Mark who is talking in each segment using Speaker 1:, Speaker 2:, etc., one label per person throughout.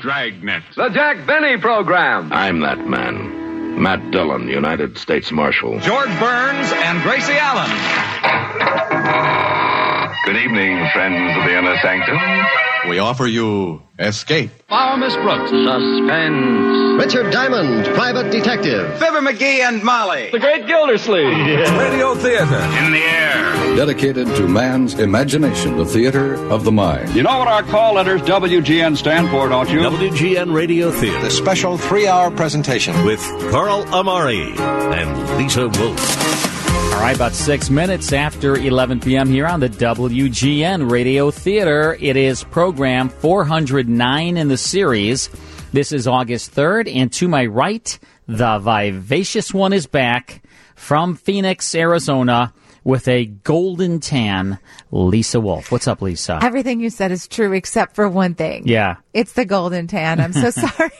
Speaker 1: Dragnet.
Speaker 2: The Jack Benny Program.
Speaker 3: I'm that man. Matt Dillon, United States Marshal.
Speaker 4: George Burns and Gracie Allen.
Speaker 5: Good evening, friends of the inner sanctum.
Speaker 6: We offer you Escape.
Speaker 7: Our Miss Brooks.
Speaker 8: Suspense. Richard Diamond, Private Detective.
Speaker 9: Fibber McGee and Molly.
Speaker 10: The Great Gildersleeve. Yeah.
Speaker 11: Radio Theater.
Speaker 5: In the air.
Speaker 12: Dedicated to man's imagination, the theater of the mind.
Speaker 13: You know what our call letters WGN stand for, don't you?
Speaker 14: WGN Radio Theater.
Speaker 15: The special three-hour presentation
Speaker 14: with Carl Amari and Lisa Wolf.
Speaker 16: All right, about six minutes after 11 p.m. here on the WGN Radio Theater. It is program 409 in the series. This is August 3rd, and to my right, the vivacious one is back from Phoenix, Arizona. With a golden tan, Lisa Wolf. What's up, Lisa?
Speaker 17: Everything you said is true except for one thing.
Speaker 16: Yeah.
Speaker 17: It's the golden tan. I'm so sorry.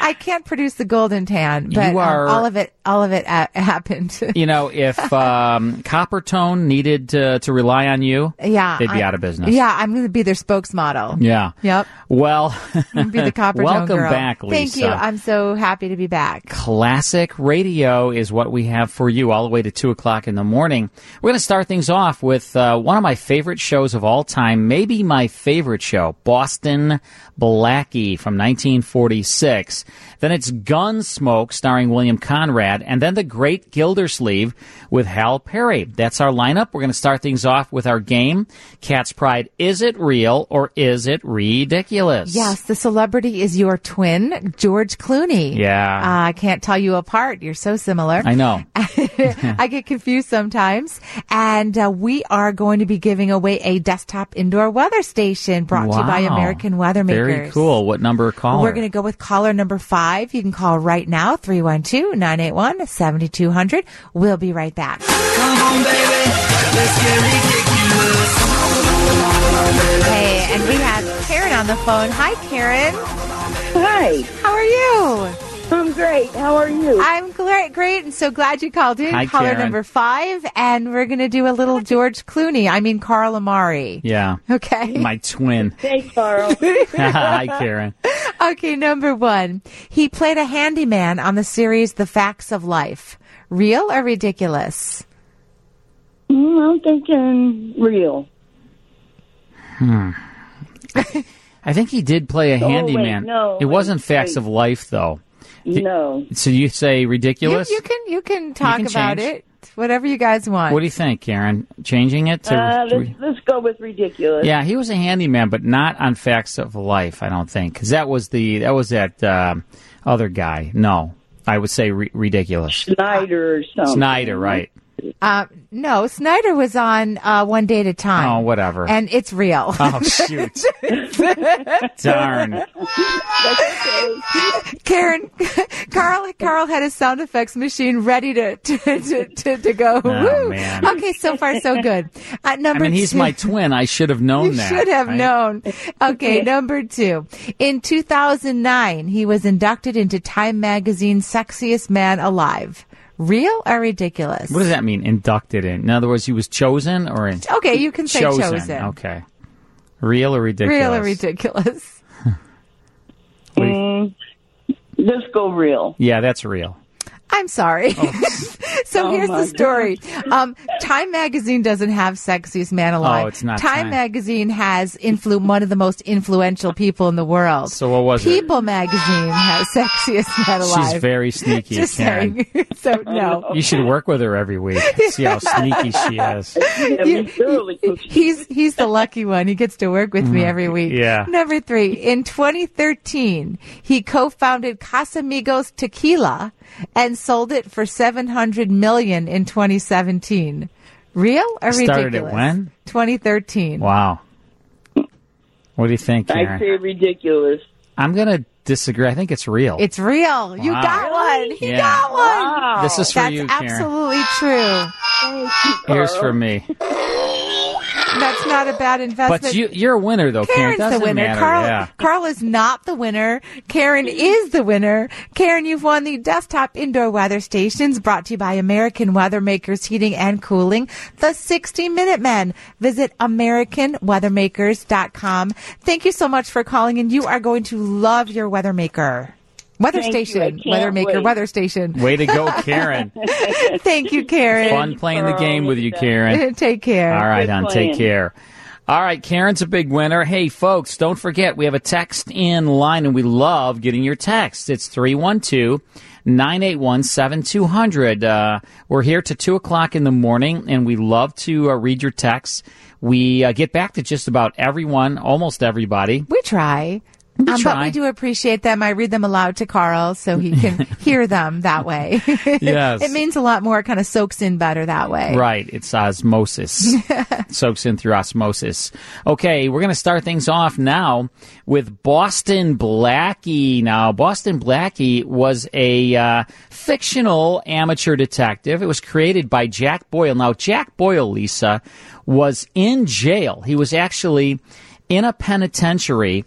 Speaker 17: I can't produce the golden tan, but
Speaker 16: are,
Speaker 17: um, all of it, all of it a- happened.
Speaker 16: you know, if um, Coppertone needed to, to rely on you,
Speaker 17: yeah,
Speaker 16: they'd be
Speaker 17: I'm,
Speaker 16: out of business.
Speaker 17: Yeah, I'm going to be their spokesmodel.
Speaker 16: Yeah.
Speaker 17: Yep.
Speaker 16: Well,
Speaker 17: be the Coppertone
Speaker 16: welcome
Speaker 17: girl.
Speaker 16: back, Lisa.
Speaker 17: Thank you. I'm so happy to be back.
Speaker 16: Classic radio is what we have for you all the way to two o'clock in the morning. We're going to start things off with uh, one of my favorite shows of all time, maybe my favorite show, Boston Blackie from 1946. Then it's Gunsmoke starring William Conrad, and then The Great Gildersleeve with Hal Perry. That's our lineup. We're going to start things off with our game, Cat's Pride. Is it real or is it ridiculous?
Speaker 17: Yes, the celebrity is your twin, George Clooney.
Speaker 16: Yeah.
Speaker 17: I uh, can't tell you apart. You're so similar.
Speaker 16: I know.
Speaker 17: I get confused sometimes. And uh, we are going to be giving away a desktop indoor weather station brought to you by
Speaker 16: Wow.
Speaker 17: American Weather Makers.
Speaker 16: Very cool. What number caller?
Speaker 17: We're going to go with caller number five. You can call right now, 312-981-7200. We'll be right back. Hey, and we have Karen on the phone. Hi, Karen.
Speaker 18: Hi,
Speaker 17: How are you?
Speaker 18: I'm great. How are you?
Speaker 17: I'm great, great, and so glad you called in.
Speaker 16: Hi,
Speaker 17: caller
Speaker 16: Karen.
Speaker 17: number five, and we're going to do a little George Clooney. I mean, Carl Amari.
Speaker 16: Yeah.
Speaker 17: Okay.
Speaker 16: My twin.
Speaker 18: hey, Carl.
Speaker 16: Hi, Karen.
Speaker 17: Okay, number one. He played a handyman on the series The Facts of Life. Real or ridiculous?
Speaker 18: Mm, I'm thinking real.
Speaker 16: Hmm. I think he did play a
Speaker 18: Oh, wait,
Speaker 16: handyman.
Speaker 18: no.
Speaker 16: it wasn't
Speaker 18: Wait,
Speaker 16: facts
Speaker 18: wait.
Speaker 16: of life, though.
Speaker 18: No.
Speaker 16: So you say
Speaker 17: You,
Speaker 16: ridiculous?
Speaker 17: you can you can talk
Speaker 16: can
Speaker 17: about
Speaker 16: change.
Speaker 17: it. Whatever you guys want.
Speaker 16: what do you think, Karen? Changing it to?
Speaker 18: Uh, let's, let's go with ridiculous.
Speaker 16: yeah, he was a handyman, but not on facts of life. I don't think because that was the that was that um other guy. No, I would say ri ridiculous.
Speaker 18: Snyder or something.
Speaker 16: Snyder, right?
Speaker 17: uh, no, Snyder was on uh, One Day at a Time.
Speaker 16: Oh, whatever.
Speaker 17: And it's real.
Speaker 16: oh shoot! Darn.
Speaker 18: That's okay.
Speaker 17: Karen, Carl, Carl had his sound effects machine ready to to, to, to, to go.
Speaker 16: Oh,
Speaker 17: Woo.
Speaker 16: man.
Speaker 17: Okay, so far so good. Uh,
Speaker 16: I
Speaker 17: number
Speaker 16: mean, he's
Speaker 17: two-
Speaker 16: my twin. I should have known
Speaker 17: You
Speaker 16: that.
Speaker 17: should have
Speaker 16: right?
Speaker 17: known. Okay, number two. In 2009, he was inducted into Time Magazine's Sexiest Man Alive. Real or ridiculous?
Speaker 16: What does that mean? Inducted in? In other words, he was chosen or in?
Speaker 17: Okay, you can say chosen.
Speaker 16: Okay. Real or ridiculous?
Speaker 17: Real or ridiculous?
Speaker 18: Mm, let's go real.
Speaker 16: Yeah, that's real.
Speaker 17: I'm sorry. so
Speaker 18: Oh,
Speaker 17: here's
Speaker 18: my
Speaker 17: the story. Um, Time Magazine doesn't have sexiest man alive.
Speaker 16: Oh, it's not
Speaker 17: Time,
Speaker 16: Time.
Speaker 17: Magazine has influ- one of the most influential people in the world.
Speaker 16: So what was it?
Speaker 17: People Magazine has sexiest man alive.
Speaker 16: She's very sneaky,
Speaker 17: Just
Speaker 16: Karen.
Speaker 17: saying. so no.
Speaker 16: You should work with her every week. See how sneaky she is.
Speaker 18: Yeah, we thoroughly cooked.
Speaker 17: he's he's the lucky one. He gets to work with me every week.
Speaker 16: Mm, Yeah.
Speaker 17: Number three, in 2013, he co-founded Casamigos Tequila and sold it for 700 million in 2017. Real or
Speaker 16: Started
Speaker 17: ridiculous?
Speaker 16: it when?
Speaker 17: 2013.
Speaker 16: Wow. What do you think,
Speaker 18: I
Speaker 16: Karen?
Speaker 18: say ridiculous.
Speaker 16: I'm gonna disagree. I think it's real.
Speaker 17: It's real. You
Speaker 16: Wow.
Speaker 17: got one. He
Speaker 16: Yeah.
Speaker 17: got one.
Speaker 18: Wow.
Speaker 16: this is for
Speaker 17: That's
Speaker 16: you, Karen.
Speaker 17: absolutely true.
Speaker 18: Thank you, Carl.
Speaker 16: Here's for me.
Speaker 17: that's not a bad investment.
Speaker 16: But you, you're a winner, though, Karen.
Speaker 17: Karen's the
Speaker 16: Doesn't
Speaker 17: winner.
Speaker 16: matter,
Speaker 17: Carl,
Speaker 16: yeah.
Speaker 17: Carl is not the winner. Karen is the winner. Karen, you've won the desktop indoor weather stations brought to you by American Weather Makers Heating and Cooling, the 60 Minute Men. Visit AmericanWeathermakers.com. Thank you so much for calling and you are going to love your weather maker. Weather
Speaker 19: Thank you. I
Speaker 17: station,
Speaker 19: can't
Speaker 17: weather maker,
Speaker 19: wait.
Speaker 17: weather station.
Speaker 16: Way to go, Karen.
Speaker 17: Thank you, Karen.
Speaker 16: Fun playing the game with you, Karen.
Speaker 17: Take care.
Speaker 16: All right, hon.
Speaker 17: playing.
Speaker 16: Take care. All right, Karen's a big winner. Hey, folks, don't forget we have a text in line and we love getting your texts. It's 312 981 7200. Uh, We're here to 2 o'clock in the morning and we love to uh, read your texts. We uh, get back to just about everyone, almost everybody.
Speaker 17: We try.
Speaker 16: We
Speaker 17: Um, But
Speaker 16: try.
Speaker 17: we do appreciate them. I read them aloud to Carl so he can hear them that way.
Speaker 16: Yes.
Speaker 17: it means a lot more, kind of soaks in better that way.
Speaker 16: Right. It's osmosis. Soaks in through osmosis. Okay, we're going to start things off now with Boston Blackie. Now, Boston Blackie was a uh, fictional amateur detective. It was created by Jack Boyle. Now, Jack Boyle, Lisa, was in jail. He was actually in a penitentiary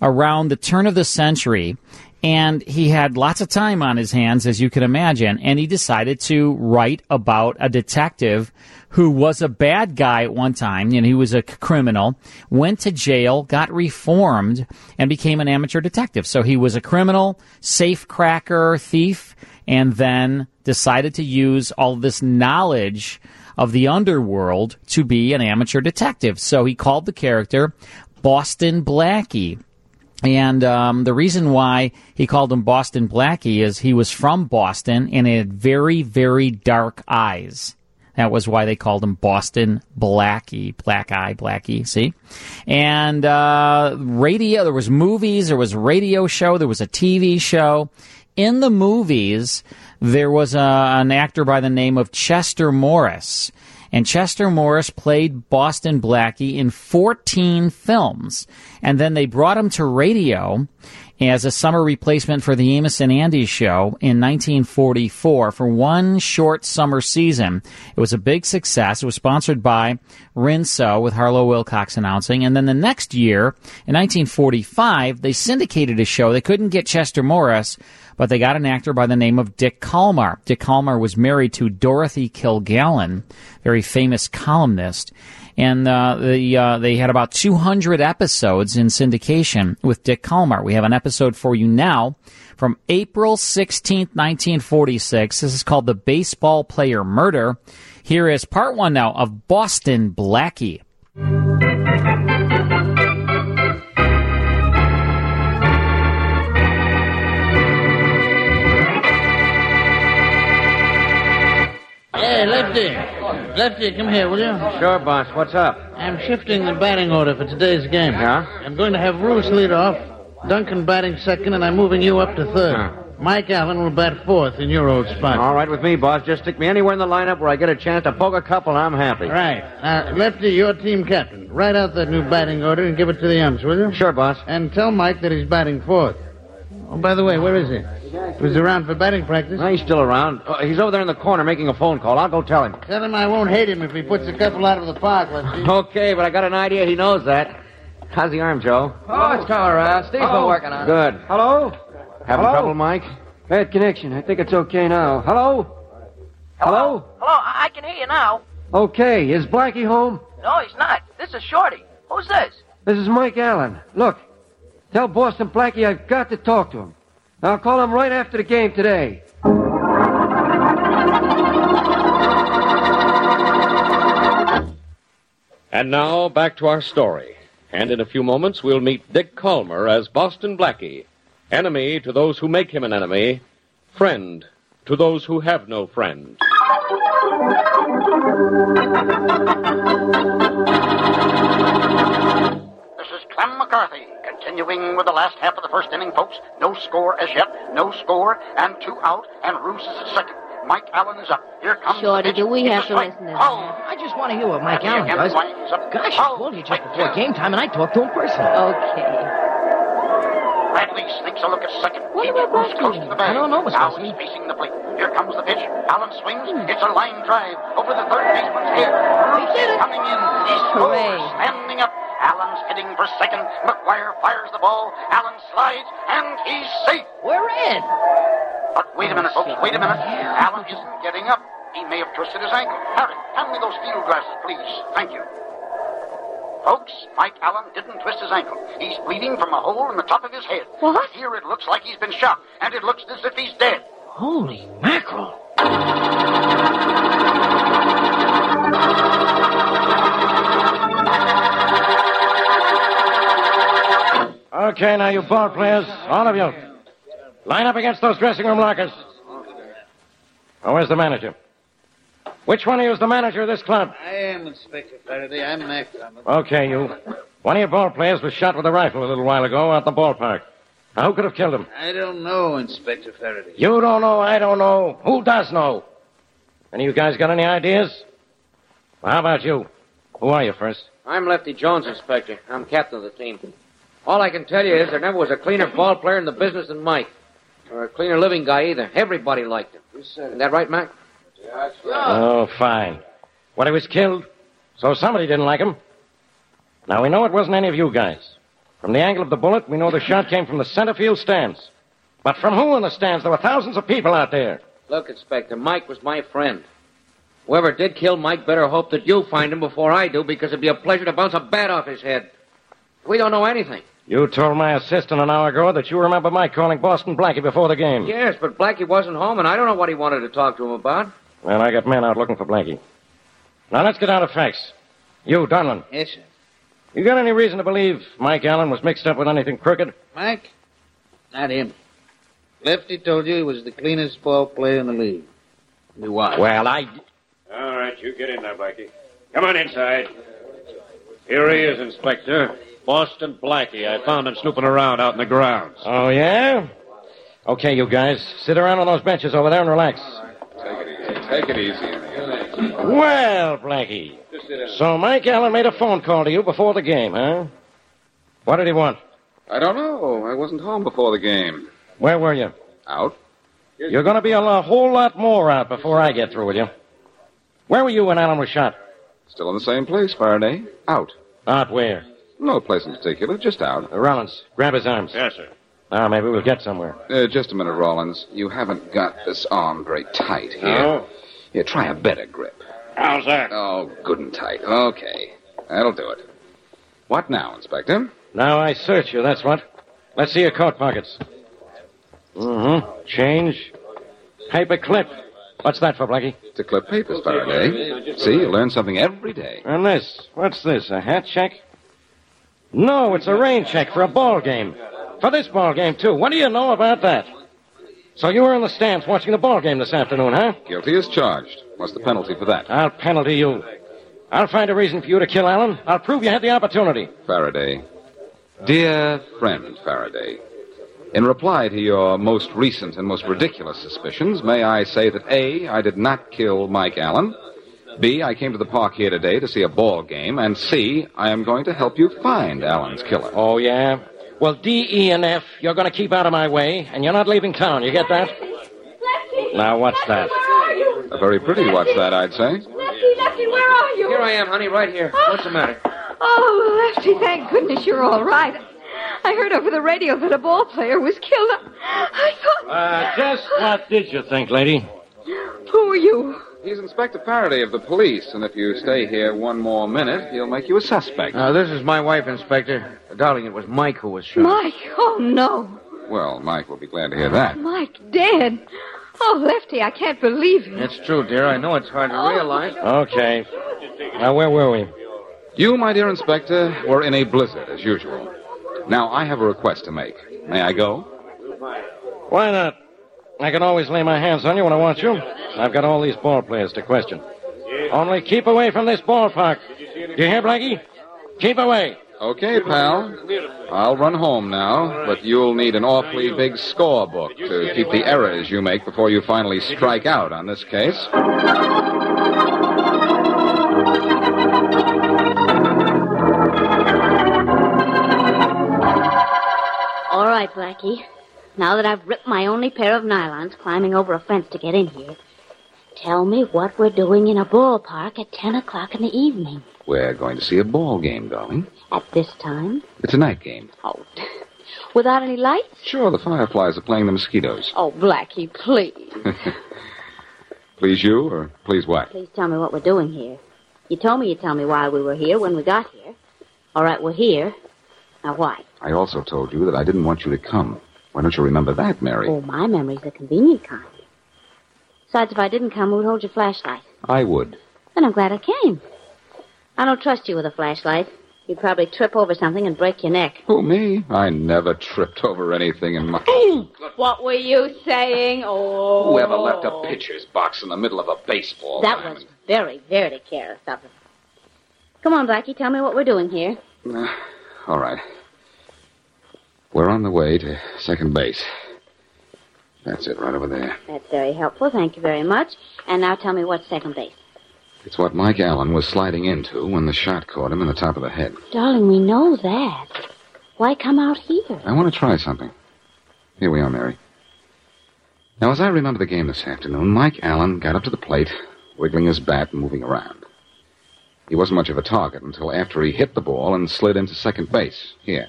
Speaker 16: around the turn of the century. And he had lots of time on his hands, as you can imagine, and he decided to write about a detective who was a bad guy at one time, and he was a c- criminal, went to jail, got reformed, and became an amateur detective. So he was a criminal, safe cracker, thief, and then decided to use all this knowledge of the underworld to be an amateur detective. So he called the character Boston Blackie. And um, the reason why he called him Boston Blackie is he was from Boston and he had very, very dark eyes. That was why they called him Boston Blackie, Black Eye Blackie. See, and uh, radio. There was movies. There was a radio show. There was a TV show. In the movies, there was a, an actor by the name of Chester Morris, and Chester Morris played Boston Blackie in 14 films. And then they brought him to radio as a summer replacement for the Amos and Andy show in 1944 for one short summer season. It was a big success. It was sponsored by Rinso with Harlow Wilcox announcing. And then the next year, in 1945, they syndicated a show. They couldn't get Chester Morris, but they got an actor by the name of Dick Calmar. Dick Calmar was married to Dorothy Kilgallen, very famous columnist, and uh, the uh, they had about 200 episodes in syndication with Dick Calmar. We have an episode for you now from April 16th, 1946. This is called "The Baseball Player Murder." Here is part one now of Boston Blackie.
Speaker 20: Hey, Lefty. Lefty, come here, will you? Sure, boss. What's up? I'm shifting the batting order for today's game.
Speaker 21: Yeah?
Speaker 20: I'm going to have Roos lead off, Duncan batting second, and I'm moving you up to third.
Speaker 21: Huh.
Speaker 20: Mike Allen will bat fourth in your old spot.
Speaker 21: All right with me, boss. Just stick me anywhere in the lineup where I get a chance to poke a couple, and I'm happy.
Speaker 20: Right. Now, Uh, Lefty, you're team captain. Write out that new batting order and give it to the umps, will you? Sure, boss. And tell Mike that he's batting fourth. Oh, by the way, where is he? Was around for batting practice?
Speaker 21: No, he's still around. Uh, he's over there in the corner making a phone call. I'll go tell him.
Speaker 20: Tell him I won't hate him if he puts a couple out of the park, Lefty.
Speaker 21: Okay, but I got an idea. He knows that. How's the arm, Joe?
Speaker 2: Oh, it's all right. Steve's been
Speaker 21: Oh,
Speaker 2: working on it.
Speaker 21: good.
Speaker 2: Hello?
Speaker 21: Having
Speaker 2: Hello?
Speaker 21: trouble, Mike?
Speaker 2: Bad connection. I think it's okay now. Hello? Hello?
Speaker 22: Hello, I I can hear you now.
Speaker 2: Okay. Is Blackie home?
Speaker 22: No, he's not. This is Shorty. Who's this?
Speaker 2: This is Mike Allen. Look, tell Boston Blackie I've got to talk to him. I'll call him right after the game today.
Speaker 23: And now back to our story. And in a few moments, we'll meet Dick Calmer as Boston Blackie, enemy to those who make him an enemy, friend to those who have no friend.
Speaker 24: This is Clem McCarthy, continuing with the last half of the first inning, folks. No score as yet, no score, and two out, and Roos is at second. Mike Allen is up. Here comes
Speaker 25: Shorty,
Speaker 24: the pitch.
Speaker 25: do we
Speaker 24: It's
Speaker 25: have
Speaker 24: a
Speaker 25: to
Speaker 24: strike.
Speaker 25: listen to that?
Speaker 24: Call.
Speaker 25: I just want to hear
Speaker 24: what Oh, Mike Allen does. Oh, Gosh, I told you just before game
Speaker 25: time, and I talked to him personally. Okay.
Speaker 24: Bradley sneaks a look at second. He moves close to the bag.
Speaker 22: I don't know, Miss Hmm.
Speaker 24: Now he's facing the plate. Here comes the pitch. Allen swings. It's a line drive over the third baseman's head. Bruce is coming in. He scores, standing up. Allen's hitting for second. McGuire fires the ball. Allen slides, and he's safe. We're in. But wait
Speaker 22: Oh,
Speaker 24: a minute, folks. Wait a minute. Allen isn't getting up. He may have twisted his ankle. Harry, hand me those field glasses, please. Thank you. Folks, Mike Allen didn't twist his ankle. He's bleeding from a hole in the top of his head. What? Here it looks like he's been shot, and it looks as if he's dead.
Speaker 22: Holy mackerel.
Speaker 26: Okay, now you ball players, all of you, line up against those dressing room lockers. Oh, where's the manager? Which one of you is the manager of this club?
Speaker 20: I am Inspector Faraday. I'm Mac.
Speaker 26: Okay, you. One of your ball players was shot with a rifle a little while ago out in the ballpark. Now, who could have killed him?
Speaker 20: I don't know, Inspector Faraday.
Speaker 26: You don't know, I don't know. Who does know? Any of you guys got any ideas? Well, how about you? Who are you first?
Speaker 21: I'm Lefty Jones, Inspector. I'm captain of the team. All I can tell you is there never was a cleaner ball player in the business than Mike. Or a cleaner living guy either. Everybody liked him. Isn't that right, Mac?
Speaker 26: Oh, fine. Well, he was killed, so somebody didn't like him. Now, we know it wasn't any of you guys. From the angle of the bullet, we know the shot came from the center field stands. But from who in the stands? There were thousands of people out there.
Speaker 21: Look, Inspector, Mike was my friend. Whoever did kill Mike better hope that you find him before I do, because it'd be a pleasure to bounce a bat off his head. We don't know anything.
Speaker 26: You told my assistant an hour ago that you remember Mike calling Boston Blackie before the game.
Speaker 21: Yes, but Blackie wasn't home, and I don't know what he wanted to talk to him about.
Speaker 26: Well, I got men out looking for Blackie. Now, let's get down to facts. You, Donlin,
Speaker 20: Yes, sir.
Speaker 26: you got any reason to believe Mike Allen was mixed up with anything crooked?
Speaker 20: Mike? Not him. Lefty told you he was the cleanest ball player in the league. He was.
Speaker 26: Well, I.
Speaker 23: All right, you get in there, Blackie. Come on inside. Here he is, Inspector. Boston Blackie. I found him snooping around out in the grounds.
Speaker 26: Oh, yeah? Okay, you guys. Sit around on those benches over there and relax.
Speaker 5: Take it easy.
Speaker 26: Well, Blackie. So Mike Allen made a phone call to you before the game, huh? What did he want?
Speaker 5: I don't know. I wasn't home before the game.
Speaker 26: Where were you?
Speaker 5: Out?
Speaker 26: You're going to be a lo- whole lot more out before I get through with you. Where were you when Allen was shot?
Speaker 5: Still in the same place, Faraday. Out.
Speaker 26: Out where?
Speaker 5: No place in particular, just out.
Speaker 26: Uh, Rollins, grab his arms.
Speaker 5: Yes, sir.
Speaker 26: Now, maybe we'll get somewhere.
Speaker 5: Uh, just a minute, Rollins. You haven't got this arm very tight here.
Speaker 26: No?
Speaker 5: Here, try a better grip.
Speaker 23: How's that?
Speaker 5: Oh, good and tight. Okay. That'll do it. What now, Inspector?
Speaker 26: Now I search you, that's what. Let's see your coat pockets. Mm-hmm. Change. Paper clip. What's that for, Blackie?
Speaker 5: To clip papers, Faraday. See, you learn something every day.
Speaker 26: And this. What's this? A hat check? No, it's a rain check for a ball game. For this ball game, too. What do you know about that? So you were in the stands watching the ball game this afternoon, huh?
Speaker 5: Guilty as charged. What's the penalty for that?
Speaker 26: I'll penalty you. I'll find a reason for you to kill Allen. I'll prove you had the opportunity.
Speaker 5: Faraday. Dear friend Faraday, in reply to your most recent and most ridiculous suspicions, may I say that A, I did not kill Mike Allen. B, I came to the park here today to see a ball game. And C, I am going to help you find Allen's killer.
Speaker 26: Oh, yeah? Well, D, E, and F, you're going to keep out of my way, and you're not leaving town. You get that? Now, what's that?
Speaker 5: A very pretty what's that, I'd say.
Speaker 27: Lefty, Lefty, where are you? Ah.
Speaker 21: Here I am, honey, right here. What's the matter?
Speaker 27: Oh, Lefty, thank goodness you're all right. I heard over the radio that a ball player was killed. I thought.
Speaker 26: Uh, just what did you think, lady?
Speaker 27: Who are you?
Speaker 5: He's Inspector Faraday of the police, and if you stay here one more minute, he'll make you a suspect.
Speaker 21: Now, this is my wife, Inspector. Darling, it was Mike who was shot.
Speaker 27: Mike, oh no.
Speaker 5: Well, Mike will be glad to hear that.
Speaker 27: Mike dead. Oh, Lefty, I can't believe you.
Speaker 21: It's true, dear. I know it's hard to realize.
Speaker 26: Okay. Now, where were we?
Speaker 5: You, my dear Inspector, were in a blizzard, as usual. Now, I have a request to make. May I go?
Speaker 26: Why not? I can always lay my hands on you when I want you. I've got all these ball players to question. Only keep away from this ballpark. Do you hear, Blackie? Keep away.
Speaker 5: Okay, pal. I'll run home now, but you'll need an awfully big scorebook to keep the errors you make before you finally strike out on this case.
Speaker 3: All right, Blackie. Now that I've ripped my only pair of nylons climbing over a fence to get in here, tell me what we're doing in a ballpark at 10 o'clock in the evening.
Speaker 5: We're going to see a ball game, darling.
Speaker 3: At this time?
Speaker 5: It's a night game.
Speaker 3: Oh, without any lights?
Speaker 5: Sure, the Fireflies are playing the Mosquitoes.
Speaker 3: Oh, Blackie, please.
Speaker 5: please you, or please what?
Speaker 3: Please tell me what we're doing here. You told me you'd tell me why we were here when we got here. All right, we're here. Now, why?
Speaker 5: I also told you that I didn't want you to come. Why don't you remember that, Mary?
Speaker 3: Oh, my memory's the convenient kind. Besides, if I didn't come, who'd hold your flashlight?
Speaker 5: I would.
Speaker 3: Then I'm glad I came. I don't trust you with a flashlight. You'd probably trip over something and break your neck.
Speaker 5: Who, Oh, me? I never tripped over anything in my.
Speaker 3: What were you saying? Oh.
Speaker 5: Whoever left a pitcher's box in the middle of a baseball.
Speaker 3: That was very, very careless of him. Come on, Blackie, tell me what we're doing here.
Speaker 5: was. All right. We're on the way to second base. That's it, right over there.
Speaker 3: That's very helpful. Thank you very much. And now tell me what's second base.
Speaker 5: It's what Mike Allen was sliding into when the shot caught him in the top of the head.
Speaker 3: Darling, we know that. Why come out here?
Speaker 5: I want to try something. Here we are, Mary. Now, as I remember the game this afternoon, Mike Allen got up to the plate, wiggling his bat and moving around. He wasn't much of a target until after he hit the ball and slid into second base, here.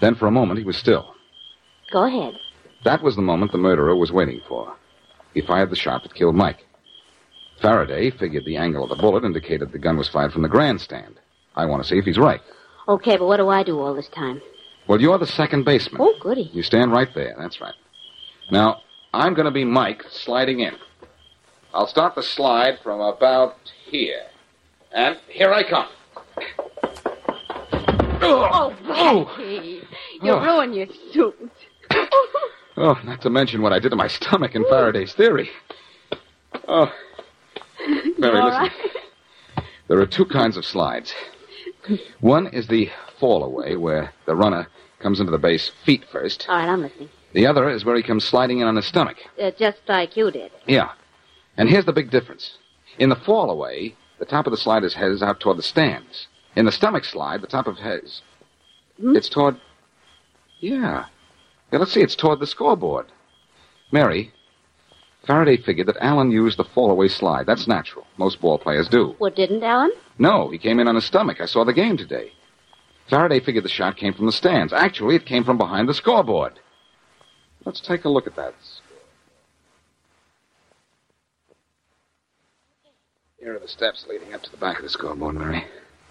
Speaker 5: Then for a moment he was still.
Speaker 3: Go ahead.
Speaker 5: That was the moment the murderer was waiting for. He fired the shot that killed Mike. Faraday figured the angle of the bullet indicated the gun was fired from the grandstand. I want to see if he's right.
Speaker 3: Okay, but what do I do all this time?
Speaker 5: Well, you're the second baseman.
Speaker 3: Oh, goody.
Speaker 5: You stand right there. That's right. Now, I'm going to be Mike sliding in. I'll start the slide from about here. And here I come.
Speaker 18: Oh,
Speaker 3: Blackie.
Speaker 5: you Oh.
Speaker 3: ruined your suit.
Speaker 5: Oh, not to mention what I did to my stomach in Faraday's theory. Oh, Mary, listen. There are two kinds of slides. One is the fall away, where the runner comes into the base feet first.
Speaker 3: All right, I'm listening.
Speaker 5: The other is where he comes sliding in on his stomach.
Speaker 3: Uh, just like you did.
Speaker 5: Yeah. And here's the big difference. In the fall away, the top of the slide is heads out toward the stands. In the stomach slide, the top of heads. It's toward. Yeah. Yeah, let's see, it's toward the scoreboard. Mary, Faraday figured that Allen used the fall away slide. That's natural. Most ball players do.
Speaker 3: Well, didn't Alan?
Speaker 5: No, he came in on his stomach. I saw the game today. Faraday figured the shot came from the stands. Actually, it came from behind the scoreboard. Let's take a look at that. Here are the steps leading up to the back of the scoreboard, Mary.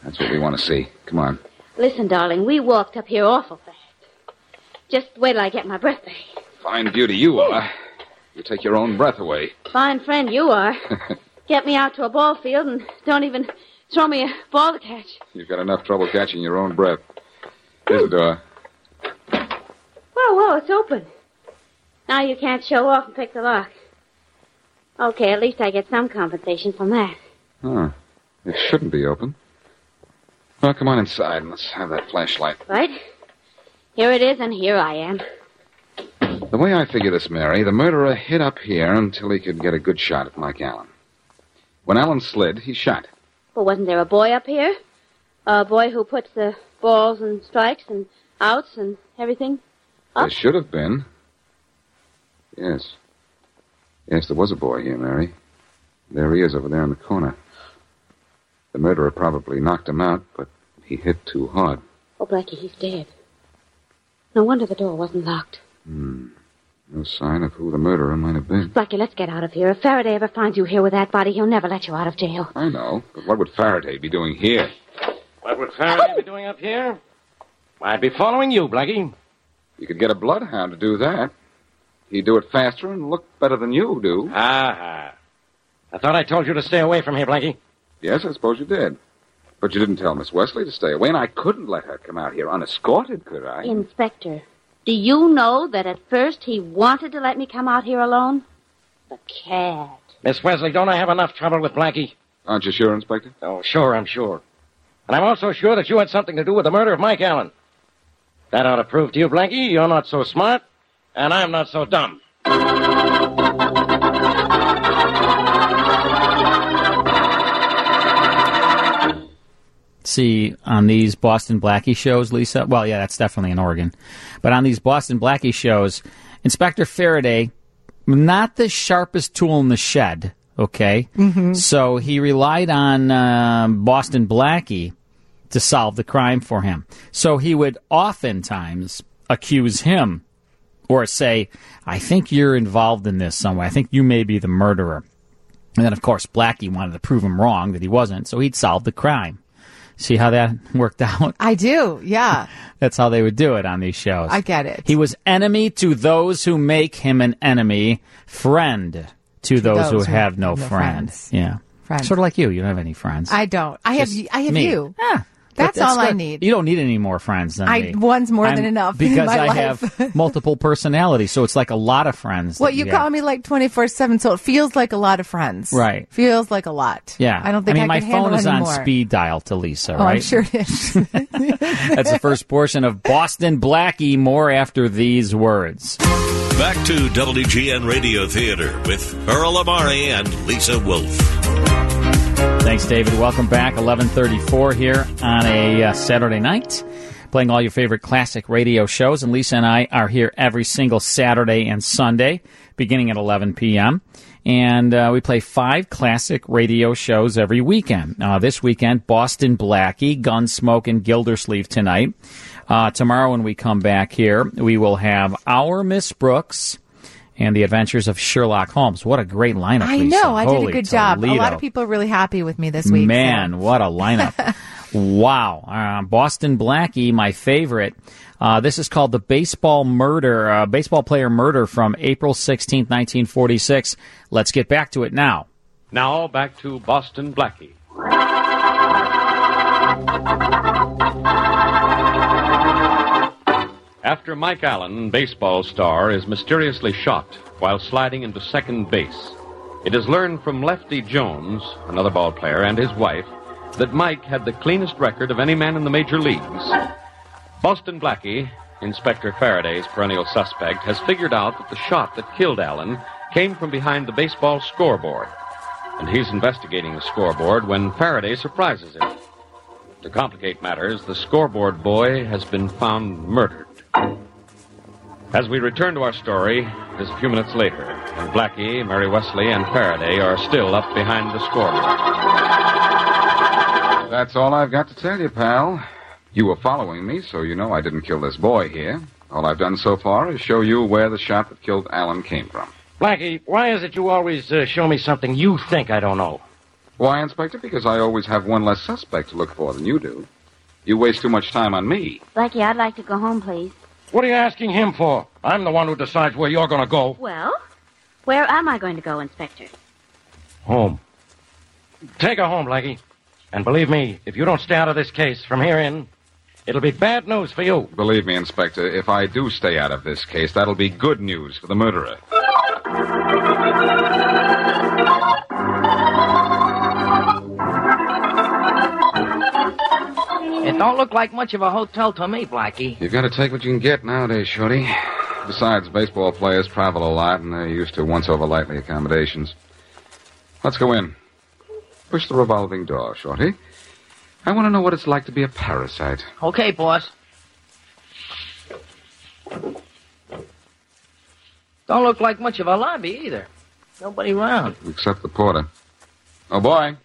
Speaker 5: That's what we want to see. Come on.
Speaker 3: Listen, darling, we walked up here awful fast. Just wait till I get my breath back.
Speaker 5: Fine beauty you are. You take your own breath away.
Speaker 3: Fine friend you are. get me out to a ball field and don't even throw me a ball to catch.
Speaker 5: You've got enough trouble catching your own breath. Here's the door.
Speaker 3: Whoa, whoa, it's open. Now you can't show off and pick the lock. Okay, at least I get some compensation from that.
Speaker 5: Huh. It shouldn't be open. Well, come on inside and let's have that flashlight.
Speaker 3: Right? Here it is, and here I am.
Speaker 5: The way I figure this, Mary, the murderer hid up here until he could get a good shot at Mike Allen. When Allen slid, he shot.
Speaker 3: Well, wasn't there a boy up here? A boy who puts the balls and strikes and outs and everything?
Speaker 5: There should have been. Yes. Yes, there was a boy here, Mary. There he is over there in the corner. The murderer probably knocked him out, but he hit too hard.
Speaker 3: Oh, Blackie, he's dead. No wonder the door wasn't locked.
Speaker 5: Hmm. No sign of who the murderer might have been.
Speaker 3: Blackie, let's get out of here. If Faraday ever finds you here with that body, he'll never let you out of jail.
Speaker 5: I know, but what would Faraday be doing here?
Speaker 26: What would Faraday be doing up here? I'd be following you, Blackie.
Speaker 5: You could get a bloodhound to do that. He'd do it faster and look better than you do.
Speaker 26: Ah, ha. I thought I told you to stay away from here, Blackie.
Speaker 5: Yes, I suppose you did. But you didn't tell Miss Wesley to stay away, and I couldn't let her come out here unescorted, could I?
Speaker 3: Inspector, do you know that at first he wanted to let me come out here alone? The cad.
Speaker 26: Miss Wesley, don't I have enough trouble with Blackie?
Speaker 5: Aren't you sure, Inspector?
Speaker 26: Oh, sure, I'm sure. And I'm also sure that you had something to do with the murder of Mike Allen. That ought to prove to you, Blackie, you're not so smart, and I'm not so dumb.
Speaker 16: see on these Boston Blackie shows, Lisa. Well, yeah, that's definitely in Oregon. But on these Boston Blackie shows, Inspector Faraday, not the sharpest tool in the shed, okay?
Speaker 17: Mm-hmm.
Speaker 16: So he relied on uh, Boston Blackie to solve the crime for him. So he would oftentimes accuse him or say, I think you're involved in this some way. I think you may be the murderer. And then, of course, Blackie wanted to prove him wrong that he wasn't, so he'd solve the crime. See how that worked out?
Speaker 17: I do, yeah.
Speaker 16: That's how they would do it on these shows.
Speaker 17: I get it.
Speaker 16: He was enemy to those who make him an enemy, friend to, those, who
Speaker 17: those who
Speaker 16: have no,
Speaker 17: have no
Speaker 16: friend. Yeah.
Speaker 17: Friends.
Speaker 16: Sort of like you. You don't have any friends.
Speaker 17: I don't. I have.
Speaker 16: Just
Speaker 17: I have
Speaker 16: me.
Speaker 17: you.
Speaker 16: Yeah.
Speaker 17: That's, all I
Speaker 16: good.
Speaker 17: need.
Speaker 16: You don't need any more friends than
Speaker 17: I-
Speaker 16: me.
Speaker 17: one's more than enough in
Speaker 16: Because
Speaker 17: my
Speaker 16: I
Speaker 17: life.
Speaker 16: have multiple personalities, so it's like a lot of friends.
Speaker 17: Well,
Speaker 16: that
Speaker 17: you
Speaker 16: have.
Speaker 17: call me like twenty four seven, so it feels like a lot of friends.
Speaker 16: Right.
Speaker 17: Feels like a lot.
Speaker 16: Yeah.
Speaker 17: I don't think
Speaker 16: I mean,
Speaker 17: I
Speaker 16: my
Speaker 17: could
Speaker 16: phone
Speaker 17: handle
Speaker 16: is
Speaker 17: any
Speaker 16: on
Speaker 17: more.
Speaker 16: speed dial to Lisa,
Speaker 17: Oh,
Speaker 16: right?
Speaker 17: I'm sure it is.
Speaker 16: That's the first portion of Boston Blackie. More after these words.
Speaker 14: Back to WGN Radio Theater with Earl Amari and Lisa Wolf.
Speaker 16: Thanks, David. Welcome back. 11:34 here on a uh, Saturday night, playing all your favorite classic radio shows. And Lisa and I are here every single Saturday and Sunday, beginning at 11 p.m. And uh, we play five classic radio shows every weekend. Uh, this weekend, Boston Blackie, Gunsmoke, and Gildersleeve tonight. Uh, tomorrow, when we come back here, we will have Our Miss Brooks and the Adventures of Sherlock Holmes. What a great lineup!
Speaker 17: I
Speaker 16: Lisa.
Speaker 17: know. I did a
Speaker 16: Holy
Speaker 17: good job. A lot
Speaker 16: Toledo.
Speaker 17: of people are really happy with me this week. so-
Speaker 16: Man, what a lineup. wow. Uh, Boston Blackie, my favorite. Uh, this is called the baseball murder, uh, baseball player murder from April 16th, 1946. Let's get back to it now.
Speaker 23: Now back to Boston Blackie. After Mike Allen, baseball star, is mysteriously shot while sliding into second base, it is learned from Lefty Jones, another ball player, and his wife, that Mike had the cleanest record of any man in the major leagues. Boston Blackie, Inspector Faraday's perennial suspect, has figured out that the shot that killed Allen came from behind the baseball scoreboard. And he's investigating the scoreboard when Faraday surprises him. To complicate matters, the scoreboard boy has been found murdered. As we return to our story, it is a few minutes later, and Blackie, Mary Wesley, and Faraday are still up behind the scoreboard.
Speaker 5: That's all I've got to tell you, pal. You were following me, so you know I didn't kill this boy here. All I've done so far is show you where the shot that killed Alan came from.
Speaker 26: Blackie, why is it you always uh, show me something you think I don't know?
Speaker 5: Why, Inspector? Because I always have one less suspect to look for than you do. You waste too much time on me.
Speaker 3: Blackie, I'd like to go home, please.
Speaker 26: What are you asking him for? I'm the one who decides where you're going to go.
Speaker 3: Well, where am I going to go, Inspector?
Speaker 26: Home. Take her home, Blackie. And believe me, if you don't stay out of this case from here in, it'll be bad news for you.
Speaker 5: Believe me, Inspector, if I do stay out of this case, that'll be good news for the murderer.
Speaker 22: It don't look like much of a hotel to me, Blackie.
Speaker 5: You've got to take what you can get nowadays, Shorty. Besides, baseball players travel a lot, and they're used to once over lightly accommodations. Let's go in. Push the revolving door, Shorty. I want to know what it's like to be a parasite.
Speaker 22: Okay, boss. Don't look like much of a lobby either. Nobody around.
Speaker 5: Except the porter. Oh, boy.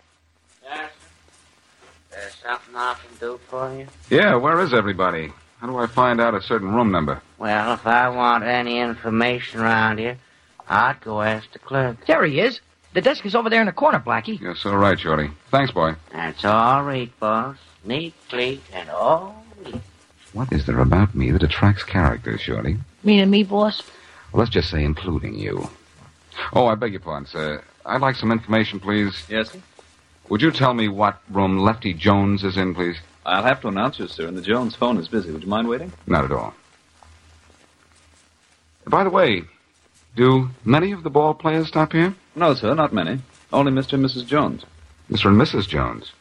Speaker 21: There's something I can do for you?
Speaker 5: Yeah, where is everybody? How do I find out a certain room number?
Speaker 21: Well, if I want any information around here, I'd go ask the clerk.
Speaker 22: There he is. The desk is over there in the corner, Blackie.
Speaker 5: You're so right, Shorty. Thanks, boy.
Speaker 21: That's all right, boss. Neat, clean, and all.
Speaker 5: What is there about me that attracts characters, Shorty?
Speaker 22: Meaning me, boss?
Speaker 5: Well, let's just say including you. Oh, I beg your pardon, sir. I'd like some information, please.
Speaker 10: Yes, sir?
Speaker 5: Would you tell me what room Lefty Jones is in, please?
Speaker 10: I'll have to announce you, sir, and the Jones phone is busy. Would you mind waiting?
Speaker 5: Not at all. By the way, do many of the ball players stop here?
Speaker 10: No, sir, not many. Only Mr. and Mrs. Jones.
Speaker 5: Mr. and Mrs. Jones.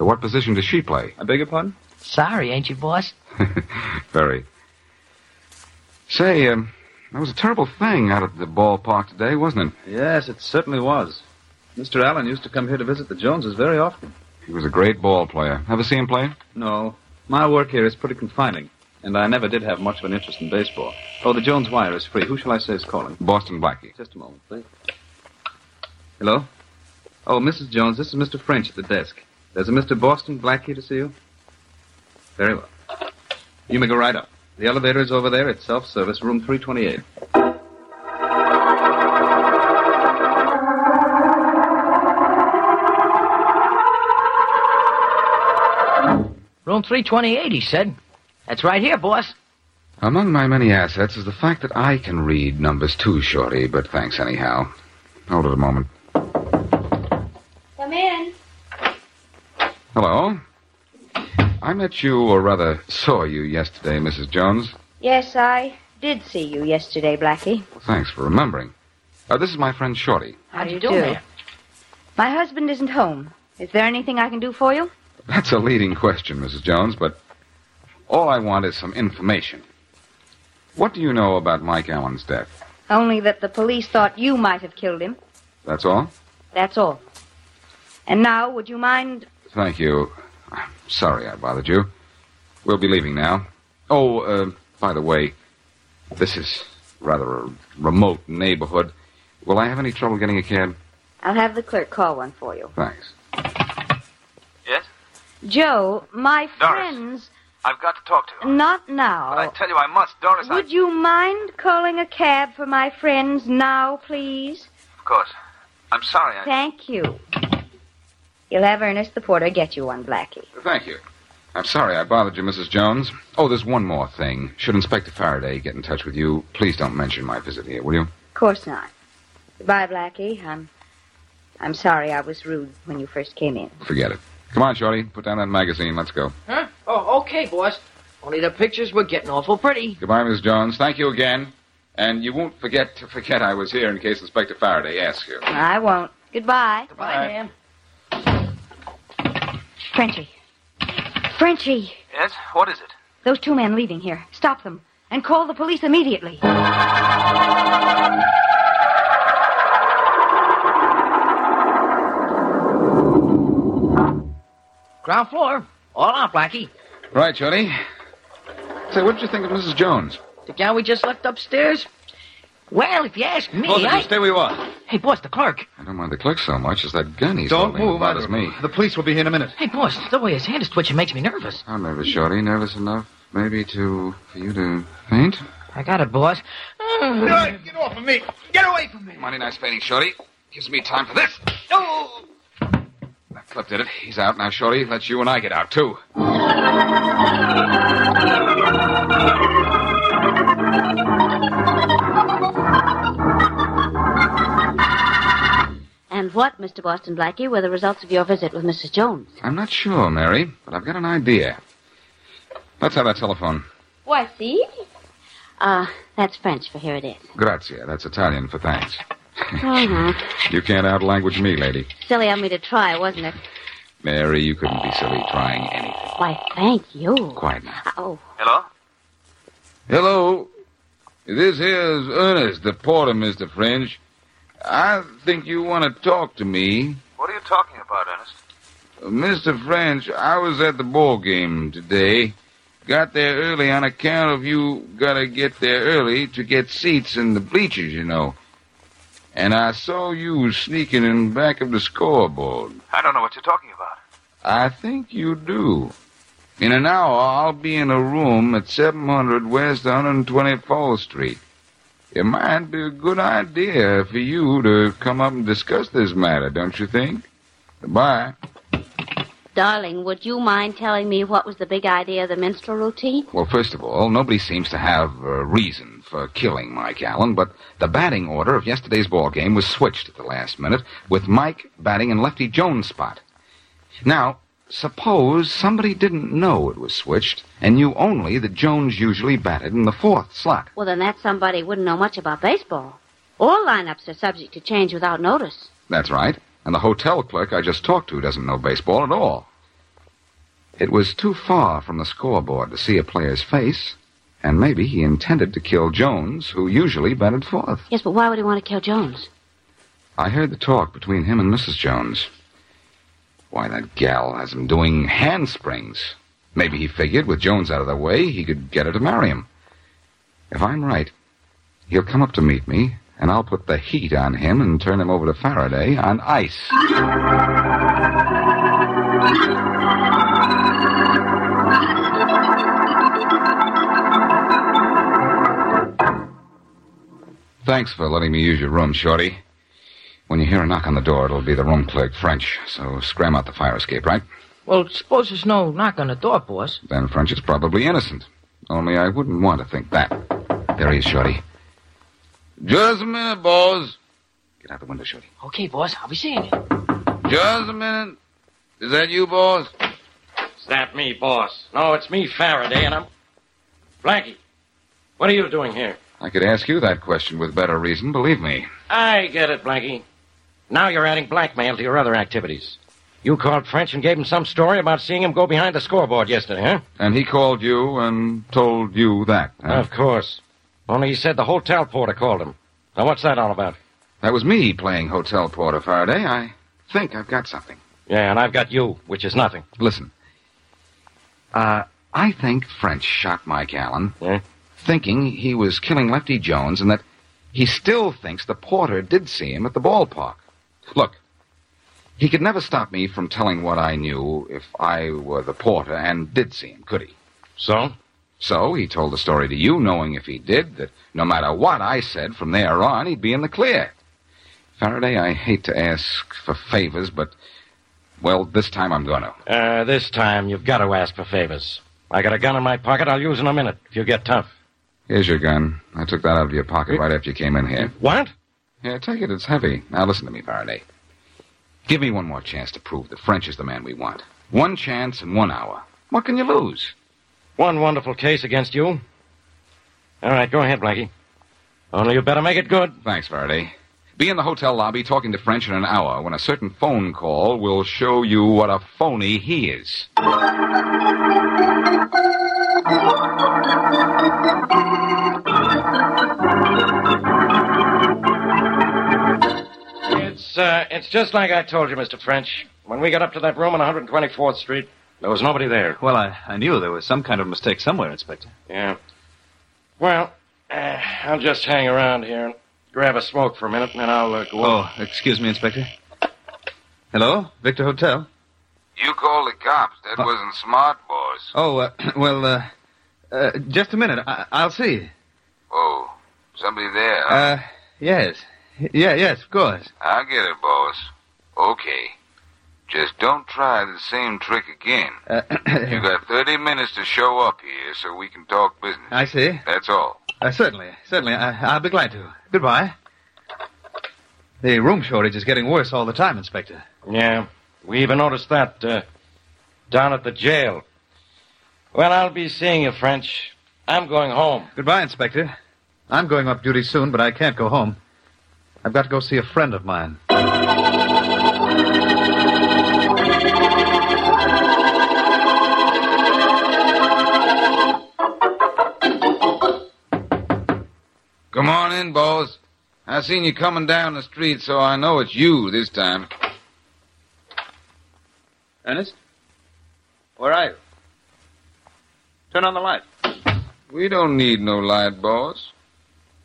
Speaker 5: Uh, What position does she play?
Speaker 10: I beg your pardon?
Speaker 22: Sorry, ain't you, boss?
Speaker 5: Very. Say, um, that was a terrible thing out at the ballpark today, wasn't it?
Speaker 10: Yes, it certainly was. Mr. Allen used to come here to visit the Joneses very often.
Speaker 5: He was a great ball player. Ever see him play?
Speaker 10: No. My work here is pretty confining, and I never did have much of an interest in baseball. Oh, the Jones wire is free. Who shall I say is calling?
Speaker 5: Boston Blackie.
Speaker 10: Just a moment, please. Hello? Oh, Mrs. Jones, this is Mr. French at the desk. There's a Mr. Boston Blackie to see you? Very well. You may go right up. The elevator is over there. It's self service, room 328.
Speaker 22: Room 328, he said. That's right here, boss.
Speaker 5: Among my many assets is the fact that I can read numbers too, Shorty, but thanks anyhow. Hold it a moment.
Speaker 27: Come in.
Speaker 5: Hello. I met you, or rather saw you yesterday, Mrs. Jones.
Speaker 27: Yes, I did see you yesterday, Blackie.
Speaker 5: Thanks for remembering. Uh, this is my friend Shorty.
Speaker 27: How do you
Speaker 5: do, ma'am?
Speaker 27: My husband isn't home. Is there anything I can do for you?
Speaker 5: That's a leading question, Mrs. Jones, but all I want is some information. What do you know about Mike Allen's death?
Speaker 27: Only that the police thought you might have killed him.
Speaker 5: That's all?
Speaker 27: That's all. And now, would you mind?
Speaker 5: Thank you. I'm sorry I bothered you. We'll be leaving now. Oh, uh, by the way, this is rather a remote neighborhood. Will I have any trouble getting a cab?
Speaker 27: I'll have the clerk call one for you.
Speaker 5: Thanks.
Speaker 27: Joe, my
Speaker 28: Doris.
Speaker 27: friends,
Speaker 28: I've got to talk to her.
Speaker 27: not now.
Speaker 28: But I tell you, I must. Doris, I...
Speaker 27: Oh. Would you mind calling a cab for my friends now, please?
Speaker 28: Of course. I'm sorry I...
Speaker 27: Thank you. You'll have Ernest the porter get you one, Blackie.
Speaker 5: Thank you. I'm sorry I bothered you, Mrs. Jones. Oh, there's one more thing. Should Inspector Faraday get in touch with you, please don't mention my visit here, will you?
Speaker 27: Of course not. Goodbye, Blackie. I'm I'm sorry I was rude when you first came in.
Speaker 5: Forget it. Come on, Shorty. Put down that magazine. Let's go.
Speaker 22: Huh? Oh, okay, boss. Only the pictures were getting awful pretty.
Speaker 5: Goodbye, Miss Jones. Thank you again. And you won't forget to forget I was here in case Inspector Faraday asks you.
Speaker 27: I won't. Goodbye.
Speaker 22: Goodbye, ma'am.
Speaker 27: Frenchie. Frenchie,
Speaker 28: Yes? What is it?
Speaker 27: those two men leaving here. Stop them and call the police immediately.
Speaker 22: Ground floor. All out, Blackie.
Speaker 5: Right, Shorty. Say, what did you think of Mrs. Jones?
Speaker 22: The gal we just left upstairs? Well, if you ask me,
Speaker 5: Both of you
Speaker 22: I...
Speaker 5: stay where you are.
Speaker 22: Hey, boss, the clerk.
Speaker 5: I don't mind the clerk so much as that gun he's
Speaker 29: Don't
Speaker 5: holding
Speaker 29: move,
Speaker 5: bothers
Speaker 29: either.
Speaker 5: me.
Speaker 29: The police will be here in a minute.
Speaker 22: Hey, boss, the way his hand is twitching makes me nervous.
Speaker 5: I'm nervous, Shorty. Nervous enough, maybe, to for you to faint.
Speaker 22: I got it, boss.
Speaker 29: Get off of me! Get away from me!
Speaker 5: Mighty nice fainting, Shorty. Gives me time for this.
Speaker 29: No!
Speaker 5: That clip did it. He's out now, Shorty. Let's you and I get out too.
Speaker 3: And what, Mr. Boston Blackie, were the results of your visit with Mrs. Jones?
Speaker 5: I'm not sure, Mary, but I've got an idea. Let's have that telephone.
Speaker 3: Why, see? Ah, that's French, for here it is.
Speaker 5: Grazie. That's Italian for thanks.
Speaker 3: Uh-huh.
Speaker 5: You can't outlanguage me, lady.
Speaker 3: Silly of me to try, wasn't it?
Speaker 5: Mary, you couldn't be silly trying anything.
Speaker 3: Why, thank you.
Speaker 5: Quiet now.
Speaker 3: Oh,
Speaker 28: Hello?
Speaker 30: Hello. This here's Ernest, the porter, Mr. French. I think you want to talk to me.
Speaker 28: What are you talking about, Ernest?
Speaker 30: Mr. French, I was at the ball game today. Got there early on account of you gotta get there early to get seats in the bleachers, you know. And I saw you sneaking in back of the scoreboard.
Speaker 28: I don't know what you're talking about.
Speaker 30: I think you do. In an hour, I'll be in a room at 700 West 124th Street. It might be a good idea for you to come up and discuss this matter, don't you think? Goodbye.
Speaker 3: darling, would you mind telling me what was the big idea of the minstrel routine?
Speaker 5: Well, first of all, nobody seems to have a reason for killing Mike Allen, but the batting order of yesterday's ball game was switched at the last minute, with Mike batting in Lefty Jones' spot. Now, suppose somebody didn't know it was switched and knew only that Jones usually batted in the fourth slot.
Speaker 3: Well, then that somebody wouldn't know much about baseball. All lineups are subject to change without notice.
Speaker 5: That's right. And the hotel clerk I just talked to doesn't know baseball at all. It was too far from the scoreboard to see a player's face, and maybe he intended to kill Jones, who usually batted fourth.
Speaker 3: Yes, but why would he want to kill Jones?
Speaker 5: I heard the talk between him and Mrs. Jones.
Speaker 31: Why, that gal has him doing handsprings. Maybe he figured with Jones out of the way, he could get her to marry him. If I'm right, he'll come up to meet me, and I'll put the heat on him and turn him over to Faraday on ice. Thanks for letting me use your room, Shorty. When you hear a knock on the door, it'll be the room clerk, French, so scram out the fire escape, right?
Speaker 9: Well, suppose there's no knock on the door, boss.
Speaker 31: Then French is probably innocent. Only I wouldn't want to think that. There he is, Shorty.
Speaker 8: Just a minute, boss.
Speaker 31: Get out the window, Shorty.
Speaker 9: Okay, boss, I'll be seeing you.
Speaker 8: Just a minute. Is that you, boss?
Speaker 26: Is that me, boss? No, it's me, Faraday, and I'm. Blackie, what are you doing here?
Speaker 31: I could ask you that question with better reason, believe me.
Speaker 26: I get it, Blackie. Now you're adding blackmail to your other activities. You called French and gave him some story about seeing him go behind the scoreboard yesterday, huh?
Speaker 31: And he called you and told you that. huh?
Speaker 26: Of course. Only he said the hotel porter called him. Now, what's that all about?
Speaker 31: That was me playing hotel porter, Faraday. I think I've got something.
Speaker 26: Yeah, and I've got you, which is nothing.
Speaker 31: Listen. Uh, I think French shot Mike Allen, thinking he was killing Lefty Jones, and that he still thinks the porter did see him at the ballpark. Look, he could never stop me from telling what I knew if I were the porter and did see him, could he?
Speaker 26: So?
Speaker 31: So he told the story to you, knowing if he did, that no matter what I said from there on, he'd be in the clear. Faraday, I hate to ask for favors, but, well, this time I'm going to.
Speaker 26: Uh, this time, you've got to ask for favors. I got a gun in my pocket I'll use in a minute if you get tough.
Speaker 31: Here's your gun. I took that out of your pocket right after you came in here.
Speaker 26: What?
Speaker 31: Yeah, take it. It's heavy. Now listen to me, Faraday. Give me one more chance to prove that French is the man we want. One chance in one hour. What can you lose?
Speaker 26: One wonderful case against you. All right, go ahead, Blackie. Only you better make it good.
Speaker 31: Thanks, Faraday. Be in the hotel lobby talking to French in an hour when a certain phone call will show you what a phony he is.
Speaker 26: It's, uh, it's just like I told you, Mr. French. When we got up to that room on 124th Street, there was nobody there.
Speaker 10: Well, I, I knew there was some kind of mistake somewhere, Inspector.
Speaker 26: Yeah. Well, uh, I'll just hang around here and grab a smoke for a minute, and then I'll uh, go
Speaker 10: Oh, excuse me, Inspector. Hello, Victor Hotel.
Speaker 5: You called the cops. That wasn't smart, boss.
Speaker 10: Oh, uh, well, uh, uh, just a minute. I, I'll see.
Speaker 5: Oh, somebody there. huh?
Speaker 10: Uh, yes, yeah, yes, of course.
Speaker 5: I get it, boss. Okay. Just don't try the same trick again.
Speaker 10: Uh,
Speaker 5: You got 30 minutes to show up here so we can talk business.
Speaker 10: I see.
Speaker 5: That's all.
Speaker 10: Uh, certainly, certainly. I, I'll be glad to. Goodbye. The room shortage is getting worse all the time, Inspector.
Speaker 26: Yeah, we even noticed that uh, down at the jail. Well, I'll be seeing you, French. I'm going home.
Speaker 10: Goodbye, Inspector. I'm going off duty soon, but I can't go home. I've got to go see a friend of mine.
Speaker 5: Come on in, boss. I seen you coming down the street, so I know it's you this time.
Speaker 10: Ernest? Where are you? Turn on the light.
Speaker 5: We don't need no light, boss.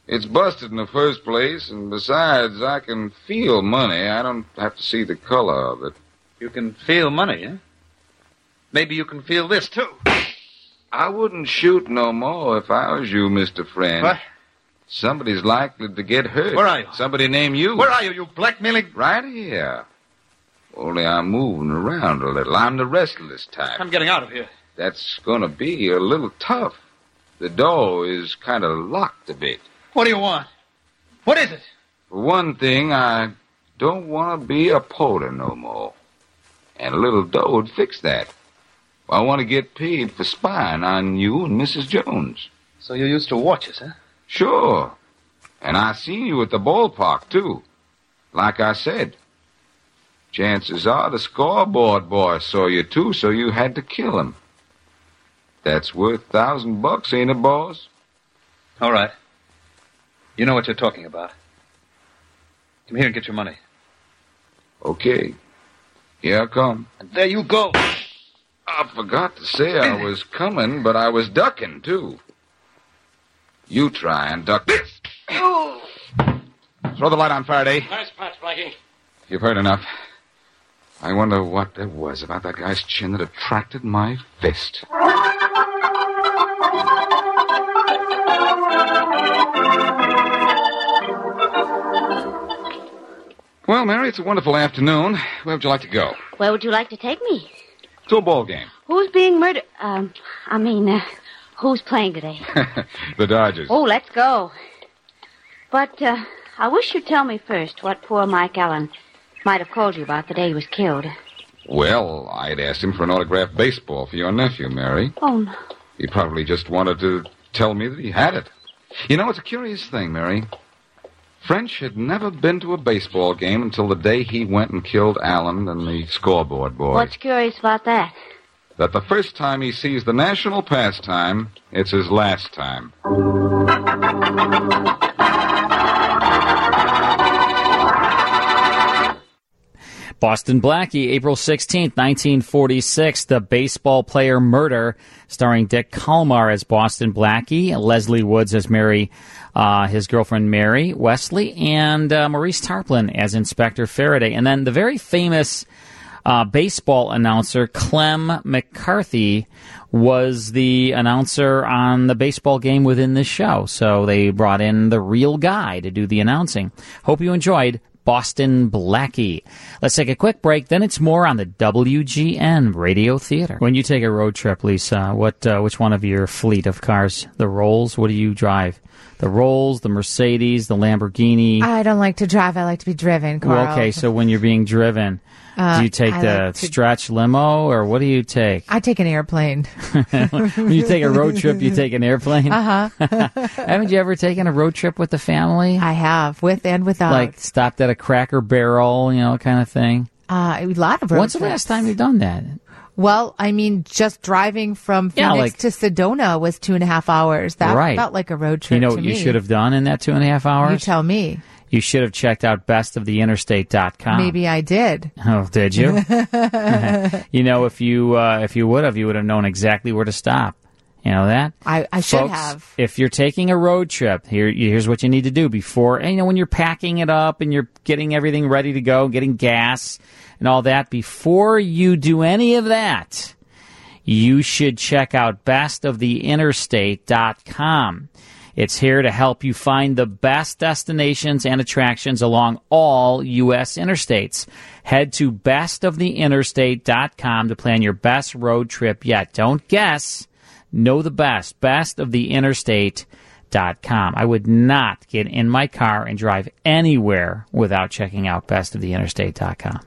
Speaker 5: It's busted in the first place, and besides, I can feel money. I don't have to see the color of it.
Speaker 10: You can feel money, eh? Maybe you can feel this, too.
Speaker 5: I wouldn't shoot no more if I was you, Mr. Friend.
Speaker 10: What?
Speaker 5: Somebody's likely to get hurt.
Speaker 10: Where are you?
Speaker 5: Somebody named you.
Speaker 10: Where are you, you blackmailing?
Speaker 5: Right here. Only I'm moving around a little. I'm the restless type.
Speaker 10: I'm getting out of here.
Speaker 5: That's gonna be a little tough. The door is kind of locked a bit.
Speaker 10: What do you want? What is it?
Speaker 5: For one thing, I don't want to be a porter no more. And a little dough would fix that. I want to get paid for spying on you and Mrs. Jones.
Speaker 10: So you used to watch us, huh?
Speaker 5: Sure. And I seen you at the ballpark, too. Like I said. Chances are the scoreboard boy saw you, too, so you had to kill him. That's worth thousand bucks, ain't it, boss?
Speaker 10: All right. You know what you're talking about. Come here and get your money.
Speaker 5: Okay. Here I come.
Speaker 6: There you go.
Speaker 5: I forgot to say I was coming, but I was ducking, too. You try and duck this. Throw the light on, Faraday.
Speaker 26: Nice patch, Blackie.
Speaker 5: You've heard enough. I wonder what there was about that guy's chin that attracted my fist. Well, Mary, it's a wonderful afternoon. Where would you like to go?
Speaker 3: Where would you like to take me?
Speaker 5: To a ball game.
Speaker 3: Who's being murdered? Um, I mean, uh, who's playing today?
Speaker 5: the Dodgers.
Speaker 3: Oh, let's go. But uh, I wish you'd tell me first what poor Mike Allen might have called you about the day he was killed.
Speaker 5: Well, I had asked him for an autographed baseball for your nephew, Mary.
Speaker 3: Oh, no.
Speaker 5: He probably just wanted to tell me that he had it. You know, it's a curious thing, Mary. French had never been to a baseball game until the day he went and killed Allen and the scoreboard boy.
Speaker 3: What's curious about that?
Speaker 5: That the first time he sees the national pastime, it's his last time.
Speaker 16: Boston Blackie, April 16th, 1946, The Baseball Player Murder, starring Dick Kalmar as Boston Blackie, Leslie Woods as Mary, uh, his girlfriend Mary Wesley, and uh, Maurice Tarplin as Inspector Faraday. And then the very famous uh, baseball announcer Clem McCarthy was the announcer on the baseball game within this show. So they brought in the real guy to do the announcing. Hope you enjoyed Boston Blackie. Let's take a quick break. Then it's more on the WGN Radio Theater. When you take a road trip, Lisa, what uh, which one of your fleet of cars, the Rolls, what do you drive? The Rolls, the Mercedes, the Lamborghini.
Speaker 17: I don't like to drive. I like to be driven, Carl.
Speaker 16: Well, okay, so when you're being driven,
Speaker 17: Uh,
Speaker 16: do you take
Speaker 17: I
Speaker 16: the
Speaker 17: like to-
Speaker 16: stretch limo or what do you take?
Speaker 17: I take an airplane.
Speaker 16: when you take a road trip, you take an airplane.
Speaker 17: Uh huh.
Speaker 16: Haven't you ever taken a road trip with the family?
Speaker 17: I have, with and without.
Speaker 16: Like stopped at a Cracker Barrel, you know, kind of thing.
Speaker 17: uh, a lot of road
Speaker 16: When's the
Speaker 17: trips.
Speaker 16: last time you've done that?
Speaker 17: Well, I mean, just driving from
Speaker 16: Yeah,
Speaker 17: Phoenix
Speaker 16: like-
Speaker 17: to Sedona was two and a half hours. That
Speaker 16: Right.
Speaker 17: felt like a road trip.
Speaker 16: you know
Speaker 17: to
Speaker 16: what you
Speaker 17: me.
Speaker 16: should have done in that two and a half hours?
Speaker 17: You tell me.
Speaker 16: You should have checked out bestoftheinterstate.com.
Speaker 17: Maybe I did.
Speaker 16: Oh, did you? you know, if you uh, if you would have, you would have known exactly where to stop. You know that?
Speaker 17: I, I should
Speaker 16: Folks,
Speaker 17: have.
Speaker 16: If you're taking a road trip, here here's what you need to do before. And, you know, when you're packing it up and you're getting everything ready to go, getting gas and all that, before you do any of that, you should check out bestoftheinterstate.com. It's here to help you find the best destinations and attractions along all U.S. interstates. Head to bestoftheinterstate.com to plan your best road trip yet. Don't guess. Know the best. Bestoftheinterstate.com. I would not get in my car and drive anywhere without checking out bestoftheinterstate.com.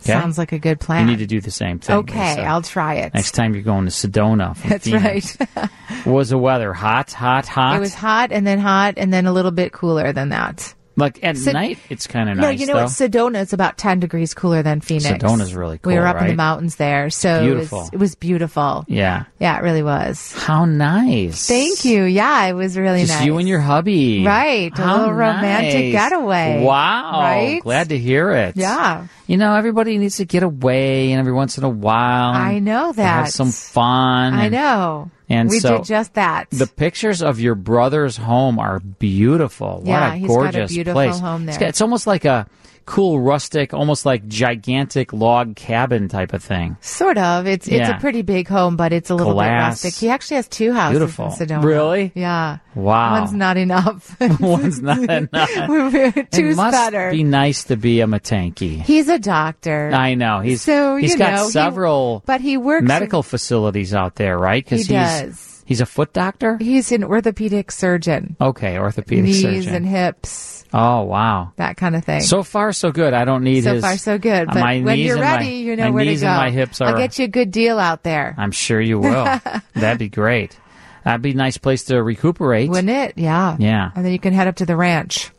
Speaker 16: Okay?
Speaker 17: Sounds like a good plan.
Speaker 16: You need to do the same thing.
Speaker 17: okay,
Speaker 16: Lisa.
Speaker 17: I'll try it.
Speaker 16: Next time you're going to Sedona. From
Speaker 17: That's
Speaker 16: Phoenix.
Speaker 17: right.
Speaker 16: Was the weather hot, hot, hot?
Speaker 17: It was hot and then hot and then a little bit cooler than that.
Speaker 16: like at
Speaker 17: Sed-
Speaker 16: night. It's kind of
Speaker 17: no,
Speaker 16: nice.
Speaker 17: you know
Speaker 16: though.
Speaker 17: what? Sedona is about 10 degrees cooler than Phoenix.
Speaker 16: Sedona's really
Speaker 17: We
Speaker 16: cool,
Speaker 17: were up in the
Speaker 16: right?
Speaker 17: mountains there, so It,
Speaker 16: Beautiful.
Speaker 17: was, it was beautiful.
Speaker 16: Yeah.
Speaker 17: Yeah, it really was.
Speaker 16: How nice.
Speaker 17: Thank you. Yeah, it was really
Speaker 16: Just
Speaker 17: nice.
Speaker 16: you and your hubby.
Speaker 17: Right, a
Speaker 16: How
Speaker 17: little romantic
Speaker 16: nice.
Speaker 17: getaway.
Speaker 16: Wow.
Speaker 17: Right?
Speaker 16: Glad to hear it.
Speaker 17: Yeah.
Speaker 16: You know, everybody needs to get away and every once in a while. and
Speaker 17: I know
Speaker 16: to Have
Speaker 17: that.
Speaker 16: some fun.
Speaker 17: I
Speaker 16: and-
Speaker 17: know.
Speaker 16: and
Speaker 17: we
Speaker 16: so-
Speaker 17: did just that.
Speaker 16: The pictures of your brother's home are beautiful. What
Speaker 17: Yeah,
Speaker 16: a
Speaker 17: he's got a
Speaker 16: gorgeous
Speaker 17: beautiful
Speaker 16: place.
Speaker 17: home
Speaker 16: It's,
Speaker 17: there.
Speaker 16: got- it's almost like a cool rustic, almost like gigantic log cabin type of thing.
Speaker 17: Sort of. It's it's
Speaker 16: Yeah.
Speaker 17: a pretty big home, but it's a little
Speaker 16: Glass.
Speaker 17: bit rustic. He actually has two houses
Speaker 16: Beautiful.
Speaker 17: in Sedona.
Speaker 16: Really?
Speaker 17: Yeah.
Speaker 16: Wow.
Speaker 17: One's not enough.
Speaker 16: Oh. One's not enough. it
Speaker 17: Two's
Speaker 16: must
Speaker 17: better.
Speaker 16: be nice to be a Matanki.
Speaker 17: He's a doctor.
Speaker 16: I know. He's
Speaker 17: So,
Speaker 16: he's
Speaker 17: you
Speaker 16: got
Speaker 17: know, he-
Speaker 16: several
Speaker 17: but he works in-
Speaker 16: medical facilities out there, right?
Speaker 17: He
Speaker 16: he's
Speaker 17: does.
Speaker 16: he's a foot doctor?
Speaker 17: He's an orthopedic surgeon.
Speaker 16: Okay, orthopedic
Speaker 17: Knees
Speaker 16: surgeon.
Speaker 17: and hips,
Speaker 16: oh wow.
Speaker 17: that kind of thing.
Speaker 16: So far so good. I don't need
Speaker 17: So
Speaker 16: his
Speaker 17: far, so good.
Speaker 16: uh,
Speaker 17: But
Speaker 16: my
Speaker 17: when
Speaker 16: knees
Speaker 17: you're
Speaker 16: and
Speaker 17: ready,
Speaker 16: my-
Speaker 17: you know
Speaker 16: my
Speaker 17: where
Speaker 16: knees
Speaker 17: to go.
Speaker 16: and my hips
Speaker 17: I'll
Speaker 16: are-
Speaker 17: get you a good deal out there.
Speaker 16: I'm sure you will. That'd be great. That'd be a nice place to recuperate.
Speaker 17: Wouldn't it? Yeah.
Speaker 16: Yeah.
Speaker 17: And then you can head up to the ranch.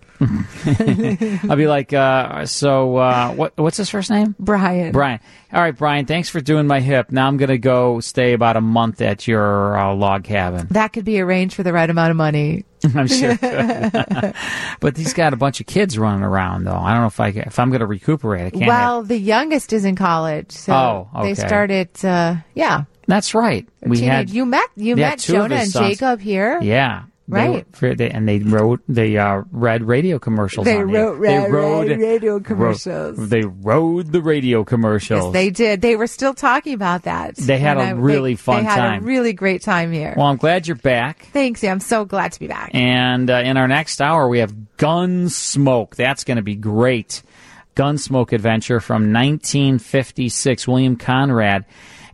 Speaker 16: I'll be like, uh, so uh, what? What's his first name?
Speaker 17: Brian.
Speaker 16: Brian. All right, Brian. Thanks for doing my hip. Now I'm gonna go stay about a month at your uh, log cabin.
Speaker 17: That could be arranged for the right amount of money.
Speaker 16: I'm sure. it could. but he's got a bunch of kids running around though. I don't know if I ca- if I'm gonna recuperate. I can't. have-
Speaker 17: well, the youngest is in college, so
Speaker 16: Oh,
Speaker 17: they
Speaker 16: okay.
Speaker 17: started. Uh, yeah,
Speaker 16: that's right. We
Speaker 17: teenage.
Speaker 16: had
Speaker 17: you met you
Speaker 16: yeah,
Speaker 17: met
Speaker 16: two of
Speaker 17: Jonah
Speaker 16: his
Speaker 17: and
Speaker 16: sons.
Speaker 17: Jacob here.
Speaker 16: Yeah. They
Speaker 17: Right.
Speaker 16: were- they- and they wrote they uh, read radio commercials.
Speaker 17: They
Speaker 16: on the-
Speaker 17: wrote
Speaker 16: they
Speaker 17: ra-
Speaker 16: rode-
Speaker 17: ra- radio
Speaker 16: wrote-
Speaker 17: commercials.
Speaker 16: they rode the radio commercials.
Speaker 17: Yes, they did. They were still talking about that.
Speaker 16: They had
Speaker 17: when
Speaker 16: a really
Speaker 17: they,
Speaker 16: fun
Speaker 17: They had
Speaker 16: time.
Speaker 17: a really great time here.
Speaker 16: Well, I'm glad you're back.
Speaker 17: Thanks. Yeah, I'm so glad to be back.
Speaker 16: And uh, in our next hour, we have Gunsmoke. That's going to be great. Gunsmoke adventure from 1956, William Conrad.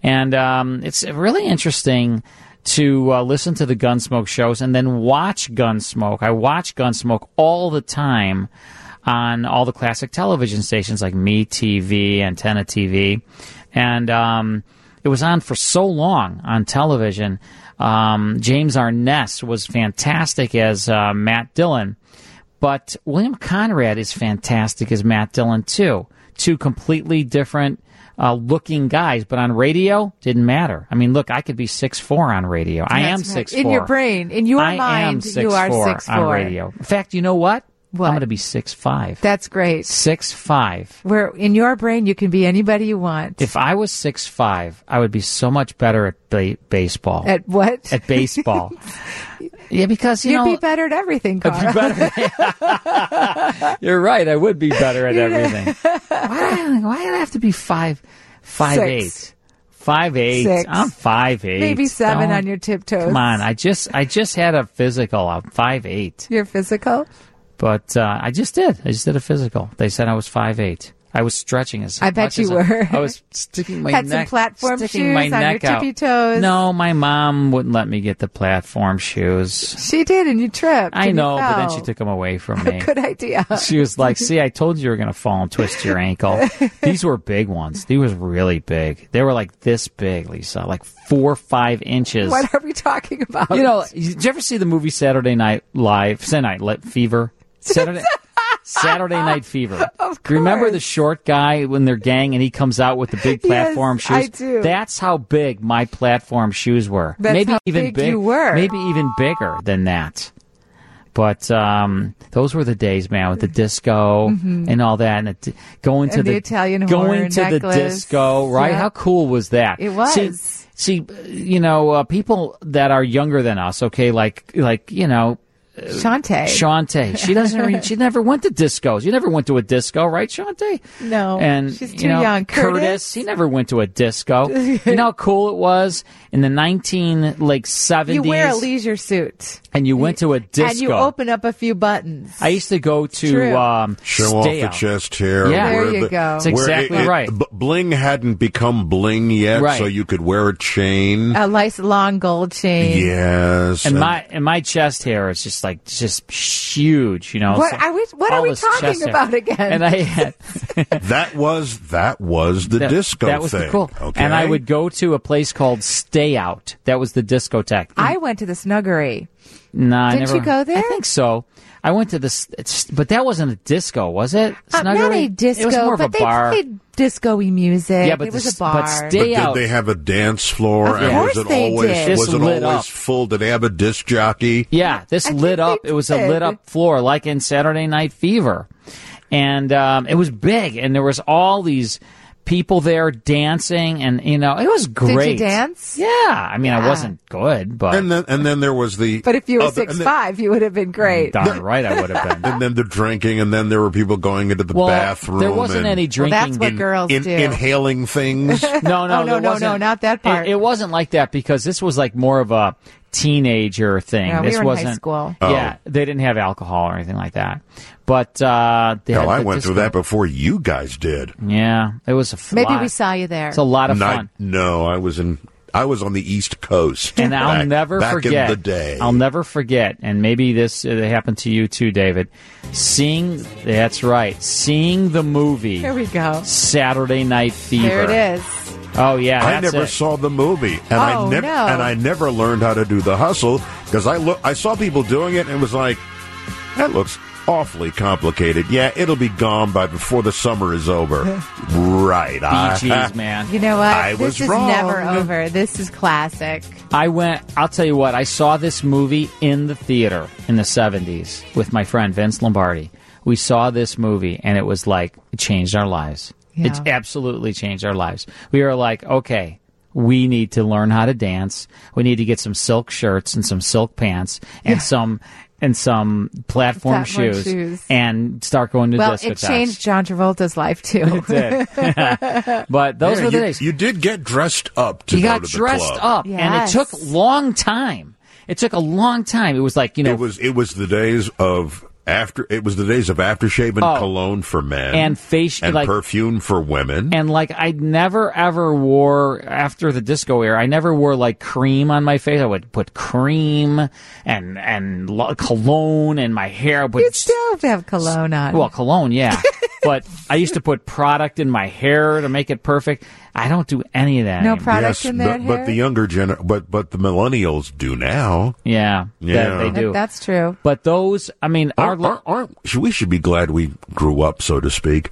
Speaker 16: And um, it's really interesting to uh, listen to the Gunsmoke shows and then watch Gunsmoke. I watch Gunsmoke all the time on all the classic television stations like Me TV, Antenna TV, and um, it was on for so long on television. Um, James Arness was fantastic as uh, Matt Dillon, but William Conrad is fantastic as Matt Dillon too. Two completely different uh, looking guys, but on radio didn't matter. I mean, look, I could be six four on radio. I am
Speaker 17: That's right.
Speaker 16: six
Speaker 17: In your brain, in your
Speaker 16: I am
Speaker 17: mind, you are
Speaker 16: 6'4"
Speaker 17: six
Speaker 16: on
Speaker 17: four.
Speaker 16: radio. In fact, you know what? I'm going to be six five.
Speaker 17: That's great.
Speaker 16: Six five.
Speaker 17: Where in your brain you can be anybody you want.
Speaker 16: If I was six five, I would be so much better at ba- baseball.
Speaker 17: At what?
Speaker 16: At baseball. yeah, because you
Speaker 17: would
Speaker 16: know-
Speaker 17: be better at everything.
Speaker 16: I'd be
Speaker 17: Carl. uh,
Speaker 16: You're right. I would be better at
Speaker 17: You know.
Speaker 16: everything. why, do I- why do I have to be five, five
Speaker 17: Six.
Speaker 16: eight? Five eight.
Speaker 17: Six.
Speaker 16: I'm five eight.
Speaker 17: Maybe 7
Speaker 16: Don't-
Speaker 17: on your tiptoes.
Speaker 16: Come on, I just I just had a physical. I'm five eight.
Speaker 17: Your physical.
Speaker 16: But uh, I just did. I just did a physical. They said I was five eight. I was stretching as
Speaker 17: I bet
Speaker 16: much
Speaker 17: you
Speaker 16: as
Speaker 17: were.
Speaker 16: I, was sticking my
Speaker 17: Had
Speaker 16: neck,
Speaker 17: some platform
Speaker 16: sticking
Speaker 17: shoes
Speaker 16: my
Speaker 17: on
Speaker 16: neck
Speaker 17: your
Speaker 16: out.
Speaker 17: tippy toes.
Speaker 16: No, my mom wouldn't let me get the platform shoes.
Speaker 17: She did, and you tripped.
Speaker 16: I
Speaker 17: and you
Speaker 16: know, but then
Speaker 17: fell.
Speaker 16: she took them away from me.
Speaker 17: Good idea.
Speaker 16: She was like, "See, I told you you were going to fall and twist your ankle. These were big ones. These were really big. They were like this big, Lisa, like four five inches."
Speaker 17: What are we talking about?
Speaker 16: You know, did you ever see the movie Saturday Night Live? Saturday Night Li- Fever. Saturday. Saturday Night Fever. Of course. Remember the short guy when they're gang and he comes out with the big platform
Speaker 17: I
Speaker 16: shoes?
Speaker 17: do.
Speaker 16: That's how big my platform shoes were.
Speaker 17: That's
Speaker 16: maybe
Speaker 17: how
Speaker 16: even
Speaker 17: big
Speaker 16: big,
Speaker 17: you were.
Speaker 16: Maybe even bigger than that. But um, those were the days, man, with the disco
Speaker 17: Mhm.
Speaker 16: and all that, and it, going to
Speaker 17: And the Italian
Speaker 16: going
Speaker 17: horn
Speaker 16: to
Speaker 17: necklace.
Speaker 16: the disco, right?
Speaker 17: Yeah.
Speaker 16: How cool was that?
Speaker 17: It was.
Speaker 16: See, see, you know, uh, people that are younger than us, okay, like like you know, uh,
Speaker 17: Shante.
Speaker 16: Shante. She doesn't. Re- she never went to discos. You never went to a disco, right, Shante?
Speaker 17: No,
Speaker 16: And
Speaker 17: she's
Speaker 16: you
Speaker 17: too
Speaker 16: know,
Speaker 17: young. Curtis?
Speaker 16: he never went to a disco. you know how cool it was in the nineteen like
Speaker 17: You
Speaker 16: seventies.
Speaker 17: wear a leisure suit,
Speaker 16: and you went to a disco.
Speaker 17: and you open up a few buttons.
Speaker 16: I used to go
Speaker 17: True.
Speaker 16: to um,
Speaker 1: Show off
Speaker 16: stay
Speaker 1: the
Speaker 16: out.
Speaker 1: chest hair.
Speaker 16: Yeah.
Speaker 1: where
Speaker 16: There you
Speaker 1: the-
Speaker 16: go. That's
Speaker 1: where
Speaker 16: exactly right.
Speaker 1: b- bling hadn't become bling yet,
Speaker 16: Right.
Speaker 1: so you could wear a
Speaker 16: Mm.
Speaker 1: chain.
Speaker 17: a nice long gold chain.
Speaker 1: yes.
Speaker 16: And my and my chest hair is just like just huge, you know.
Speaker 17: What
Speaker 16: So
Speaker 17: are we? What
Speaker 16: all
Speaker 17: are we
Speaker 16: this chest
Speaker 17: talking
Speaker 16: hair.
Speaker 17: about again?
Speaker 16: And I had
Speaker 1: that was that was the
Speaker 16: that,
Speaker 1: disco
Speaker 16: That was
Speaker 1: thing.
Speaker 16: the cool.
Speaker 1: Okay.
Speaker 16: And I would go to a place called Stay Out. That was the discotheque.
Speaker 17: I went to the snuggery.
Speaker 16: No, I
Speaker 17: Ah. Didn't
Speaker 16: never.
Speaker 17: you go there?
Speaker 16: I think so. I went to this, it's- but that wasn't a disco, was it?
Speaker 17: Uh, not
Speaker 16: Snuggery?
Speaker 17: a disco,
Speaker 16: It was more of
Speaker 17: but
Speaker 16: a bar.
Speaker 17: they played disco-y music.
Speaker 16: Yeah, but
Speaker 17: it
Speaker 16: the
Speaker 17: was
Speaker 16: s-
Speaker 17: a bar.
Speaker 16: but stay
Speaker 1: But did they have a dance floor?
Speaker 16: Of
Speaker 1: and
Speaker 16: course
Speaker 1: was it
Speaker 16: they
Speaker 1: always
Speaker 16: did.
Speaker 1: was
Speaker 16: This
Speaker 1: it
Speaker 16: lit
Speaker 1: always
Speaker 16: up.
Speaker 1: full? Did they have a disc jockey?
Speaker 16: Yeah, this lit up. It was a
Speaker 1: did.
Speaker 16: lit up floor, like in Saturday Night Fever, and um, it was big, and there was all these people there dancing, and you know, it was
Speaker 17: Did
Speaker 16: great.
Speaker 17: you dance?
Speaker 16: Yeah, I mean, I
Speaker 17: Yeah.
Speaker 16: wasn't good, but
Speaker 1: And then and then there was the
Speaker 17: But if you were
Speaker 1: other- Oh, and
Speaker 17: six
Speaker 1: then-
Speaker 17: five, you would have been great.
Speaker 16: darn right I would have been.
Speaker 1: and then the drinking, and then there were people going into the
Speaker 16: Well,
Speaker 1: bathroom.
Speaker 16: there wasn't
Speaker 1: and-
Speaker 16: any Well, that's drinking. what
Speaker 1: in-
Speaker 16: girls
Speaker 1: in-
Speaker 16: do.
Speaker 1: Inhaling things.
Speaker 16: no, no,
Speaker 17: Oh, no,
Speaker 16: there
Speaker 17: no, no,
Speaker 16: wasn't-
Speaker 17: not that part.
Speaker 16: It, it wasn't like that because this was like more of a teenager thing.
Speaker 17: Yeah, we
Speaker 16: this
Speaker 17: were in high
Speaker 16: wasn't
Speaker 17: school. Oh.
Speaker 16: Yeah, they didn't have alcohol or anything like that. But uh, they
Speaker 1: Hell,
Speaker 16: had
Speaker 1: I
Speaker 16: the
Speaker 1: went through
Speaker 16: disco-
Speaker 1: that before you guys did.
Speaker 16: Yeah, it was a
Speaker 17: Maybe
Speaker 16: lot.
Speaker 17: we saw you there.
Speaker 16: It's a lot of
Speaker 1: Not-
Speaker 16: fun.
Speaker 1: No, I was in. I was on the East Coast,
Speaker 16: And I'll
Speaker 1: back-
Speaker 16: never
Speaker 1: back
Speaker 16: forget.
Speaker 1: in the day.
Speaker 16: I'll never forget, and maybe this uh, happened to you too, David. Seeing that's right, seeing the movie.
Speaker 17: Here we go.
Speaker 16: Saturday Night Fever.
Speaker 17: There it is.
Speaker 16: Oh yeah,
Speaker 1: I
Speaker 16: that's
Speaker 1: never
Speaker 16: it.
Speaker 1: saw the movie, and
Speaker 17: Oh,
Speaker 1: I never
Speaker 17: no.
Speaker 1: and I never learned how to do the hustle because I look. I saw people doing it, and it was like that looks awfully complicated. Yeah, it'll be gone by before the summer is over. right. I-
Speaker 16: Geez, man.
Speaker 17: You know what?
Speaker 16: I
Speaker 17: this
Speaker 16: was
Speaker 17: is
Speaker 16: wrong.
Speaker 17: never over. This is classic.
Speaker 16: I went, I'll tell you what, I saw this movie in the theater in the 70s with my friend Vince Lombardi. We saw this movie and it was like, it changed our lives. It's It absolutely changed our lives. We were like, okay, we need to learn how to dance. We need to get some silk shirts and some silk pants and some. And some platform,
Speaker 17: Platform
Speaker 16: shoes,
Speaker 17: shoes.
Speaker 16: and start going to
Speaker 17: well, it
Speaker 16: discotheques.
Speaker 17: changed John Travolta's life too.
Speaker 16: It did. but those
Speaker 1: Yeah,
Speaker 16: were the
Speaker 1: you-
Speaker 16: days.
Speaker 1: You did get dressed up to
Speaker 16: you
Speaker 1: go
Speaker 16: got
Speaker 1: to the
Speaker 16: dressed
Speaker 1: club.
Speaker 16: up, and it
Speaker 17: Yes.
Speaker 16: took long time. It took a long time. It was like you know,
Speaker 1: It was it was the days of after it was the days of aftershave and
Speaker 16: Oh.
Speaker 1: cologne for men
Speaker 16: And face-
Speaker 1: and
Speaker 16: like-
Speaker 1: perfume for women.
Speaker 16: and like I never ever wore after the disco era. I never wore like cream on my face. I would put cream and and lo- cologne in my hair. I would-
Speaker 17: You still have to have cologne on.
Speaker 16: well, cologne, yeah. but I used to put product in my hair to make it perfect. I don't do any of that.
Speaker 17: No
Speaker 16: anymore.
Speaker 17: product in that
Speaker 1: but, but the
Speaker 17: hair?
Speaker 1: younger gen, but but the millennials do now.
Speaker 16: Yeah,
Speaker 1: yeah,
Speaker 16: they do.
Speaker 17: That's true.
Speaker 16: But those, I mean, our
Speaker 1: Aren't, aren't, aren't- should- we should be glad we grew up, so to speak.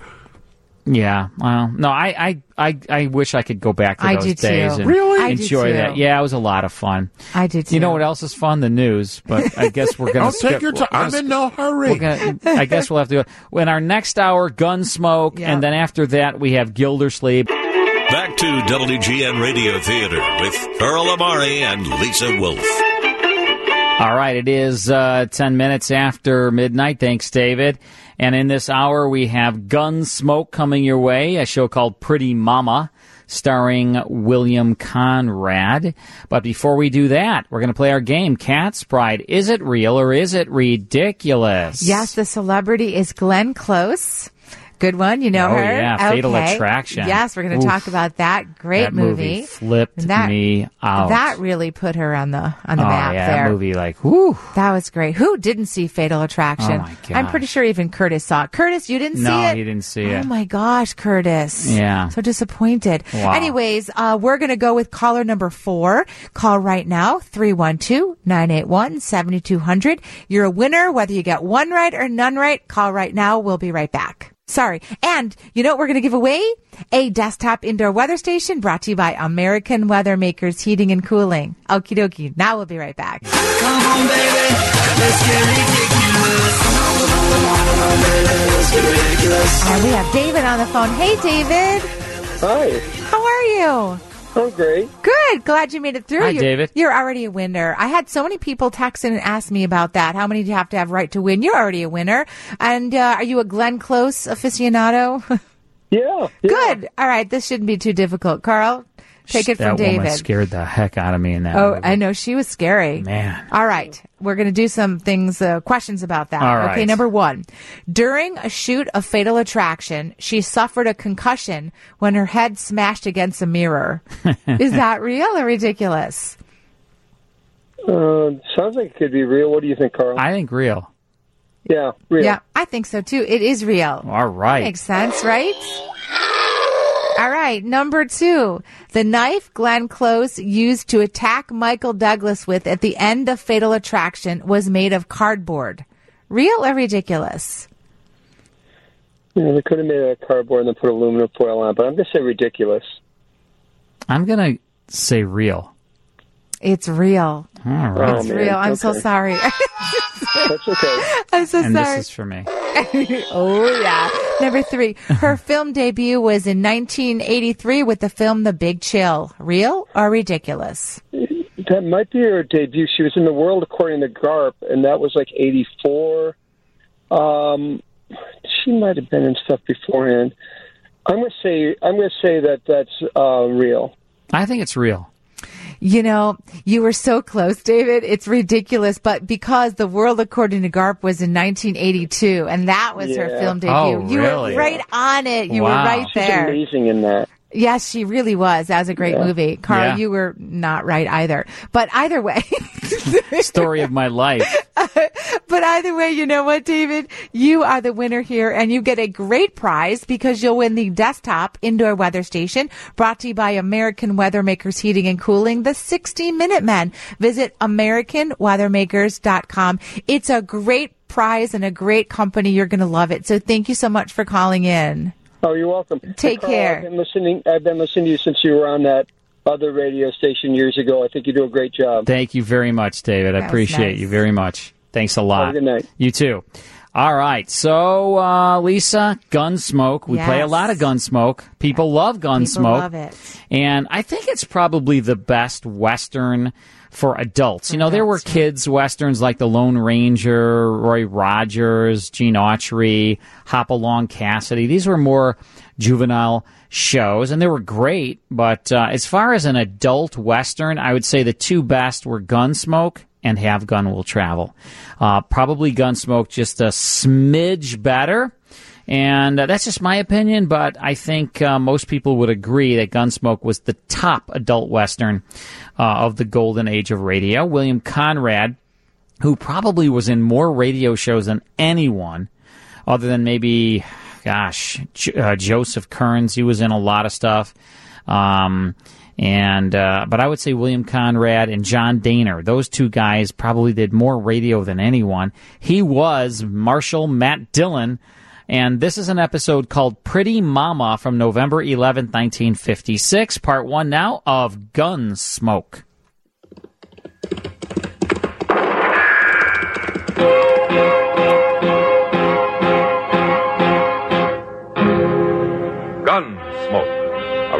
Speaker 16: Yeah. Well, no, I, I, I, I wish I could go back to
Speaker 17: I
Speaker 16: those
Speaker 17: do too.
Speaker 16: days and
Speaker 17: Really? I do
Speaker 16: enjoy
Speaker 17: too.
Speaker 16: that. Yeah, it was a lot of fun.
Speaker 17: I did.
Speaker 16: You know what else is fun? The news. But I guess we're gonna.
Speaker 1: Don't take
Speaker 16: skip-
Speaker 1: your time.
Speaker 16: we're gonna
Speaker 1: I'm
Speaker 16: skip-
Speaker 1: in no hurry.
Speaker 16: we're gonna- I guess we'll have to go. When our next hour, Gunsmoke, and then after that we have Gildersleeve.
Speaker 14: Back to WGN Radio Theater with Earl Amari and Lisa Wolf.
Speaker 16: All right, it is uh, 10 minutes after midnight. Thanks, David. And in this hour, we have Gunsmoke coming your way, a show called Pretty Mama, starring William Conrad. But before we do that, we're going to play our game, Cat's Pride. Is it real or is it ridiculous?
Speaker 17: Yes, the celebrity is Glenn Close. Good one. You know
Speaker 16: Oh,
Speaker 17: her.
Speaker 16: yeah, Fatal
Speaker 17: Okay.
Speaker 16: Attraction.
Speaker 17: Yes, we're going
Speaker 16: Oof.
Speaker 17: to talk about that. Great
Speaker 16: that movie. flipped
Speaker 17: That-
Speaker 16: me out.
Speaker 17: That really put her on the on the
Speaker 16: Oh,
Speaker 17: map
Speaker 16: yeah,
Speaker 17: there.
Speaker 16: that movie, like, whoo.
Speaker 17: That was great. Who didn't see Fatal Attraction?
Speaker 16: Oh, my
Speaker 17: I'm pretty sure even Curtis saw it. Curtis, you didn't see
Speaker 16: No,
Speaker 17: it?
Speaker 16: he didn't see
Speaker 17: oh
Speaker 16: it.
Speaker 17: my gosh, Curtis.
Speaker 16: Yeah.
Speaker 17: So disappointed.
Speaker 16: Wow.
Speaker 17: Anyways, uh, we're going to go with caller number four. Call right now, 312-981-7200. You're a winner, whether you get one right or none right. Call right now. We'll be right back. Sorry. And you know what we're going to give away? A desktop indoor weather station brought to you by American Weather Makers Heating and Cooling. Okie dokie. Now we'll be right back. And we have David on the phone. Hey, David.
Speaker 7: Hi.
Speaker 17: How are you?
Speaker 7: I'm great.
Speaker 17: Good. Glad you made it through.
Speaker 7: Hi,
Speaker 17: you're,
Speaker 7: David.
Speaker 17: You're already a winner. I had so many people text in and ask me about that. How many do you have to have right to win? You're already a winner. And uh, are you a Glenn Close aficionado?
Speaker 7: yeah,
Speaker 17: Good. All right. This shouldn't be too difficult. Carl, take it from
Speaker 16: that woman
Speaker 17: David.
Speaker 16: scared the heck out of me in that
Speaker 17: Oh,
Speaker 16: movie.
Speaker 17: I know she was scary.
Speaker 16: Man.
Speaker 17: All right. We're going to do some things, uh, questions about that.
Speaker 16: All
Speaker 17: Okay.
Speaker 16: right.
Speaker 17: Number one, during a shoot of Fatal Attraction, she suffered a concussion when her head smashed against a mirror. Is that real or ridiculous?
Speaker 7: Uh, sounds like it could be real. What do you think, Carl?
Speaker 16: I think real.
Speaker 7: Yeah, real.
Speaker 17: Yeah, I think so too. It is real.
Speaker 16: All right.
Speaker 17: Makes sense, right? All right, number two, the knife Glenn Close used to attack Michael Douglas with at the end of Fatal Attraction was made of cardboard. Real or ridiculous?
Speaker 7: You know, they could have made it out of cardboard and then put aluminum foil on it, but I'm going to say ridiculous.
Speaker 16: I'm going to say real.
Speaker 17: It's real.
Speaker 7: Oh,
Speaker 16: All right.
Speaker 17: it's real. I'm so sorry.
Speaker 7: That's okay.
Speaker 17: I'm so
Speaker 16: and
Speaker 17: sorry.
Speaker 16: this is for me.
Speaker 17: oh yeah. Number three, her film debut was in 1983 with the film The Big Chill. Real or ridiculous?
Speaker 7: That might be her debut. She was in the world according to Garp, and that was like '84. Um, she might have been in stuff beforehand. I'm going to say I'm going to say that that's uh, real.
Speaker 16: I think it's real.
Speaker 17: You know, you were so close, David. It's ridiculous, but because The World According to Garp was in 1982, and that was her
Speaker 7: Yeah.
Speaker 17: film debut,
Speaker 7: Oh,
Speaker 17: you
Speaker 7: really?
Speaker 17: were right on it. You were right
Speaker 7: She's
Speaker 17: there.
Speaker 7: amazing in that.
Speaker 17: Yes, she really was. That was a great
Speaker 7: Yeah.
Speaker 17: movie. Carl,
Speaker 7: Yeah.
Speaker 17: you were not right either. But either way,
Speaker 16: Story of my life.
Speaker 17: but either way, you know what, David? You are the winner here and you get a great prize because you'll win the desktop indoor weather station brought to you by American Weathermakers Heating and Cooling, the 60 Minute Men. Visit AmericanWeathermakers.com. It's a great prize and a great company. You're going to love it. So thank you so much for calling in.
Speaker 7: Oh, you're welcome.
Speaker 17: Take
Speaker 7: Carl,
Speaker 17: care.
Speaker 7: I've been listening. I've been listening to you since you were on that other radio station years ago. I think you do a great job.
Speaker 16: Thank you very much, David. I
Speaker 7: That was
Speaker 16: appreciate
Speaker 7: nice.
Speaker 16: you very much. Thanks a lot.
Speaker 7: Have a good night.
Speaker 16: You too. All right. So, uh, Lisa, Gunsmoke. We play a
Speaker 17: Yes.
Speaker 16: lot of Gunsmoke. People love Gunsmoke.
Speaker 17: People love it.
Speaker 16: And I think it's probably the best Western for adults. You know, there were kids' Westerns like The Lone Ranger, Roy Rogers, Gene Autry, Hop Along Cassidy. These were more juvenile shows, and they were great. But uh, as far as an adult Western, I would say the two best were Gunsmoke and Have Gun Will Travel. Uh, probably Gunsmoke just a smidge better. And uh, that's just my opinion, but I think uh, most people would agree that Gunsmoke was the top adult Western uh, of the golden age of radio. William Conrad, who probably was in more radio shows than anyone, other than maybe, gosh, J- uh, Joseph Kearns, he was in a lot of stuff. Um, and uh, but I would say William Conrad and John Daner, those two guys probably did more radio than anyone. He was Marshal Matt Dillon, and this is an episode called "Pretty Mama" from November 11, 1956, part one now of Gunsmoke.
Speaker 12: Gunsmoke.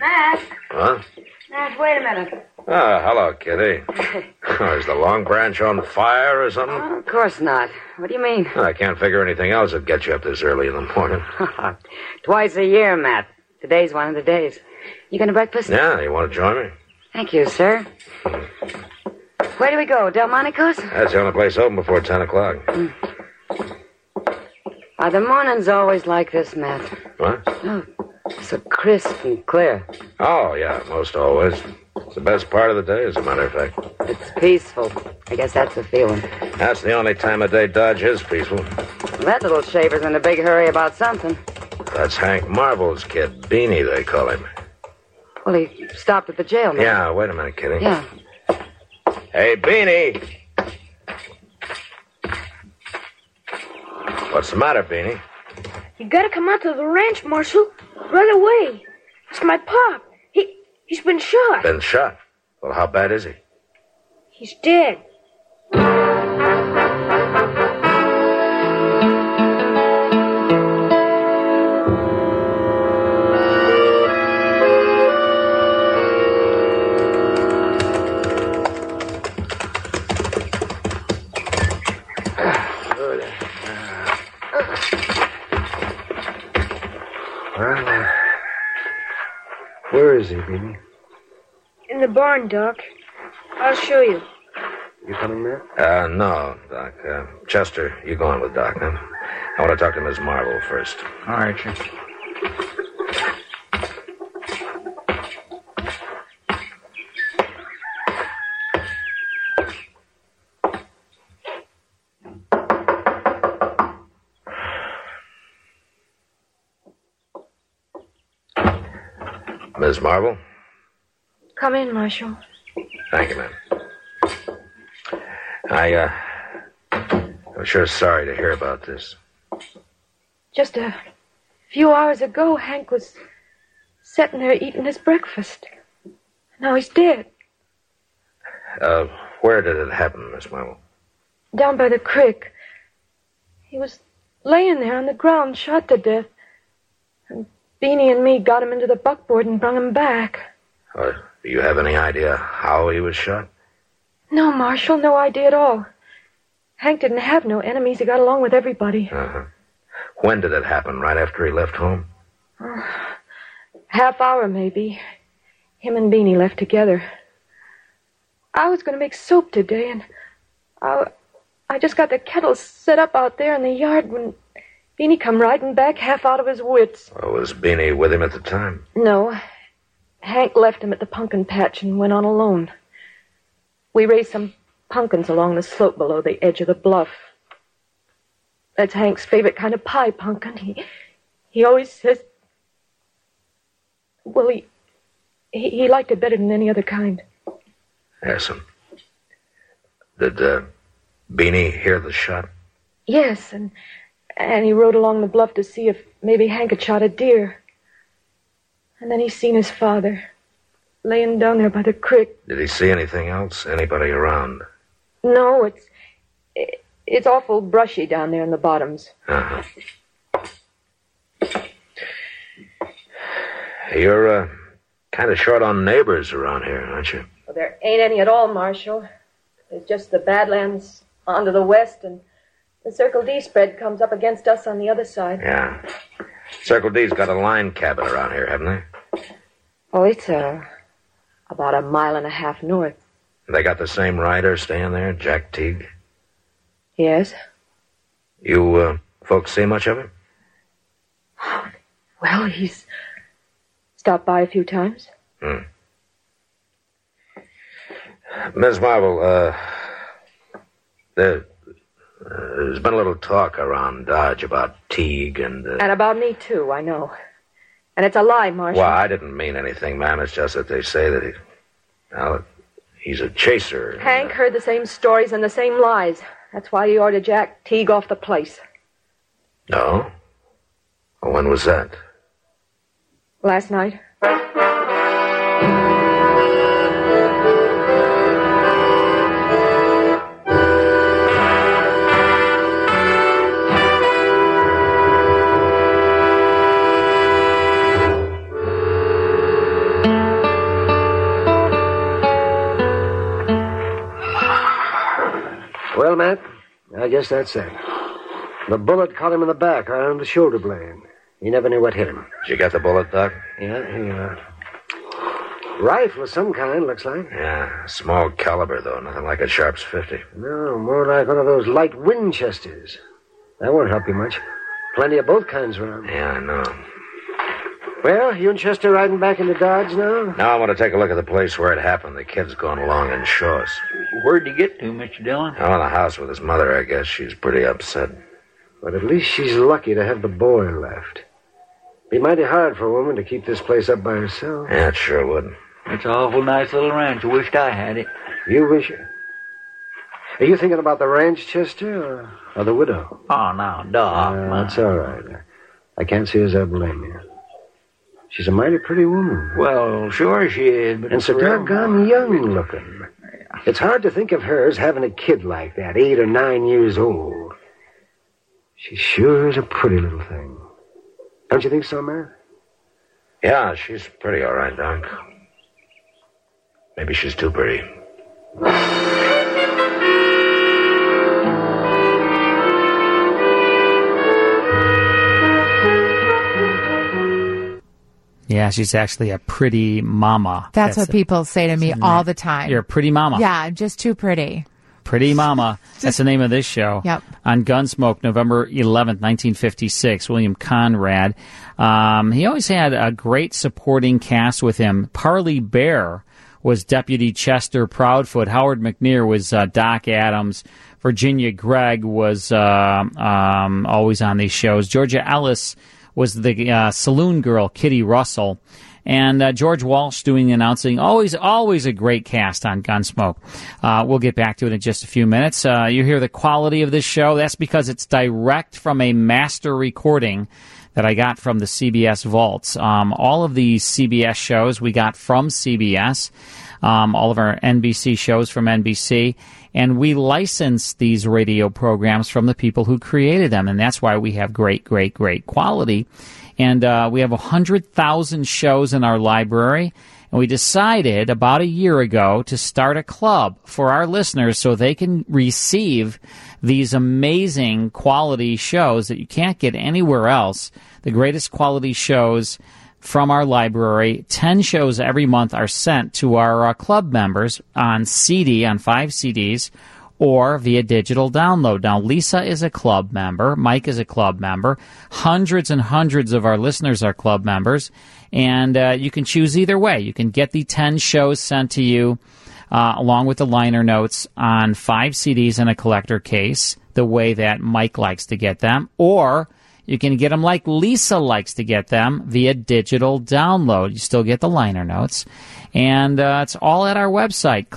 Speaker 15: Matt,
Speaker 13: Huh?
Speaker 15: Matt, wait a minute.
Speaker 13: Ah, hello, Kitty. Is the Long Branch on fire or something?
Speaker 15: Of course not. What do you mean?
Speaker 13: I can't figure anything else that'd get you up this early in the morning.
Speaker 15: Twice a year, Matt. Today's one of the days. You going to breakfast?
Speaker 13: yeah, you want to join me?
Speaker 15: Thank you, sir. Where do we go? Delmonico's?
Speaker 13: That's the only place open before 10 o'clock.
Speaker 15: Are the mornings always like this, Matt?
Speaker 13: What?
Speaker 15: Oh, so crisp and clear.
Speaker 13: Oh, yeah, most always. It's the best part of the day, as a matter of fact.
Speaker 15: It's peaceful. I guess that's the feeling.
Speaker 13: That's the only time of day Dodge is peaceful.
Speaker 15: That little shaver's in a big hurry about something.
Speaker 13: That's Hank Marvel's kid, Beanie, they call him.
Speaker 15: Well, he stopped at the jail, Matt.
Speaker 13: Yeah, wait a minute, Kitty.
Speaker 15: Oh, Yeah.
Speaker 13: Hey, Beanie! What's the matter, Beanie?
Speaker 18: You gotta come out to the ranch, Marshal. Right away. It's my pop. He he's been shot.
Speaker 13: Been shot. Well, how bad is he?
Speaker 18: He's dead.
Speaker 13: Well, uh, where is he, Beanie?
Speaker 18: In the barn, Doc. I'll show you.
Speaker 13: You coming there? Uh, no, Doc. Uh, Chester, you go on with Doc, huh? I want to talk to Miss Marvel first.
Speaker 10: All right, sure.
Speaker 13: Miss Marvel?
Speaker 18: Come in, Marshal.
Speaker 13: Thank you, ma'am. I, uh, I'm sure sorry to hear about this.
Speaker 18: Just a few hours ago, Hank was sitting there eating his breakfast. Now he's dead,
Speaker 13: Uh, where did it happen, Miss Marvel?
Speaker 18: down by the creek. He was laying there on the ground, shot to death. And Beanie and me got him into the buckboard and brung him back.
Speaker 13: Or do you have any idea how he was shot?
Speaker 18: No, Marshal, no idea at all. Hank didn't have no enemies. He got along with everybody.
Speaker 13: Uh-huh. When did it happen? Right after he left home?
Speaker 18: Oh, half hour, maybe. Him and Beanie left together. I was going to make soap today, and I, I just got the kettle set up out there in the yard when Beanie come riding back half out of his wits.
Speaker 13: Or was Beanie with him at the time?
Speaker 18: No, Hank left him at the pumpkin patch and went on alone. We raised some pumpkins along the slope below the edge of the bluff. That's Hank's favorite kind of pie pumpkin. He, he always says, well, he, he, he liked it better than any other kind.
Speaker 13: Yes. um, Did uh, Beanie hear the shot?
Speaker 18: Yes, and and he rode along the bluff to see if maybe Hank had shot a deer. And then he seen his father laying down there by the creek.
Speaker 13: Did he see anything else? Anybody around?
Speaker 18: No, it's it, it's awful brushy down there in the bottoms.
Speaker 13: Uh-huh. You're uh, kind of short on neighbors around here, aren't you?
Speaker 18: Well, there ain't any at all, Marshal. There's just the Badlands on to the west, and the Circle D spread comes up against us on the other side.
Speaker 13: Yeah. Circle D's got a line cabin around here, haven't they?
Speaker 18: Oh, it's uh, about a mile and a half north.
Speaker 13: They got the same rider staying there, Jack Teague.
Speaker 18: Yes.
Speaker 13: You uh, folks see much of him?
Speaker 18: Well, he's stopped by a few times.
Speaker 13: Hmm. Miss Marvel, uh, there, uh, there's been a little talk around Dodge about Teague and. Uh,
Speaker 18: And about me, too, I know. And it's a lie, Marshal.
Speaker 13: Well, I didn't mean anything, ma'am. It's just that they say that he, well, he's a chaser.
Speaker 18: Hank heard the same stories and the same lies. That's why he ordered Jack Teague off the place.
Speaker 13: No. Well, when was that?
Speaker 18: Last night.
Speaker 2: Well, Matt, I guess that's that. The bullet caught him in the back, right on the shoulder blade. He never knew what hit him.
Speaker 13: Did you get the bullet, Doc?
Speaker 2: Yeah, here you are. Rifle of some kind, looks like.
Speaker 13: Yeah, small caliber though, nothing like a Sharp's fifty.
Speaker 2: No, more like one of those light Winchesters. That won't help you much. Plenty of both kinds around.
Speaker 13: Yeah, I know.
Speaker 2: Well, you and Chester riding back into Dodge now?
Speaker 13: Now I want to take a look at the place where it happened. The kid's going along in Shaw's.
Speaker 2: Where'd you get to, Mr. Dillon?
Speaker 13: Out in the house with his mother, I guess. She's pretty upset.
Speaker 2: But at least she's lucky to have the boy left. Be mighty hard for a woman to keep this place up by herself.
Speaker 13: Yeah, it sure would.
Speaker 2: It's an awful nice little ranch. I wished I had it. You wish it? Are you thinking about the ranch, Chester, or, or the widow? Oh, no, Doc. that's all right. I can't see as I blame you. She's a mighty pretty woman. Well, sure she is, but and so doggone young looking. It's hard to think of her as having a kid like that, eight or nine years old. She sure is a pretty little thing. Don't you think so, Matt?
Speaker 13: Yeah, she's pretty, all right, Doc. Maybe she's too pretty.
Speaker 16: Yeah, she's actually a pretty mama.
Speaker 17: That's, what people say to me
Speaker 16: Isn't
Speaker 17: all
Speaker 16: it?
Speaker 17: the time.
Speaker 16: You're a pretty mama.
Speaker 17: Yeah, I'm just too pretty.
Speaker 16: Pretty Mama. That's the name of this show.
Speaker 17: Yep.
Speaker 16: On Gunsmoke, November 11th, 1956, William Conrad. Um, he always had a great supporting cast with him. Parley Bear was Deputy Chester Proudfoot. Howard McNear was uh, Doc Adams. Virginia Gregg was uh, um, always on these shows. Georgia Ellis was the uh, saloon girl, Kitty Russell. and uh, George Walsh doing the announcing. Always, always a great cast on Gunsmoke. Uh, we'll get back to it in just a few minutes. Uh, you hear the quality of this show. That's because it's direct from a master recording that I got from the CBS vaults. Um, all of the CBS shows we got from CBS, um, all of our NBC shows from NBC, and we license these radio programs from the people who created them, and that's why we have great, great, great quality. And uh, we have 100,000 shows in our library. And we decided about a year ago to start a club for our listeners so they can receive these amazing quality shows that you can't get anywhere else. The greatest quality shows from our library. 10 shows every month are sent to our uh, club members on CD, on five CDs, or via digital download. Now, Lisa is a club member. Mike is a club member. Hundreds and hundreds of our listeners are club members. And uh, you can choose either way. You can get the 10 shows sent to you uh, along with the liner notes on five CDs in a collector case, the way that Mike likes to get them, or you can get them like Lisa likes to get them via digital download. You still get the liner notes. And uh, it's all at our website,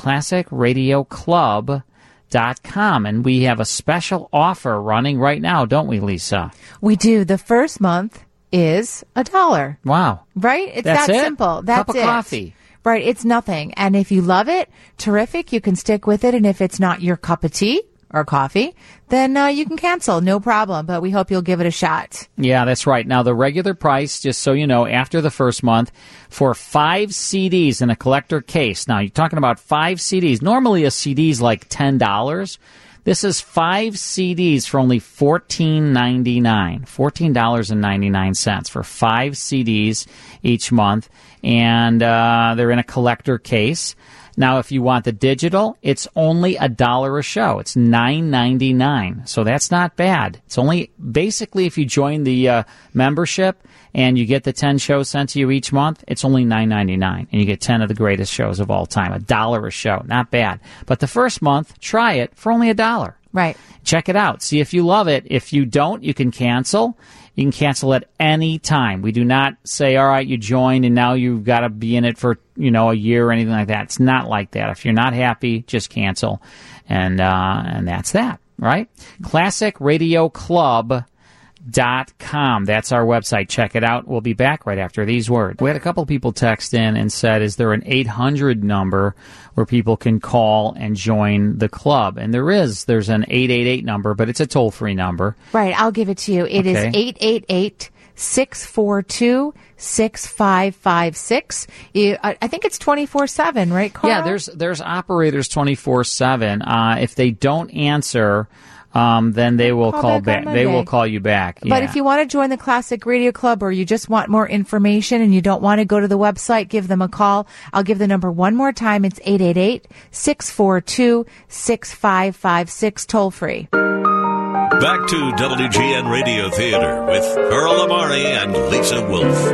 Speaker 16: classicradioclub.com. And we have a special offer running right now, don't we, Lisa?
Speaker 17: We do. The first month is a dollar.
Speaker 16: Wow.
Speaker 17: Right? It's
Speaker 16: That's
Speaker 17: that
Speaker 16: it?
Speaker 17: simple.
Speaker 16: Cup
Speaker 17: That's
Speaker 16: of
Speaker 17: it.
Speaker 16: coffee.
Speaker 17: Right, it's nothing. And if you love it, terrific, you can stick with it. And if it's not your cup of tea or coffee, then uh, you can cancel, no problem. But we hope you'll give it a shot.
Speaker 16: Yeah, that's right. Now, the regular price, just so you know, after the first month for five CDs in a collector case. Now, you're talking about five CDs. Normally, a CD is like $10. This is five CDs for only $14.99. $14.99 for five CDs each month. And uh, they're in a collector case. Now, if you want the digital, it's only a dollar a show. It's nine ninety nine, so that's not bad. It's only basically if you join the uh, membership and you get the ten shows sent to you each month, it's only nine ninety nine, and you get ten of the greatest shows of all time. A dollar a show, not bad. But the first month, try it for only a dollar.
Speaker 17: Right.
Speaker 16: Check it out. See if you love it. If you don't, you can cancel. You can cancel at any time. We do not say, all right, you joined and now you've got to be in it for, you know, a year or anything like that. It's not like that. If you're not happy, just cancel. And, uh, and that's that, right? ClassicRadioClub.com. That's our website. Check it out. We'll be back right after these words. We had a couple people text in and said, is there an 800 number where people can call and join the club? And there is. There's an 888 number, but it's a toll free number.
Speaker 17: Right, I'll give it to you. It is
Speaker 16: Okay.
Speaker 17: 888 642 6556. I I think it's 24 7, right, Carl?
Speaker 16: Yeah, there's there's operators twenty four seven. Uh, If they don't answer, um, then they will
Speaker 17: Call
Speaker 16: call,
Speaker 17: back on
Speaker 16: back. They will
Speaker 17: Monday.
Speaker 16: call you back.
Speaker 17: But if you want to join the Classic Radio Club or you just want more information and you don't want to go to the website, give them a call. I'll give the number one more time. It's 888-642-6556 toll free.
Speaker 14: Back to WGN Radio Theater with Earl Amari and Lisa Wolf.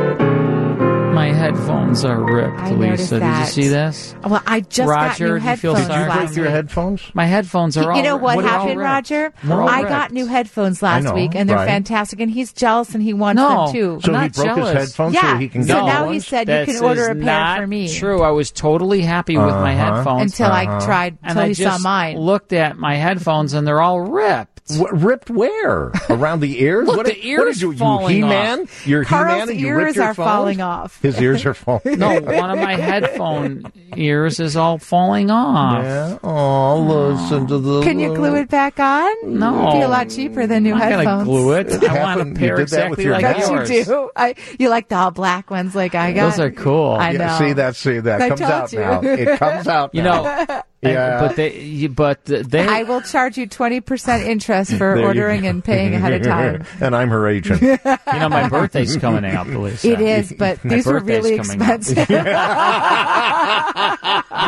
Speaker 16: my headphones are ripped,
Speaker 17: I noticed
Speaker 16: Lisa.
Speaker 17: that.
Speaker 16: Did you see this?
Speaker 17: Well, I just got new
Speaker 16: Roger, do you feel
Speaker 17: headphones.
Speaker 16: sorry
Speaker 17: last
Speaker 16: for me?
Speaker 17: week.
Speaker 16: headphones? My headphones are all.
Speaker 17: you know what,
Speaker 16: ripped.
Speaker 17: happened, Roger?
Speaker 16: We're all
Speaker 17: I
Speaker 16: ripped.
Speaker 17: got new headphones
Speaker 16: I
Speaker 17: last
Speaker 16: know,
Speaker 17: week, and they're
Speaker 16: right.
Speaker 17: fantastic. And he's jealous, and he wants
Speaker 16: No,
Speaker 17: them too.
Speaker 16: So I'm he not broke his jealous. headphones so
Speaker 17: yeah.
Speaker 16: he can
Speaker 17: so
Speaker 16: get
Speaker 17: now
Speaker 16: new
Speaker 17: he
Speaker 16: ones?
Speaker 17: said
Speaker 16: This
Speaker 17: you can order a
Speaker 16: is
Speaker 17: pair
Speaker 16: not
Speaker 17: for me.
Speaker 16: True, I was totally happy with my
Speaker 17: Uh-huh.
Speaker 16: headphones
Speaker 17: Until I Uh-huh. tried-
Speaker 16: and
Speaker 17: until
Speaker 16: I
Speaker 17: you saw
Speaker 16: just
Speaker 17: mine.
Speaker 16: Looked at my headphones, and they're all ripped.
Speaker 11: ripped where? Around the ears?
Speaker 16: Look,
Speaker 11: what,
Speaker 16: the
Speaker 11: what
Speaker 16: ears
Speaker 11: did you, you
Speaker 16: falling
Speaker 11: He-Man?
Speaker 16: off.
Speaker 11: You're
Speaker 17: Carl's
Speaker 11: He-Man and you
Speaker 17: ears
Speaker 11: ripped your
Speaker 17: are
Speaker 11: phone?
Speaker 17: falling off.
Speaker 11: His ears are falling
Speaker 16: no, one of my headphone ears is all falling off.
Speaker 11: Yeah. Oh, listen to the.
Speaker 17: Can you glue it back on?
Speaker 16: No.
Speaker 17: It'd be a lot cheaper than new
Speaker 16: I'm not gonna
Speaker 17: headphones.
Speaker 16: glue it. It I want a happened. pair You did that with exactly your like
Speaker 17: Yes, you
Speaker 16: yours.
Speaker 17: do. I, you like the all black ones like I got.
Speaker 16: Those are cool.
Speaker 17: I know.
Speaker 11: see that? See that?
Speaker 17: I
Speaker 11: comes
Speaker 17: told
Speaker 11: out
Speaker 17: you.
Speaker 11: now. It comes out.
Speaker 16: You
Speaker 11: now.
Speaker 16: know,
Speaker 11: Yeah.
Speaker 16: But they, you- but they,
Speaker 17: I will charge you 20% interest for
Speaker 11: There you
Speaker 17: ordering
Speaker 11: go.
Speaker 17: and paying ahead of time.
Speaker 11: and I'm her agent.
Speaker 17: you
Speaker 16: you know, my birthday's coming up, Lisa.
Speaker 17: It is, but
Speaker 16: uh, My
Speaker 17: these were
Speaker 16: birthday's
Speaker 17: really
Speaker 16: coming up.
Speaker 17: expensive.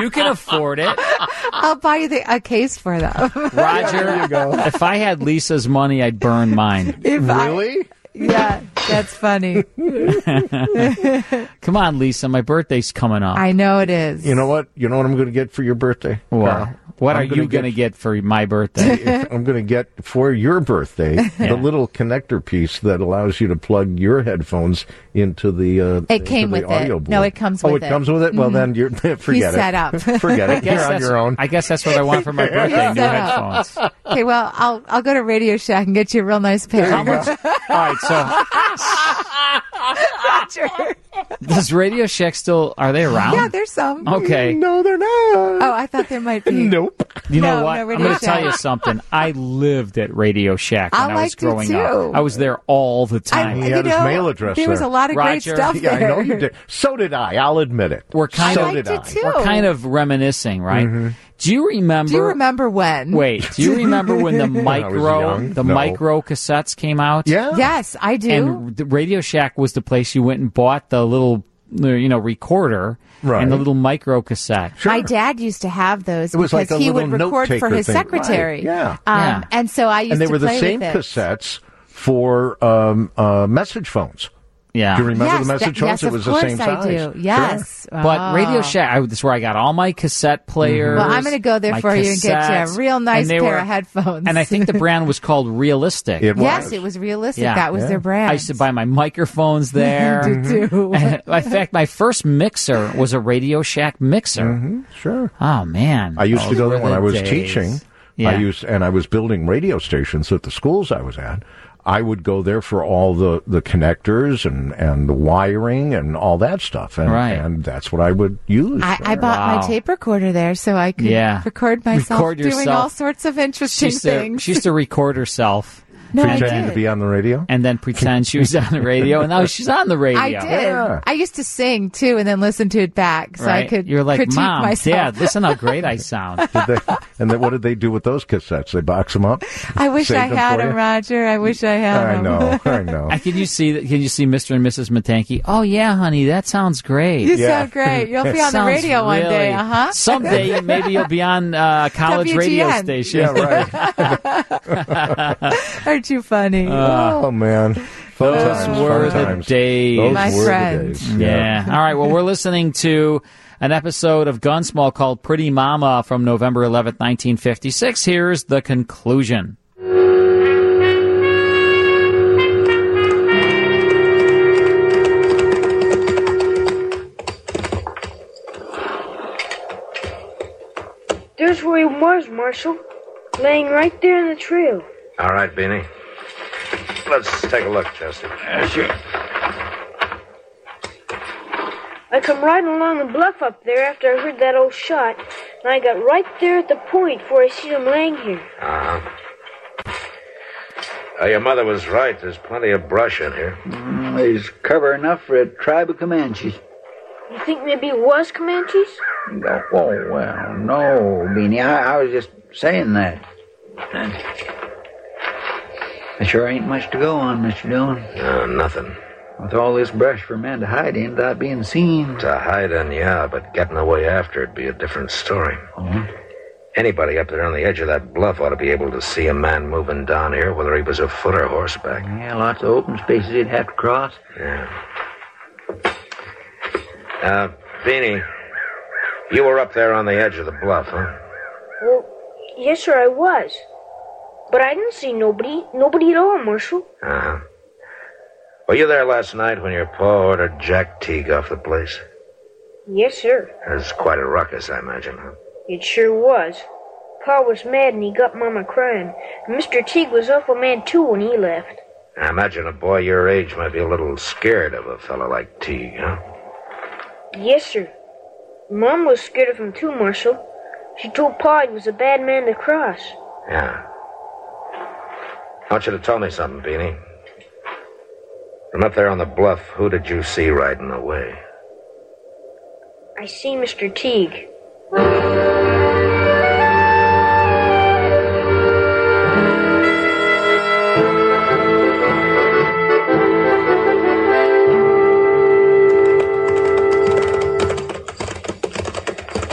Speaker 16: you can afford it.
Speaker 17: I'll buy you the, a case for them.
Speaker 16: Roger, if I had Lisa's money, I'd burn mine.
Speaker 17: If I- Really? yeah. That's funny.
Speaker 16: Come on, Lisa. My birthday's coming up.
Speaker 17: I know it is.
Speaker 11: You know what? You know what I'm going to get for your birthday?
Speaker 16: Wow. What are you gonna
Speaker 11: get
Speaker 16: for my birthday?
Speaker 11: I'm going to get for your birthday the little connector piece that allows you to plug your headphones into the. Uh,
Speaker 17: It
Speaker 11: into
Speaker 17: came
Speaker 11: the
Speaker 17: with it.
Speaker 11: audio board.
Speaker 17: No, it comes
Speaker 11: oh,
Speaker 17: with
Speaker 11: it.
Speaker 17: it.
Speaker 11: comes with it. Well,
Speaker 16: Mm-hmm.
Speaker 17: Mhm.
Speaker 11: then you're forget
Speaker 17: set
Speaker 11: it.
Speaker 17: up.
Speaker 11: Forget
Speaker 16: I
Speaker 11: it.
Speaker 16: guess
Speaker 11: You're on
Speaker 16: that's-
Speaker 11: your own.
Speaker 16: I guess that's what I want for my birthday. New headphones.
Speaker 17: Okay, well, I'll I'll go to Radio Shack and get you a real nice pair.
Speaker 16: How much- All right, so
Speaker 17: Roger.
Speaker 16: does Radio Shack still are they around?
Speaker 17: Yeah, there's some.
Speaker 16: Okay.
Speaker 11: No, they're not. Oh,
Speaker 17: I thought there might be.
Speaker 11: Nope.
Speaker 16: You know
Speaker 17: No,
Speaker 16: what?
Speaker 17: no,
Speaker 16: I'm
Speaker 17: Radio
Speaker 16: going to tell
Speaker 17: Shack.
Speaker 16: you something. I lived at Radio Shack when
Speaker 17: I
Speaker 16: I, was
Speaker 17: liked it,
Speaker 16: growing up.
Speaker 17: too.
Speaker 16: I was there all the time.
Speaker 11: He had his mail address. there.
Speaker 16: Roger.
Speaker 11: Yeah, I know you did. So did I. I'll admit it.
Speaker 16: We're kind
Speaker 11: so
Speaker 16: of
Speaker 11: did I. Mm-hmm.
Speaker 16: we're kind of reminiscing, right? Do you remember?
Speaker 17: Do you remember when?
Speaker 16: Wait, do you remember when the
Speaker 11: When I was
Speaker 16: micro
Speaker 11: young,
Speaker 16: the
Speaker 11: no.
Speaker 16: micro cassettes came out?
Speaker 11: Yeah.
Speaker 17: Yes, I do.
Speaker 16: And the Radio Shack was the place you went and bought the little you know recorder and the little micro cassette.
Speaker 17: My dad used to have those
Speaker 16: It was
Speaker 17: because
Speaker 16: like a
Speaker 17: he would
Speaker 16: little note
Speaker 17: record for
Speaker 16: taker
Speaker 17: his
Speaker 16: thing.
Speaker 17: secretary.
Speaker 16: Right, yeah.
Speaker 17: Um,
Speaker 11: Yeah.
Speaker 17: And so I used
Speaker 11: and they
Speaker 17: to
Speaker 11: were the
Speaker 17: play
Speaker 11: same
Speaker 17: with it.
Speaker 11: cassettes for um, uh, message phones.
Speaker 16: Yeah.
Speaker 11: Do you remember
Speaker 17: Yes,
Speaker 11: the message
Speaker 17: that-
Speaker 11: phones?
Speaker 17: yes,
Speaker 11: it was
Speaker 17: of
Speaker 11: the same
Speaker 17: course I
Speaker 11: size.
Speaker 17: do. Yes. Sure.
Speaker 16: But Radio
Speaker 17: Ah.
Speaker 16: Shack, I, that's where I got all my cassette
Speaker 11: Mm-hmm.
Speaker 16: players.
Speaker 17: Well, I'm going to go there
Speaker 16: my
Speaker 17: for you and get you
Speaker 16: cassettes,
Speaker 17: a real nice
Speaker 16: and they
Speaker 17: pair
Speaker 16: were-
Speaker 17: of headphones.
Speaker 16: And I think the brand was called Realistic. It
Speaker 17: yes, it was realistic. That was their
Speaker 16: I
Speaker 17: brand.
Speaker 16: used to buy my microphones there.
Speaker 17: You did too.
Speaker 16: And, in fact, my first mixer was a Radio Shack mixer.
Speaker 11: Mm-hmm. Sure.
Speaker 16: Oh man,
Speaker 11: I used to
Speaker 16: Those
Speaker 11: go
Speaker 16: were
Speaker 11: there when
Speaker 16: the
Speaker 11: I was
Speaker 16: days.
Speaker 11: teaching.
Speaker 16: Yeah.
Speaker 11: I used and I was building radio stations at the schools I was at. I would go there for all the, the connectors and, and the wiring and all that stuff. And,
Speaker 16: Right.
Speaker 11: and that's what I would use.
Speaker 17: I, I bought my tape recorder there so I could
Speaker 16: Yeah.
Speaker 17: record myself
Speaker 16: Record
Speaker 17: doing
Speaker 16: yourself.
Speaker 17: all sorts of
Speaker 16: She
Speaker 17: interesting
Speaker 16: used, to,
Speaker 17: things.
Speaker 16: she used to record herself.
Speaker 17: No, I Pretending did. to
Speaker 11: be on the radio?
Speaker 16: And then pretend she was on the radio, and now she's on the radio.
Speaker 17: I did. I used to sing too and then listen to it back so I
Speaker 16: Right?
Speaker 17: could
Speaker 16: You're like,
Speaker 17: critique
Speaker 16: Mom,
Speaker 17: myself.
Speaker 16: Dad, listen how great I sound.
Speaker 11: Did they, and then what did they do with those cassettes? They box them up.
Speaker 17: I wish
Speaker 11: Saved
Speaker 17: I
Speaker 11: them
Speaker 17: had
Speaker 11: for
Speaker 17: him,
Speaker 11: you?
Speaker 17: Roger. I wish I had
Speaker 11: I
Speaker 17: him.
Speaker 11: know. I know.
Speaker 16: And can you see? that- Can you see Mr. and Mrs. Matanky? Oh yeah, honey, that sounds great.
Speaker 17: You sound great. You'll be on the
Speaker 16: Sounds
Speaker 17: radio one day,
Speaker 16: really-
Speaker 17: uh-huh.
Speaker 16: Someday maybe you'll be on uh, a college radio
Speaker 17: WGN.
Speaker 16: station.
Speaker 17: Yeah,
Speaker 16: right.
Speaker 17: Aren't you funny?
Speaker 16: Uh,
Speaker 11: oh man, Fun
Speaker 16: Those
Speaker 11: times,
Speaker 16: were
Speaker 11: fun
Speaker 16: the
Speaker 11: times.
Speaker 16: days.
Speaker 11: Those
Speaker 17: My
Speaker 11: were the
Speaker 17: friend.
Speaker 11: days.
Speaker 16: Yeah. All right. Well, we're listening to an episode of Gunsmall called "Pretty Mama" from November 11th, 1956. Here's the conclusion.
Speaker 4: There's where he was, Marshal. Laying right there in the trail.
Speaker 13: All right, Beanie. Let's take a look, Chester. sure.
Speaker 4: I come riding along the bluff up there after I heard that old shot, and I got right there at the point where I seen him laying here.
Speaker 13: Uh huh. Uh, your mother was right. There's plenty of brush in here.
Speaker 2: Mm, There's cover enough for a tribe of Comanches.
Speaker 4: You think maybe it was Comanches?
Speaker 2: Oh, well, no, Beanie. I, I was just saying that. There sure ain't much to go on, Mr. Dillon.
Speaker 13: No, nothing.
Speaker 2: With all this brush for men to hide in without being seen.
Speaker 13: To hide in, yeah, but getting away after it'd be a different story.
Speaker 2: Mm-hmm.
Speaker 13: Anybody up there on the edge of that bluff ought to be able to see a man moving down here, whether he was a foot or horseback.
Speaker 2: Yeah, lots of open spaces he'd have to cross.
Speaker 13: Yeah. Uh, Beanie, you were up there on the edge of the bluff, huh?
Speaker 4: Well, yes, sir, I was. But I didn't see nobody, nobody at all, Marshal.
Speaker 13: Uh huh. Were you there last night when your pa ordered Jack Teague off the place?
Speaker 4: Yes, sir.
Speaker 13: There's quite a ruckus, I imagine, huh?
Speaker 4: It sure was. Pa was mad and he got Mama crying. And Mr. Teague was awful mad too when he left.
Speaker 13: I imagine a boy your age might be a little scared of a fellow like Teague, huh?
Speaker 4: Yes, sir. Mom was scared of him too, Marshal. She told Pa he was a bad man to cross.
Speaker 13: Yeah. I want you to tell me something, Beanie. From up there on the bluff, who did you see riding away?
Speaker 4: I see Mr. Teague.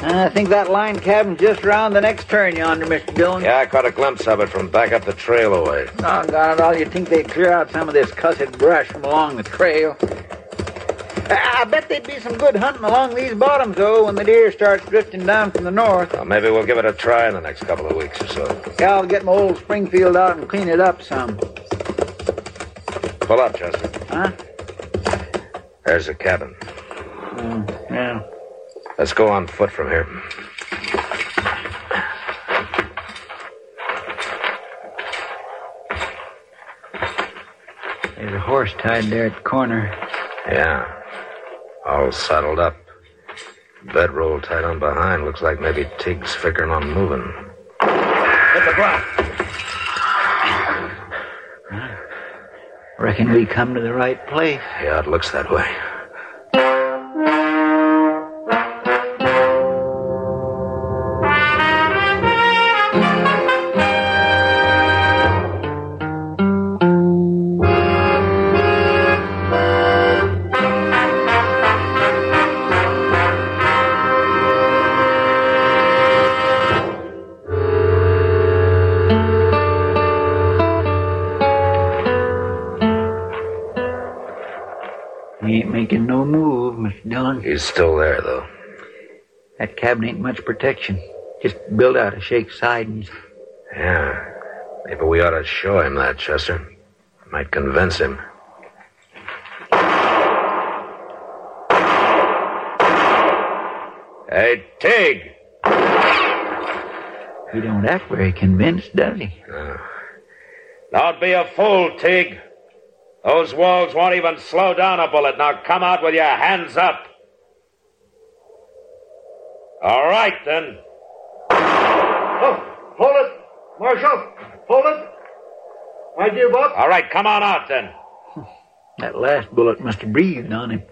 Speaker 2: I
Speaker 32: think that line cabin's just round the next turn yonder, Mr. Dillon.
Speaker 13: Yeah, I caught a glimpse of it from back up the trail away.
Speaker 32: Oh, God, all you think they'd clear out some of this cussed brush from along the trail. Ah, I I bet there'd be some good hunting along these bottoms, though, when the deer starts drifting down from the north.
Speaker 13: Well, maybe we'll give it a try in the next couple of weeks or so.
Speaker 32: Yeah, I'll get my old Springfield out and clean it up some.
Speaker 13: Pull up, Chester.
Speaker 32: Huh?
Speaker 13: There's the cabin.
Speaker 32: Mm, yeah.
Speaker 13: Let's go on foot from here.
Speaker 32: There's a horse tied there at the corner.
Speaker 13: Yeah. All saddled up. Bed roll tied on behind. Looks like maybe Tig's figuring on moving.
Speaker 32: Hit the ground. Reckon we come to the right place.
Speaker 13: Yeah, it looks that way.
Speaker 32: He ain't making no move, Mr. Dillon.
Speaker 13: He's still there, though.
Speaker 32: That cabin ain't much protection. Just built out of shake sidings.
Speaker 13: Yeah. Maybe we ought to show him that, Chester. Might convince him. Hey, Tig!
Speaker 32: He don't act very convinced, does he?
Speaker 13: Don't Ah. be a fool, Tig. Those wolves won't even slow down a bullet. Now come out with your hands up. All right, then.
Speaker 24: Hold it, Marshal. Hold it. My dear Bob.
Speaker 13: All right, come on out, then.
Speaker 32: That last bullet must have breathed on him.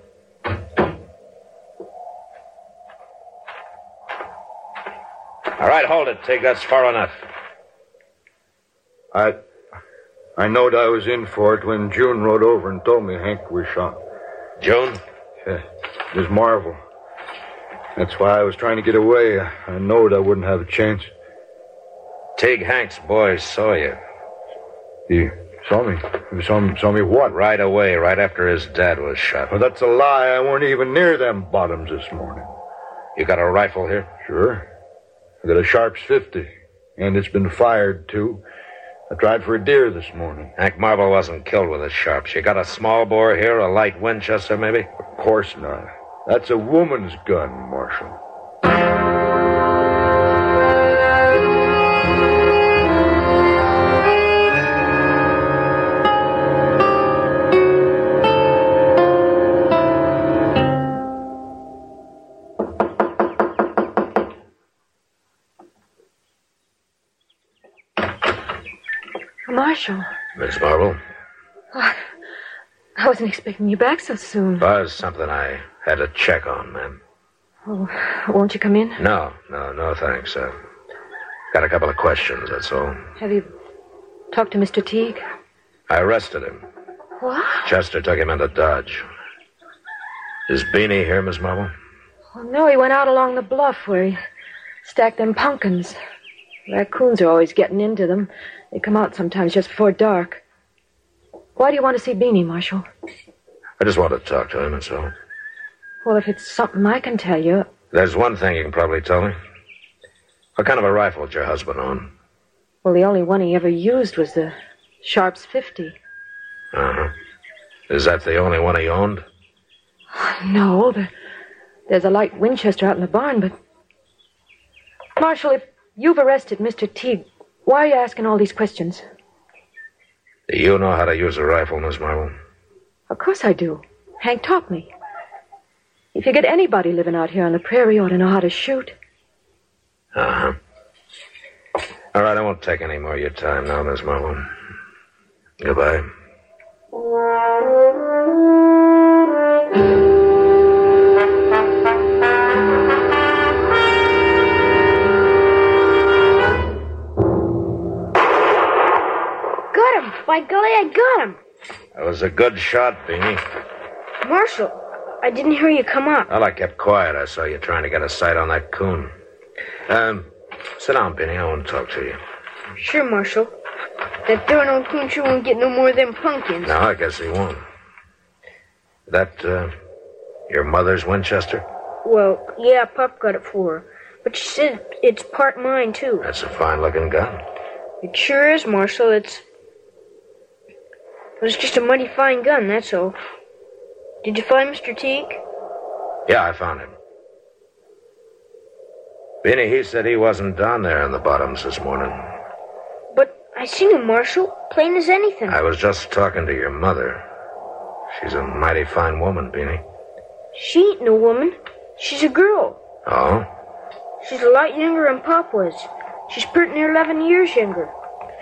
Speaker 13: All right, hold it, Tig. That's far enough.
Speaker 33: I I knowed I was in for it when June rode over and told me Hank was shot.
Speaker 13: June?
Speaker 33: Yeah, Miss Marvel. That's why I was trying to get away. I, I knowed I wouldn't have a chance.
Speaker 13: Tig Hank's boys saw you.
Speaker 33: He saw me. He saw me, saw me what?
Speaker 13: Right away, right after his dad was shot.
Speaker 33: Well, that's a lie. I weren't even near them bottoms this morning.
Speaker 13: You got a rifle here?
Speaker 33: Sure. I got a Sharps 50, and it's been fired, too. I tried for a deer this morning.
Speaker 13: Hank Marvel wasn't killed with a Sharps. You got a small bore here, a light Winchester, maybe?
Speaker 33: Of course not. That's a woman's gun, Marshal.
Speaker 18: Marshal,
Speaker 13: Miss Marvel?
Speaker 18: I wasn't expecting you back so soon.
Speaker 13: There's something I had to check on, ma'am.
Speaker 18: Oh, won't you come in?
Speaker 13: No, no, no, thanks. Uh, got a couple of questions, that's all.
Speaker 18: Have you talked to Mr. Teague?
Speaker 13: I arrested him.
Speaker 18: What?
Speaker 13: Chester took him into Dodge. Is Beanie here, Miss Marvel?
Speaker 18: Oh, no, he went out along the bluff where he stacked them pumpkins. Raccoons are always getting into them. They come out sometimes just before dark. Why do you want to see Beanie, Marshal?
Speaker 13: I just want to talk to him, that's all.
Speaker 18: Well, if it's something I can tell you,
Speaker 13: There's one thing you can probably tell me. What kind of a rifle did your husband own?
Speaker 18: well, the only one he ever used was the Sharps 50.
Speaker 13: Uh huh. Is that the only one he owned?
Speaker 18: No, there- there's a light Winchester out in the barn, but. Marshal, if you've arrested Mr. Teague, why are you asking all these questions?
Speaker 13: Do you know how to use a rifle, Miss Marvel?
Speaker 18: Of course I do. Hank taught me. If you get anybody living out here on the prairie, you ought to know how to shoot.
Speaker 13: Uh huh. All right, I won't take any more of your time now, Miss Marvel. Goodbye.
Speaker 4: Got him! By golly, I got him!
Speaker 13: That was a good shot, Beanie.
Speaker 4: Marshal, I didn't hear you come up.
Speaker 13: Well, I kept quiet. I saw you trying to get a sight on that coon. Um, sit down, Benny. I want to talk to you.
Speaker 4: Sure, Marshal. That darn old coon sure won't get no more of them pumpkins.
Speaker 13: No, I guess he won't. That, uh, your mother's Winchester?
Speaker 4: Well, yeah, Pop got it for her. But she said it's part mine, too.
Speaker 13: That's a fine looking gun.
Speaker 4: It sure is, Marshal. It's. It's just a mighty fine gun, that's all. Did you find Mr. Teague?
Speaker 13: Yeah, I found him. Benny, he said he wasn't down there in the bottoms this morning.
Speaker 4: But I seen him, Marshal. Plain as anything.
Speaker 13: I was just talking to your mother. She's a mighty fine woman, Beanie.
Speaker 4: She ain't no woman. She's a girl.
Speaker 13: Oh?
Speaker 4: She's a lot younger than Pop was. She's pretty near 11 years younger.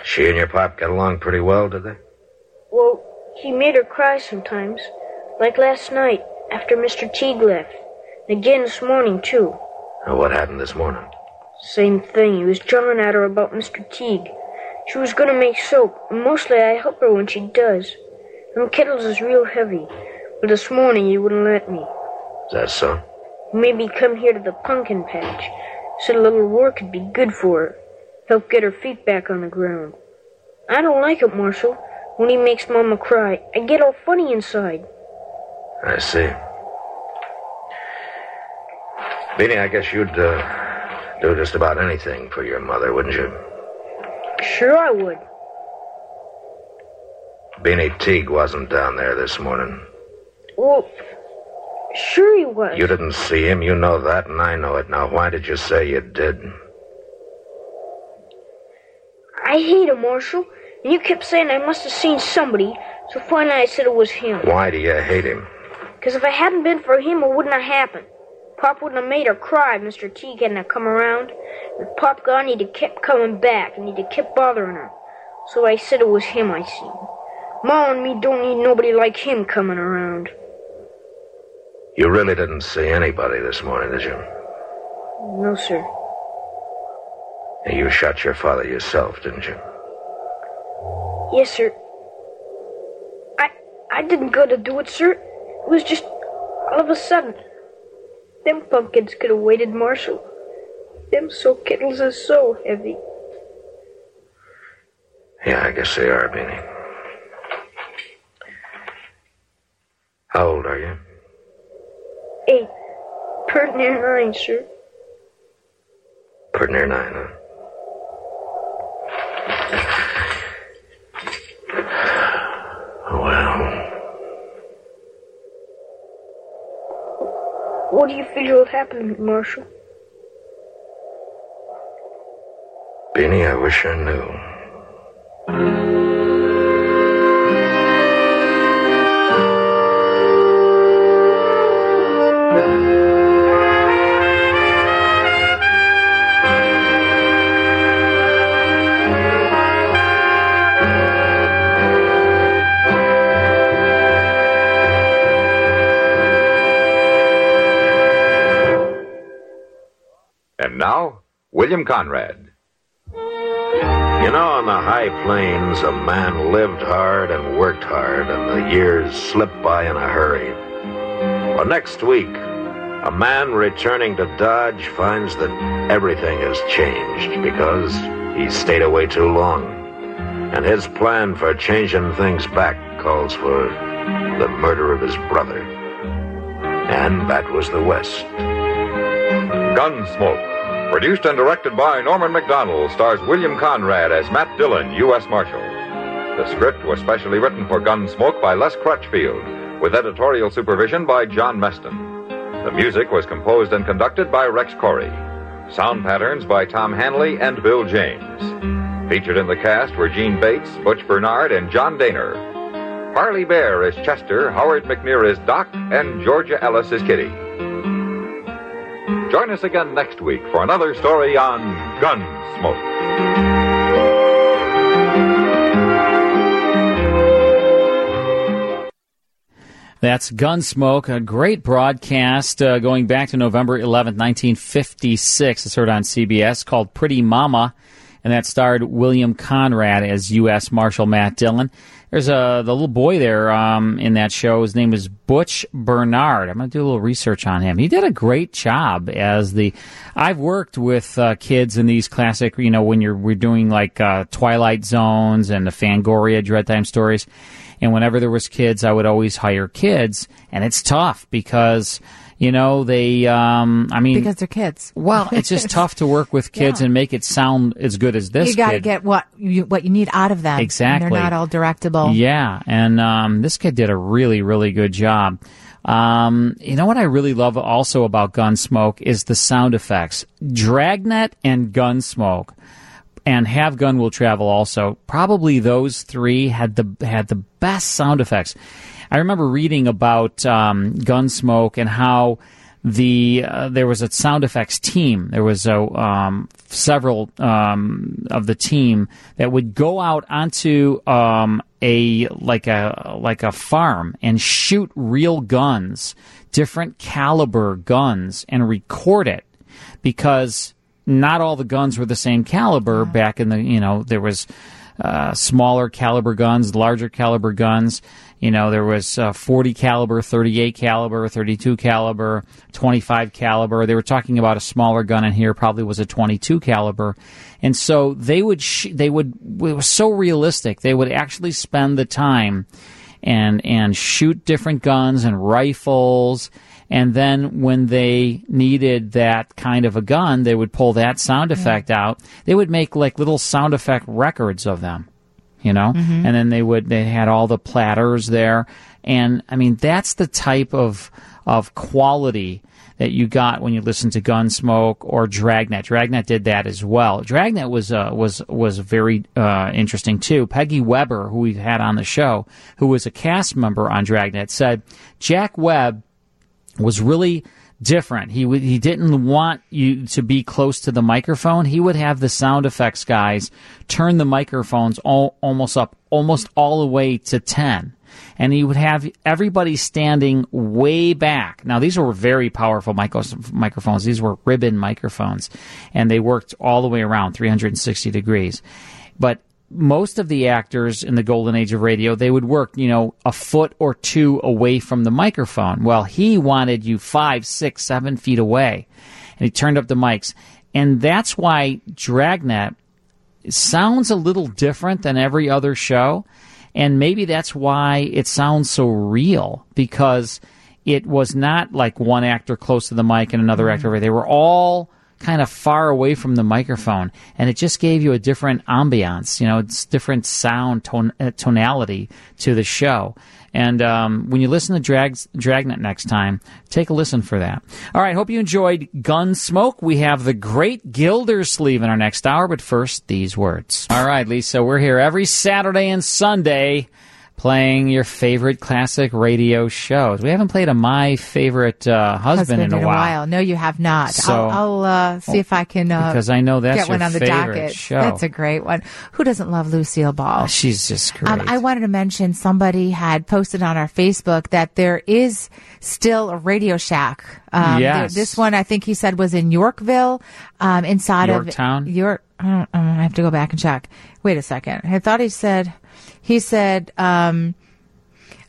Speaker 13: She and your pop got along pretty well, did they?
Speaker 4: Well, he made her cry sometimes. Like last night, after Mr. Teague left. And again this morning, too.
Speaker 13: Now, what happened this morning?
Speaker 4: Same thing. He was drumming at her about Mr. Teague. She was gonna make soap, and mostly I help her when she does. Them kettles is real heavy, but this morning you wouldn't let me.
Speaker 13: Is that so?
Speaker 4: Maybe come here to the pumpkin patch. Said a little work would be good for her. Help get her feet back on the ground. I don't like it, Marshal. When he makes Mama cry, I get all funny inside.
Speaker 13: I see. Beanie, I guess you'd uh, do just about anything for your mother, wouldn't you?
Speaker 4: Sure I would.
Speaker 13: Beanie Teague wasn't down there this morning.
Speaker 4: Well, sure he was.
Speaker 13: You didn't see him. You know that, and I know it. Now, why did you say you did?
Speaker 4: I hate him, Marshal. And you kept saying I must have seen somebody, so finally I said it was him.
Speaker 13: Why do you hate him?
Speaker 4: Because if it hadn't been for him, it wouldn't have happened. Pop wouldn't have made her cry if Mr. Teague hadn't have come around. With Pop gone, he'd have kept coming back, and he'd have kept bothering her. So I said it was him I seen. Ma and me don't need nobody like him coming around.
Speaker 13: You really didn't see anybody this morning, did you?
Speaker 4: No, sir.
Speaker 13: And You shot your father yourself, didn't you?
Speaker 4: Yes, sir. I I didn't go to do it, sir. It was just all of a sudden. Them pumpkins could have waited, Marshal. Them so kettles are so heavy.
Speaker 13: Yeah, I guess they are, Beanie. How old are you?
Speaker 4: Eight. Pert near nine, sir.
Speaker 13: Pretty near nine, huh?
Speaker 4: What do you figure will happen, Marshal?
Speaker 13: Beanie, I wish I knew.
Speaker 12: And now, William Conrad.
Speaker 13: You know, on the high plains, a man lived hard and worked hard, and the years slipped by in a hurry. Well, next week, a man returning to Dodge finds that everything has changed because he stayed away too long. And his plan for changing things back calls for the murder of his brother. And that was the West.
Speaker 12: Gunsmoke. Produced and directed by Norman McDonald, stars William Conrad as Matt Dillon, U.S. Marshal. The script was specially written for Gunsmoke by Les Crutchfield, with editorial supervision by John Meston. The music was composed and conducted by Rex Corey. Sound patterns by Tom Hanley and Bill James. Featured in the cast were Gene Bates, Butch Bernard, and John Daner. Harley Bear is Chester, Howard McNear is Doc, and Georgia Ellis is Kitty. Join us again next week for another story on Gunsmoke.
Speaker 16: That's Gunsmoke, a great broadcast uh, going back to November 11th, 1956. It's heard on CBS called Pretty Mama. and that starred William Conrad as U.S. Marshal Matt Dillon. There's a the little boy there um, in that show. His name is Butch Bernard. I'm going to do a little research on him. He did a great job as the. I've worked with uh, kids in these classic, you know, when you're we're doing like uh, Twilight Zones and the Fangoria Dread Time stories, and whenever there was kids, I would always hire kids, and it's tough because. You know, they, um, I mean,
Speaker 17: because they're kids.
Speaker 16: Well, it's just tough to work with kids and make it sound as good as this.
Speaker 17: you got to
Speaker 16: kid.
Speaker 17: get what you what you need out of them.
Speaker 16: Exactly.
Speaker 17: And they're not all directable.
Speaker 16: Yeah, and um, this kid did a really, really good job. Um, you know what I really love also about Gunsmoke is the sound effects. Dragnet and Gunsmoke, and Have Gun Will Travel also. Probably those three had the had the best sound effects. I remember reading about um, Gunsmoke and how the uh, there was a sound effects team. There was a um, several um, of the team that would go out onto um, a like a like a farm and shoot real guns, different caliber guns, and record it because not all the guns were the same caliber back in the you know there was uh, smaller caliber guns, larger caliber guns. You know there was uh, 40 caliber, 38 caliber, 32 caliber, 25 caliber. They were talking about a smaller gun in here, probably was a 22 caliber, and so they would sh- they would it was so realistic. They would actually spend the time and and shoot different guns and rifles. And then when they needed that kind of a gun, they would pull that sound effect out. They would make like little sound effect records of them, you know. And then they would they had all the platters there, and I mean that's the type of of quality that you got when you listened to Gunsmoke or Dragnet. Dragnet did that as well. Dragnet was uh, was was very uh, interesting too. Peggy Weber, who we've had on the show, who was a cast member on Dragnet, said Jack Webb was really different. He would he didn't want you to be close to the microphone. He would have the sound effects guys turn the microphones all, almost up, almost all the way to ten. And he would have everybody standing way back. Now, these were very powerful micro- microphones. These were ribbon microphones, and they worked all the way around 360 degrees. But most of the actors in the golden age of radio, they would work, you know, a foot or two away from the microphone. Well, he wanted you five, six, seven feet away. And he turned up the mics. And that's why Dragnet sounds a little different than every other show. And maybe that's why it sounds so real because it was not like one actor close to the mic and another actor over. They were all kind of far away from the microphone, and it just gave you a different ambiance. You know, it's different sound ton- uh, tonality to the show. And um, when you listen to Drags- Dragnet next time, take a listen for that. All right, hope you enjoyed Gunsmoke. We have the great Gildersleeve in our next hour, but first, these words. All right, Lisa, we're here every Saturday and Sunday playing your favorite classic radio shows. We haven't played a My Favorite uh, husband, in a while.
Speaker 17: No, you have not.
Speaker 16: So-
Speaker 17: I'll, I'll uh, see if I can uh,
Speaker 16: Because I know that's
Speaker 17: get one
Speaker 16: your
Speaker 17: on the
Speaker 16: favorite
Speaker 17: docket.
Speaker 16: show.
Speaker 17: That's a great one. Who doesn't love Lucille
Speaker 22: Oh,
Speaker 17: Ball?
Speaker 16: She's just great.
Speaker 17: Um, I wanted to mention somebody had posted on our Facebook that there is still a Radio Shack. Um,
Speaker 16: Yes.
Speaker 17: this one, I think he said, was in Yorkville, um, inside
Speaker 16: Yorktown?
Speaker 17: of York. I don't, uh, I don't- I have to go back and check. Wait a second. I thought he said, he said, um,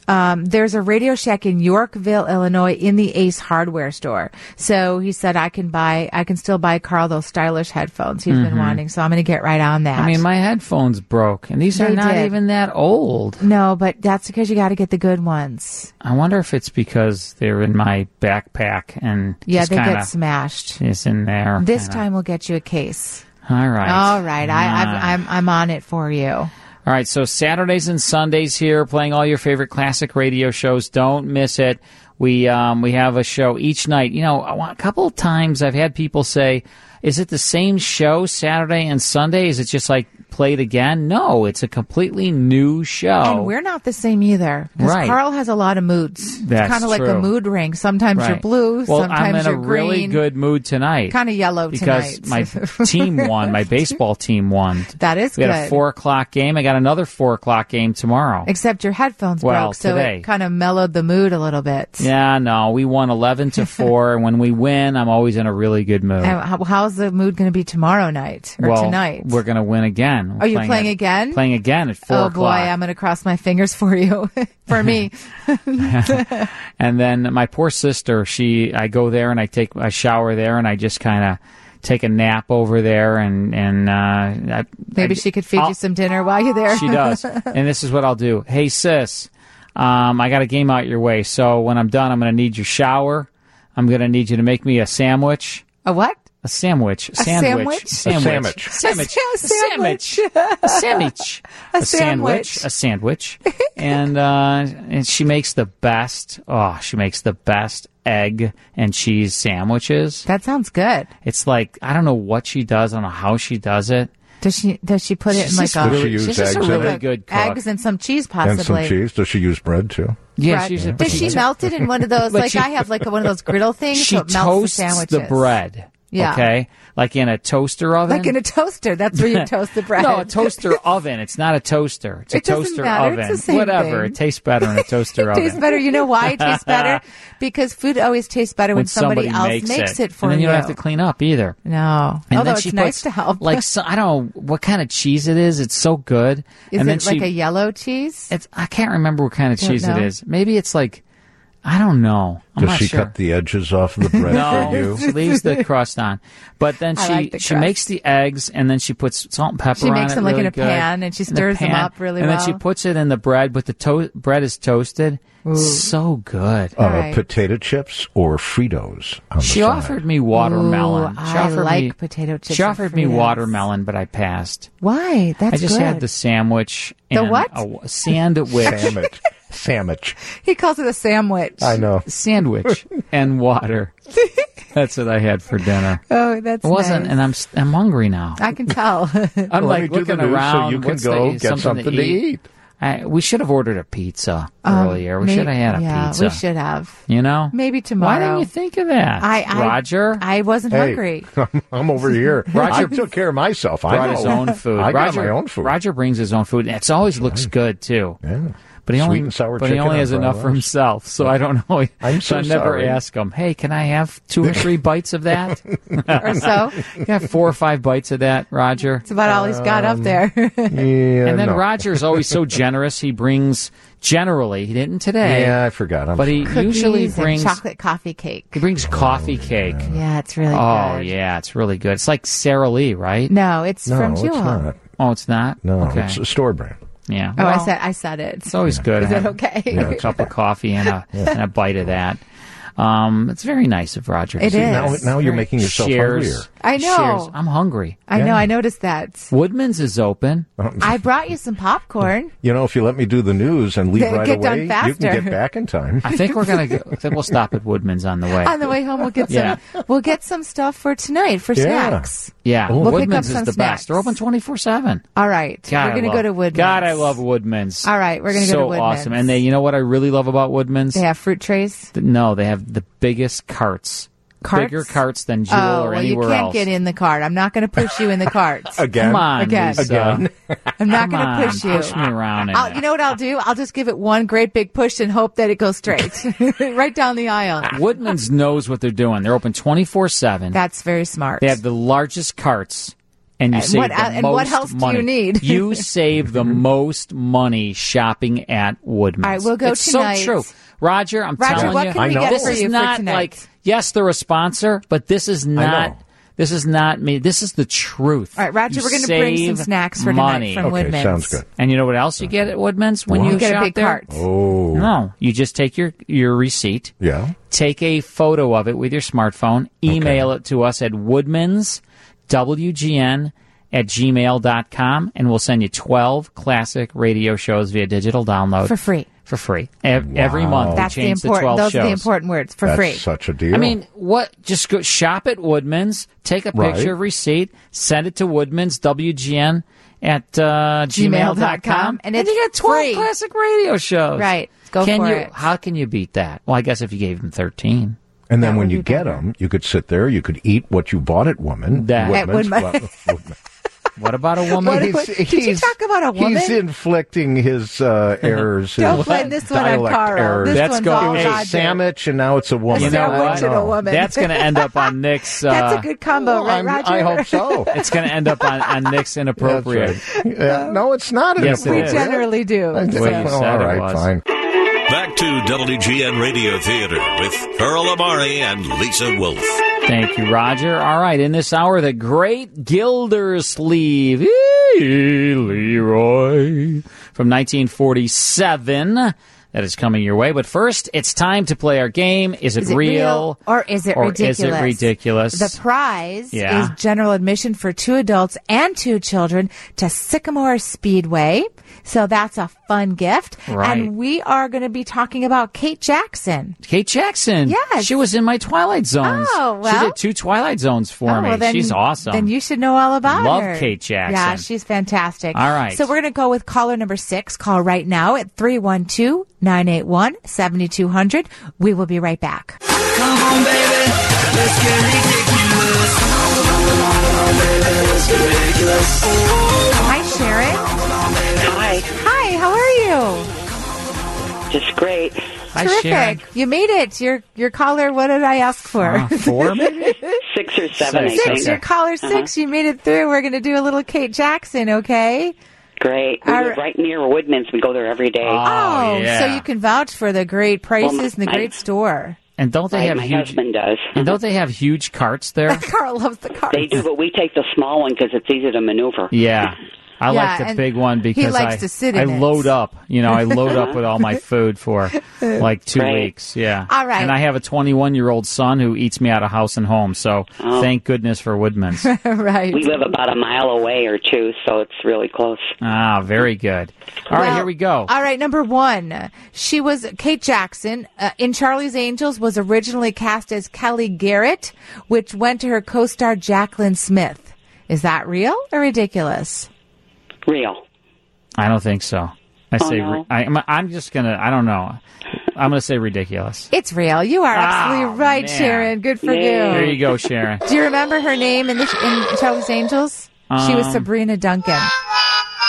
Speaker 17: um, there's a Radio Shack in Yorkville, Illinois, in the Ace Hardware store. So he said, I can buy, I can still buy Carl those stylish headphones he's
Speaker 16: Mhm.
Speaker 17: been wanting. So I'm going to get right on that.
Speaker 16: I mean, my headphones broke, and these are
Speaker 17: They
Speaker 16: not
Speaker 17: did.
Speaker 16: even that old.
Speaker 17: No, but that's because you got to get the good ones.
Speaker 16: I wonder if it's because they're in my backpack and
Speaker 17: Yeah,
Speaker 16: just
Speaker 17: they get
Speaker 16: kinda
Speaker 17: smashed.
Speaker 16: It's in there.
Speaker 17: This
Speaker 16: kinda.
Speaker 17: time we'll get you a case.
Speaker 16: All right.
Speaker 17: All right, I,
Speaker 16: Ah.
Speaker 17: I've, I'm I'm on it for you.
Speaker 16: All right, so Saturdays and Sundays here, playing all your favorite classic radio shows. Don't miss it. We um, we have a show each night. You know, I want- a couple of times I've had people say, "Is it the same show Saturday and Sunday? Is it just like played again? No, it's a completely new show.
Speaker 17: And we're not the same either. 'Cause
Speaker 16: Oh. Right.
Speaker 17: Carl has a lot of moods.
Speaker 16: That's
Speaker 17: it's kind of like a
Speaker 16: true.
Speaker 17: mood ring. Sometimes you're
Speaker 16: Right.
Speaker 17: blue,
Speaker 16: Well, I'm
Speaker 17: sometimes
Speaker 16: in
Speaker 17: you're
Speaker 16: a
Speaker 17: green.
Speaker 16: really good mood tonight.
Speaker 17: Kinda yellow
Speaker 16: because
Speaker 17: tonight.
Speaker 16: my team won. My baseball team won.
Speaker 17: That is
Speaker 16: we
Speaker 17: good.
Speaker 16: had a four o'clock game. I got another four o'clock game tomorrow.
Speaker 17: Except your headphones
Speaker 16: Well,
Speaker 17: broke, so
Speaker 16: today.
Speaker 17: it kind of mellowed the mood a little bit.
Speaker 16: Yeah, no, we won eleven to four, and when we win, I'm always in a really good mood.
Speaker 17: And how, how's the mood going to be tomorrow night or
Speaker 16: well,
Speaker 17: tonight?
Speaker 16: we're gonna win again. We're
Speaker 17: Are you playing
Speaker 16: at-
Speaker 17: again?
Speaker 16: Playing again at four
Speaker 17: Oh boy,
Speaker 16: o'clock.
Speaker 17: I'm going to cross my fingers for you, for me.
Speaker 16: And then my poor sister, she, I go there and I take a shower there, and I just kind of take a nap over there, and and uh, I,
Speaker 17: Maybe
Speaker 16: I-
Speaker 17: she could feed
Speaker 16: I'll-
Speaker 17: you some dinner while you're there.
Speaker 16: She does. And this is what I'll do. Hey, sis, um, I got a game out your way. So when I'm done, I'm going to need your shower. I'm going to need you to make me a sandwich.
Speaker 17: A what?
Speaker 16: A sandwich.
Speaker 17: A
Speaker 16: Sandwich.
Speaker 17: sandwich?
Speaker 16: Sandwich.
Speaker 17: A sandwich. A sandwich.
Speaker 16: A sandwich.
Speaker 17: A
Speaker 16: A sandwich. and uh, and she makes the best. Oh, she makes the best egg and cheese sandwiches.
Speaker 17: That sounds good.
Speaker 16: It's like I don't know what she does. I don't know how she does it.
Speaker 17: Does she does she put it in
Speaker 16: She's
Speaker 17: like
Speaker 16: just-
Speaker 17: a?
Speaker 16: Does she use
Speaker 17: she's just a
Speaker 16: eggs in
Speaker 17: really
Speaker 16: it? Good cook.
Speaker 17: eggs and some cheese possibly.
Speaker 11: and some cheese. Does she use bread too?
Speaker 16: Yeah,
Speaker 17: Bread.
Speaker 16: she's a-
Speaker 17: does she
Speaker 16: she's a-
Speaker 17: melt it in one of those?
Speaker 16: But
Speaker 17: like
Speaker 16: she-
Speaker 17: I have like one of those griddle things.
Speaker 16: she
Speaker 17: so it melts
Speaker 16: toasts
Speaker 17: the
Speaker 16: the,
Speaker 17: sandwiches.
Speaker 16: bread.
Speaker 17: Yeah.
Speaker 16: Okay. Like in a toaster oven.
Speaker 17: Like in a toaster. That's where you toast the bread.
Speaker 16: no, a toaster oven. It's not a toaster. It's a
Speaker 17: It doesn't
Speaker 16: toaster
Speaker 17: matter. It's
Speaker 16: oven.
Speaker 17: the same
Speaker 16: Whatever.
Speaker 17: thing.
Speaker 16: It tastes better in a toaster
Speaker 17: It
Speaker 16: oven.
Speaker 17: tastes better. You know why it tastes better? Because food always tastes better when, somebody, else makes it, for
Speaker 16: and then
Speaker 17: you.
Speaker 16: you don't have to clean up either.
Speaker 17: No,
Speaker 16: And
Speaker 17: although
Speaker 16: then
Speaker 17: it's
Speaker 16: she
Speaker 17: nice
Speaker 16: puts,
Speaker 17: to help.
Speaker 16: like so, I don't know what kind of cheese it is. It's so good.
Speaker 17: Is
Speaker 16: and then
Speaker 17: it like
Speaker 16: she,
Speaker 17: a yellow cheese?
Speaker 16: It's I can't remember what kind of
Speaker 17: Don't
Speaker 16: cheese
Speaker 17: know.
Speaker 16: it is. Maybe it's like I don't know. I'm
Speaker 11: Does
Speaker 16: not
Speaker 11: she
Speaker 16: sure.
Speaker 11: cut the edges off of the bread
Speaker 16: no,
Speaker 11: for you?
Speaker 16: she leaves the crust on. But then
Speaker 17: I
Speaker 16: she
Speaker 17: like the
Speaker 16: she
Speaker 17: crust.
Speaker 16: makes the eggs and then she puts salt and pepper
Speaker 17: She
Speaker 16: on
Speaker 17: makes
Speaker 16: it
Speaker 17: them, like, in
Speaker 16: really
Speaker 17: a
Speaker 16: good.
Speaker 17: pan, and she
Speaker 16: In the
Speaker 17: stirs them
Speaker 16: pan,
Speaker 17: up really
Speaker 16: And then she
Speaker 17: well.
Speaker 16: puts it in the bread, but the to- bread is toasted.
Speaker 17: Ooh.
Speaker 16: So good.
Speaker 11: Uh, Potato chips or Fritos? On the
Speaker 16: She
Speaker 11: side?
Speaker 16: offered me watermelon.
Speaker 17: Ooh,
Speaker 16: she
Speaker 17: I
Speaker 16: offered
Speaker 17: like
Speaker 16: me,
Speaker 17: potato chips
Speaker 16: She
Speaker 17: and
Speaker 16: offered me
Speaker 17: Fritos.
Speaker 16: watermelon, but I passed.
Speaker 17: Why? That's
Speaker 16: I just
Speaker 17: good.
Speaker 16: had the sandwich.
Speaker 17: The
Speaker 16: And
Speaker 17: what?
Speaker 16: A wa- sandwich.
Speaker 11: Sandwich. sandwich.
Speaker 17: He calls it a sandwich.
Speaker 11: I know.
Speaker 16: Sandwich and water. That's what I had for dinner.
Speaker 17: Oh, that's
Speaker 16: It wasn't,
Speaker 17: nice.
Speaker 16: and I'm s- I'm hungry now.
Speaker 17: I can tell.
Speaker 16: I'm like
Speaker 11: do the news
Speaker 16: looking
Speaker 11: so
Speaker 16: around.
Speaker 11: you can
Speaker 16: what's
Speaker 11: go
Speaker 16: the-
Speaker 11: get something to eat.
Speaker 16: I, we should have ordered a pizza
Speaker 17: Um,
Speaker 16: earlier. We
Speaker 17: may-
Speaker 16: should have had a
Speaker 17: yeah,
Speaker 16: pizza.
Speaker 17: we should have.
Speaker 16: You know,
Speaker 17: Maybe tomorrow.
Speaker 16: Why didn't you think of that,
Speaker 17: I, I
Speaker 16: Roger?
Speaker 17: I wasn't
Speaker 11: Hey,
Speaker 17: hungry.
Speaker 11: I'm over here.
Speaker 16: Roger-
Speaker 11: I took care of myself. I
Speaker 16: brought
Speaker 11: know.
Speaker 16: his own food.
Speaker 11: I got
Speaker 16: Roger,
Speaker 11: my own food.
Speaker 16: Roger brings his own food. and It always looks good too.
Speaker 11: Yeah.
Speaker 16: But he only,
Speaker 11: Sweet and sour
Speaker 16: but he
Speaker 11: chicken
Speaker 16: only
Speaker 11: on
Speaker 16: has
Speaker 11: fried
Speaker 16: enough for
Speaker 11: rice.
Speaker 16: himself, so I don't know.
Speaker 11: I'm
Speaker 16: so
Speaker 11: so
Speaker 16: I never
Speaker 11: sorry.
Speaker 16: ask him, "Hey, can I have two or three bites of that?" or
Speaker 17: so?
Speaker 16: Can I have four or five bites of that, Roger?
Speaker 17: It's about all he's got up there.
Speaker 11: Um, Yeah,
Speaker 16: and then
Speaker 11: no.
Speaker 16: Roger's always so generous. He brings generally. He didn't today.
Speaker 11: Yeah, I forgot. I'm
Speaker 16: but he
Speaker 11: sorry.
Speaker 16: usually
Speaker 17: Cookies and
Speaker 16: brings
Speaker 17: chocolate coffee cake.
Speaker 16: he brings coffee cake.
Speaker 17: Yeah, it's really
Speaker 16: oh
Speaker 17: good.
Speaker 16: yeah, it's really good. It's like Sara Lee, right?
Speaker 17: No, it's
Speaker 11: No,
Speaker 17: from
Speaker 11: it's
Speaker 17: Jewel.
Speaker 11: not.
Speaker 16: Oh, it's not.
Speaker 11: No,
Speaker 16: okay.
Speaker 11: it's a store brand.
Speaker 16: yeah.
Speaker 17: Oh, I
Speaker 16: Well,
Speaker 17: said I said it.
Speaker 16: It's always good.
Speaker 17: Is
Speaker 16: to
Speaker 17: it
Speaker 16: have,
Speaker 17: okay?
Speaker 16: you know, a cup of coffee and a, and a bite of that. Um, it's very nice of Roger. to
Speaker 17: It
Speaker 16: do
Speaker 17: is.
Speaker 16: that.
Speaker 11: Now- now you're
Speaker 16: Very-
Speaker 11: making yourself
Speaker 16: shares,
Speaker 17: hungrier. I know.
Speaker 16: shares. I'm hungry.
Speaker 17: I know. I noticed that.
Speaker 16: Woodman's is open.
Speaker 11: Uh,
Speaker 17: I brought you some popcorn.
Speaker 11: You know, if you let me do the news and leave
Speaker 17: Then
Speaker 11: right
Speaker 17: get done
Speaker 11: away, you
Speaker 17: faster.
Speaker 11: can get back in time.
Speaker 16: I think we're gonna. Go, I think we'll stop at Woodman's on the way.
Speaker 17: On the way home, we'll get
Speaker 16: Yeah.
Speaker 17: some. We'll get some stuff for tonight for
Speaker 16: Yeah.
Speaker 17: snacks.
Speaker 16: Yeah,
Speaker 11: Oh.
Speaker 17: we'll pick up
Speaker 16: Oh, Woodman's
Speaker 17: some
Speaker 16: is the
Speaker 17: snacks.
Speaker 16: best. They're open twenty four seven.
Speaker 17: All right,
Speaker 16: God,
Speaker 17: we're
Speaker 16: I
Speaker 17: gonna
Speaker 16: love-
Speaker 17: go to Woodman's.
Speaker 16: God, I love Woodman's.
Speaker 17: All right, we're gonna go
Speaker 16: so
Speaker 17: to Woodman's.
Speaker 16: awesome. And they, you know what I really love about Woodman's?
Speaker 17: They have fruit trays.
Speaker 16: Th- No, they have the biggest carts.
Speaker 17: Carts?
Speaker 16: Bigger carts than Jewel
Speaker 17: oh,
Speaker 16: or
Speaker 17: well, you
Speaker 16: anywhere
Speaker 17: can't
Speaker 16: else.
Speaker 17: get in the cart. I'm not going to push you in the cart
Speaker 11: Again?
Speaker 16: Come on,
Speaker 17: Again.
Speaker 16: Lisa.
Speaker 17: I'm
Speaker 16: Come
Speaker 17: not going
Speaker 16: on,
Speaker 17: to push you.
Speaker 16: push me around in
Speaker 17: I'll, you know what I'll do? I'll just give it one great big push and hope that it goes straight, right down the aisle.
Speaker 16: Woodman's knows what they're doing. They're open 24 7.
Speaker 17: That's very smart.
Speaker 16: They have the largest carts, and you
Speaker 17: And
Speaker 16: save
Speaker 17: what
Speaker 16: the
Speaker 17: el- and
Speaker 16: most
Speaker 17: what else do you
Speaker 16: money.
Speaker 17: need?
Speaker 16: you save the most money shopping at Woodman's.
Speaker 17: All right, we'll go
Speaker 16: it's
Speaker 17: tonight.
Speaker 16: so true. Roger, I'm
Speaker 17: Roger,
Speaker 16: telling
Speaker 17: what
Speaker 16: you,
Speaker 17: can we I know. get
Speaker 16: this
Speaker 17: for
Speaker 16: is
Speaker 17: you for
Speaker 16: not
Speaker 17: tonight?
Speaker 16: like yes, they're a sponsor, but this is
Speaker 11: know.
Speaker 16: not. This is not me. This is the truth.
Speaker 17: All right, Roger,
Speaker 16: You
Speaker 17: we're gonna bring some
Speaker 16: save
Speaker 17: snacks for tonight
Speaker 16: money.
Speaker 17: from Okay, Woodman's. sounds good.
Speaker 16: And you know what else you get at Woodman's when
Speaker 17: What?
Speaker 16: you,
Speaker 17: You get a
Speaker 16: shop
Speaker 17: big
Speaker 16: there?
Speaker 17: cart.
Speaker 11: Oh
Speaker 16: No, you just take your your receipt.
Speaker 11: Yeah.
Speaker 16: Take a photo of it with your smartphone. Email it to us at woodmans, WGN, at gmail.com, and we'll send you 12 classic radio shows via digital download.
Speaker 17: For free.
Speaker 16: For free. Ev- Every month. we
Speaker 17: That's the
Speaker 16: change
Speaker 17: important.
Speaker 16: 12
Speaker 17: Those are the
Speaker 16: shows.
Speaker 17: important words for
Speaker 11: That's
Speaker 17: free.
Speaker 11: such a deal.
Speaker 16: I mean, what? Just go shop at Woodman's, take a
Speaker 11: Right.
Speaker 16: picture of receipt, send it to Woodman's, WGN, at uh, gmail.com.
Speaker 17: gmail.com. And it's
Speaker 16: you got 12
Speaker 17: free.
Speaker 16: classic radio shows.
Speaker 17: Right. Go
Speaker 16: can
Speaker 17: for
Speaker 16: you,
Speaker 17: it.
Speaker 16: How can you beat that? Well, I guess if you gave them 13.
Speaker 11: And then when you get them, you could sit there, you could eat what you bought at woman.
Speaker 16: That- At
Speaker 11: Woodman's,
Speaker 16: Woodman.
Speaker 11: well,
Speaker 16: What about a woman?
Speaker 17: What- what- did you talk about a woman?
Speaker 11: He's inflicting his uh, errors.
Speaker 17: Don't
Speaker 11: his
Speaker 17: blame this one on
Speaker 11: dialect
Speaker 17: Carl.
Speaker 11: Errors.
Speaker 17: This That's one's go- all
Speaker 11: It was a
Speaker 17: Roger.
Speaker 11: sandwich, and now it's a woman.
Speaker 16: You know what? That's going to end up on Nick's. Uh,
Speaker 17: That's a good combo,
Speaker 11: Well,
Speaker 17: right,
Speaker 11: I'm-
Speaker 17: Roger?
Speaker 11: I hope so.
Speaker 16: It's going to end up on, on Nick's inappropriate.
Speaker 11: Yeah, no, it's not
Speaker 16: Yes, it
Speaker 11: inappropriate.
Speaker 16: is.
Speaker 17: We generally do.
Speaker 11: Well,
Speaker 16: Well, you said
Speaker 11: all
Speaker 16: it
Speaker 11: right,
Speaker 16: was.
Speaker 11: fine.
Speaker 14: Back to WGN Radio Theater with Pearl Amari and Lisa Wolf.
Speaker 16: Thank you, Roger. All right, in this hour, the great Gildersleeve Eee, Leroy from 1947. That is coming your way. But first, it's time to play our game. Is it,
Speaker 17: Is it real or is it
Speaker 16: or
Speaker 17: ridiculous?
Speaker 16: Is it ridiculous?
Speaker 17: The prize
Speaker 16: Yeah.
Speaker 17: is general admission for two adults and two children to Sycamore Speedway. So that's a fun gift.
Speaker 16: Right.
Speaker 17: And we are going to be talking about Kate Jackson.
Speaker 16: Kate Jackson.
Speaker 17: Yes.
Speaker 16: She was in my Twilight Zones.
Speaker 17: Oh,
Speaker 16: She
Speaker 17: well.
Speaker 16: did two Twilight Zones for
Speaker 17: Oh,
Speaker 16: me.
Speaker 17: well, then-
Speaker 16: She's awesome.
Speaker 17: Then you should know all about
Speaker 16: Love
Speaker 17: her.
Speaker 16: Kate Jackson.
Speaker 17: Yeah, she's fantastic.
Speaker 16: All right.
Speaker 17: So we're going to go with caller number six. Call right now at 312 981 7200. We will be right back.
Speaker 6: Come on, baby. Let's get ridiculous.
Speaker 17: Hi, Sharon. Hi. Hi, how are you?
Speaker 8: Just great.
Speaker 17: Terrific. You made it. Your your caller, what did I ask for?
Speaker 16: Uh, four, maybe?
Speaker 8: Six or seven, Uh-huh. I think.
Speaker 17: six. Your caller 6 You made it through. We're going to do a little Kate Jackson, okay?
Speaker 8: Uh-huh. Great. We
Speaker 17: Our-
Speaker 8: live right near Woodman's. We go there every
Speaker 16: Oh,
Speaker 8: day.
Speaker 17: Oh, so you can vouch for the great prices
Speaker 8: Well,
Speaker 17: and the
Speaker 8: my-
Speaker 17: great store.
Speaker 16: and don't they
Speaker 8: My-
Speaker 16: have
Speaker 8: my
Speaker 16: huge?
Speaker 8: husband does.
Speaker 16: And don't they have huge carts there?
Speaker 17: Carl loves the car.
Speaker 8: They do, but we take the small one because it's easy to maneuver.
Speaker 16: Yeah. I
Speaker 8: Yeah,
Speaker 16: like the
Speaker 8: and
Speaker 16: big one
Speaker 8: he
Speaker 16: because
Speaker 8: likes
Speaker 16: I,
Speaker 8: to sit
Speaker 16: I
Speaker 8: in it.
Speaker 16: load up. You know, I load up with all my food for like two
Speaker 8: Right.
Speaker 16: weeks. Yeah.
Speaker 8: All right.
Speaker 16: And I have a 21 year old son who eats me out of house and home. So
Speaker 8: Oh.
Speaker 16: thank goodness for Woodman's.
Speaker 17: right.
Speaker 8: We live about a mile away or two, so it's really close.
Speaker 16: ah, very good. All right,
Speaker 17: Well,
Speaker 16: here we go.
Speaker 17: All right, number one. She was Kate Jackson uh, in Charlie's Angels was originally cast as Kelly Garrett, which went to her co-star Jacqueline Smith. Is that real or ridiculous?
Speaker 8: Real.
Speaker 16: I don't think so. I
Speaker 17: Oh,
Speaker 16: say
Speaker 17: no.
Speaker 16: re- I, I'm, I'm just gonna. I don't know. I'm gonna say ridiculous.
Speaker 17: It's real. You are absolutely right,
Speaker 16: Oh, man.
Speaker 17: Sharon. Good for you.
Speaker 16: There you go, Sharon.
Speaker 17: Do you remember her name in, the, in Charlie's Angels? she was
Speaker 16: Um,
Speaker 17: Sabrina Duncan.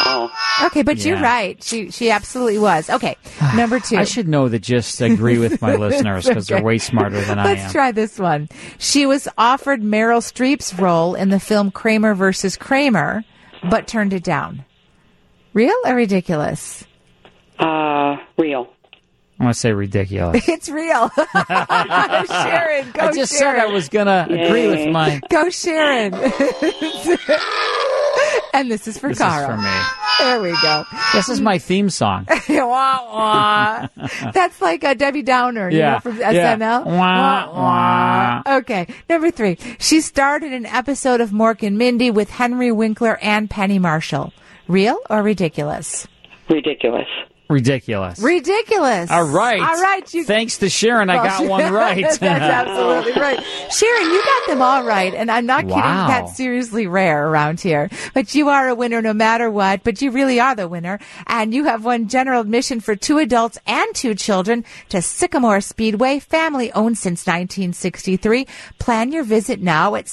Speaker 8: Oh.
Speaker 17: Okay, but you're
Speaker 16: Yeah.
Speaker 17: right. She she absolutely was. Okay, number two.
Speaker 16: I should know that. Just agree with my listeners because they're
Speaker 17: Okay.
Speaker 16: way smarter than I am.
Speaker 17: Let's try this one. She was offered Meryl Streep's role in the film Kramer versus Kramer, but turned it down. Real or ridiculous?
Speaker 8: Uh, real.
Speaker 16: I want to say ridiculous.
Speaker 17: It's real. Sharon, go
Speaker 16: I just said
Speaker 17: Sharon.
Speaker 16: I was gonna agree with my.
Speaker 17: Go Sharon. and this is for
Speaker 16: This is
Speaker 17: Carl.
Speaker 16: for me.
Speaker 17: There we go.
Speaker 16: This is my theme song.
Speaker 17: wah, wah. That's like a Debbie Downer, you
Speaker 16: Yeah,
Speaker 17: know, from
Speaker 16: yeah.
Speaker 17: SNL.
Speaker 16: Wah, wah.
Speaker 17: Okay, number three. She starred in an episode of Mork and Mindy with Henry Winkler and Penny Marshall. Real or ridiculous?
Speaker 8: Ridiculous.
Speaker 16: Ridiculous.
Speaker 17: Ridiculous.
Speaker 16: All right.
Speaker 17: All right. You.
Speaker 16: Thanks to Sharon, I
Speaker 17: Well,
Speaker 16: got one right.
Speaker 17: That's absolutely right. Sharon, you got them all right, and I'm not
Speaker 16: Wow.
Speaker 17: kidding. That's seriously rare around here. But you are a winner no matter what, but you really are the winner. And you have won general admission for two adults and two children to Sycamore Speedway, family owned since 1963. Plan your visit now at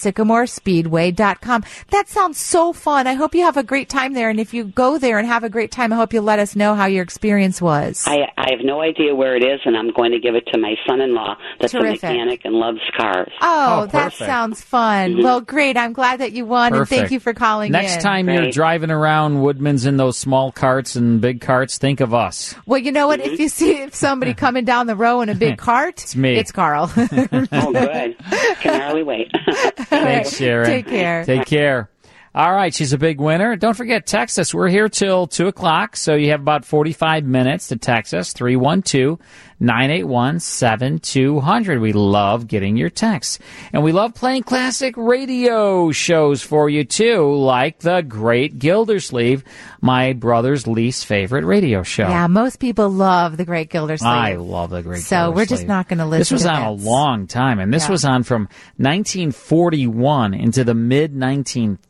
Speaker 17: sycamorespeedway.com. That sounds so fun. I hope you have a great time there. And if you go there and have a great time, I hope you let us know how your experience was.
Speaker 8: I I have no idea where it is, and I'm going to give it to my son-in-law. That's
Speaker 17: Terrific.
Speaker 8: a mechanic and loves cars.
Speaker 17: Oh,
Speaker 8: Oh,
Speaker 17: that
Speaker 8: perfect.
Speaker 17: sounds fun.
Speaker 8: Mhm.
Speaker 17: Well, great. I'm glad that you won, and thank
Speaker 16: Perfect.
Speaker 17: you for calling
Speaker 16: Next
Speaker 17: in.
Speaker 16: time you're driving around Woodman's in those small carts and big carts, think of us.
Speaker 17: Well, you know what? If you see if somebody coming down the row in a big cart, it's
Speaker 16: me.
Speaker 17: It's Carl.
Speaker 8: oh, good. Can hardly wait.
Speaker 16: Thanks, Sharon.
Speaker 17: Take care.
Speaker 16: Take care. All right, she's a big winner. Don't forget, text us. We're here till 2 o'clock, so you have about 45 minutes to text us, 312 981 7200. We love getting your texts. And we love playing classic radio shows for you too, like The Great Gildersleeve, my brother's least favorite radio show.
Speaker 17: Yeah, most people love the Great Gildersleeve.
Speaker 16: I love The Great
Speaker 17: So we're just
Speaker 16: Gildersleeve.
Speaker 17: not going to listen.
Speaker 16: This was
Speaker 17: to
Speaker 16: on a
Speaker 17: that.
Speaker 16: long time, and this
Speaker 17: Yeah.
Speaker 16: was on from 1941 into the mid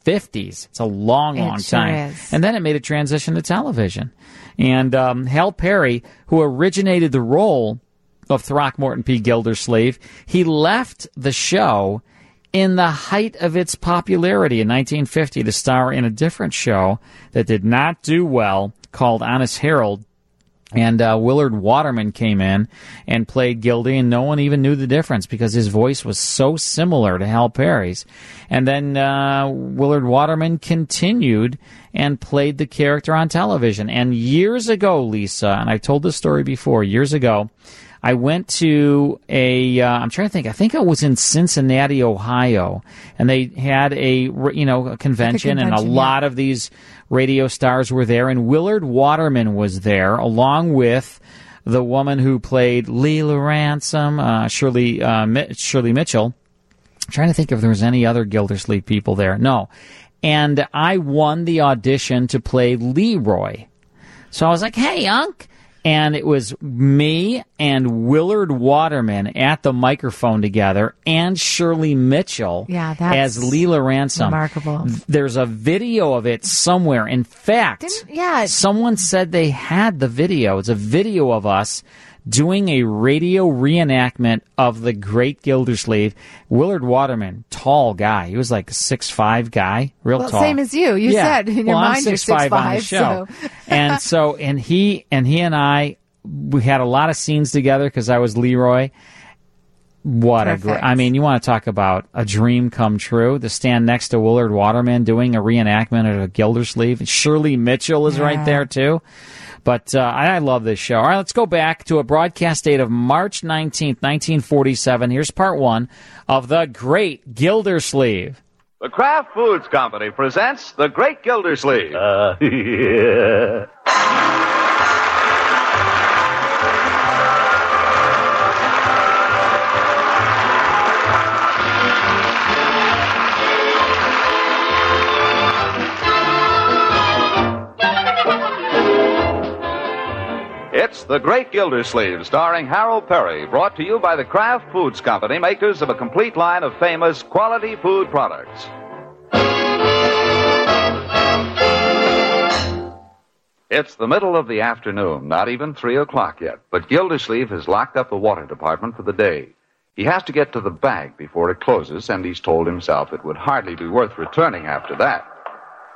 Speaker 16: 1950s. It's a long,
Speaker 17: It
Speaker 16: long
Speaker 17: sure
Speaker 16: time.
Speaker 17: is.
Speaker 16: And then it made a transition to television. And um, Hal Perry, who originated the role of Throckmorton P. Gildersleeve, he left the show in the height of its popularity in 1950 to star in a different show that did not do well called Honest Harold. And uh, Willard Waterman came in and played Gildy, and no one even knew the difference because his voice was so similar to Hal Perry's. And then uh, Willard Waterman continued and played the character on television. And years ago, Lisa, and I've told this story before, years ago, I went to a. Uh, I'm trying to think. I think I was in Cincinnati, Ohio, and they had a you know a convention, and a
Speaker 9: convention, yeah.
Speaker 16: lot of these radio stars were there, and Willard Waterman was there along with the woman who played Leela Ransom, uh, Shirley uh, Mi- Shirley Mitchell. I'm trying to think if there was any other Gildersleeve people there. No. And I won the audition to play Leroy. So I was like, hey, Unc. And it was me and Willard Waterman at the microphone together and Shirley Mitchell
Speaker 17: Yeah, that's
Speaker 16: as Leela Ransom.
Speaker 17: remarkable.
Speaker 16: There's a video of it somewhere. In fact,
Speaker 17: yeah.
Speaker 16: someone said they had the video. It's a video of us doing a radio reenactment of the Great Gildersleeve. Willard Waterman, tall guy. He was like a six five guy, real
Speaker 17: Well,
Speaker 16: tall.
Speaker 17: same as you. You
Speaker 16: Yeah.
Speaker 17: said in your
Speaker 16: well, I'm
Speaker 17: mind you're
Speaker 16: 6'5" on the
Speaker 17: 6'5",
Speaker 16: show.
Speaker 17: so.
Speaker 16: and so and he and he and I we had a lot of scenes together because I was Leroy. What a great!
Speaker 26: Perfect.
Speaker 16: I mean, you want to talk about a dream come true? To stand next to Willard Waterman doing a reenactment of a Gildersleeve. And Shirley Mitchell is right
Speaker 26: Yeah.
Speaker 16: there too. But uh, I I love this show. All right, let's go back to a broadcast date of March nineteenth, nineteen forty-seven. Here's part one of the Great Gildersleeve.
Speaker 33: The Kraft Foods Company presents The Great Gildersleeve. Uh, yeah. It's The Great Gildersleeve, starring Harold Perry, brought to you by the Kraft Foods Company, makers of a complete line of famous quality food products. It's the middle of the afternoon, not even three o'clock yet, but Gildersleeve has locked up the water department for the day. He has to get to the bank before it closes, and he's told himself it would hardly be worth returning after that.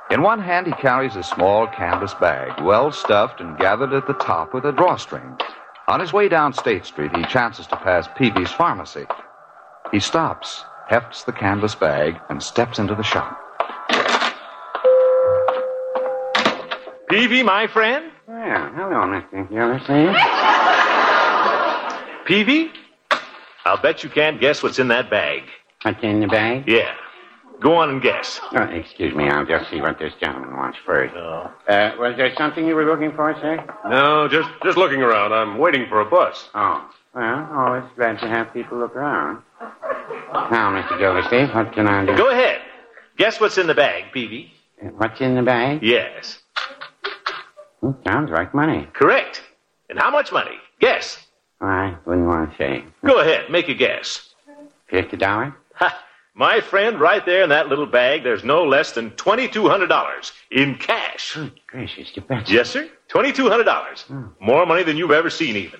Speaker 33: In one hand, he carries a small canvas bag, well stuffed and gathered at the top with a drawstring. On his way down State Street, he chances to pass Peavy's pharmacy. He stops, hefts the canvas bag, and steps into the shop.
Speaker 31: Peavy, my friend?
Speaker 33: Yeah, hello, Mr. Gildersleeve.
Speaker 31: Peavy? I'll bet you can't guess what's in that bag.
Speaker 33: What's in the bag?
Speaker 31: Yeah. Go on and guess.
Speaker 33: Oh, excuse me, I'll just see what this gentleman wants first. Uh, was there something you were looking for, sir?
Speaker 31: No, just just looking around. I'm waiting for a bus.
Speaker 33: Oh. Well, always glad to have people look around. Now, Mr. Gildersleeve, what can I do?
Speaker 31: Go ahead. Guess what's in the bag, Peavy?
Speaker 33: What's in the bag? Hmm,
Speaker 31: Yes.
Speaker 33: Sounds like money.
Speaker 31: Correct. And how much money? Guess.
Speaker 33: I wouldn't want to say.
Speaker 31: Go ahead, make a guess.
Speaker 33: Fifty dollars?
Speaker 31: Ha! My friend, right there in that little bag, there's no less than $2,200 in cash.
Speaker 33: Gracious, you bet.
Speaker 31: Yes, sir. $2,200. More money than you've ever seen, even.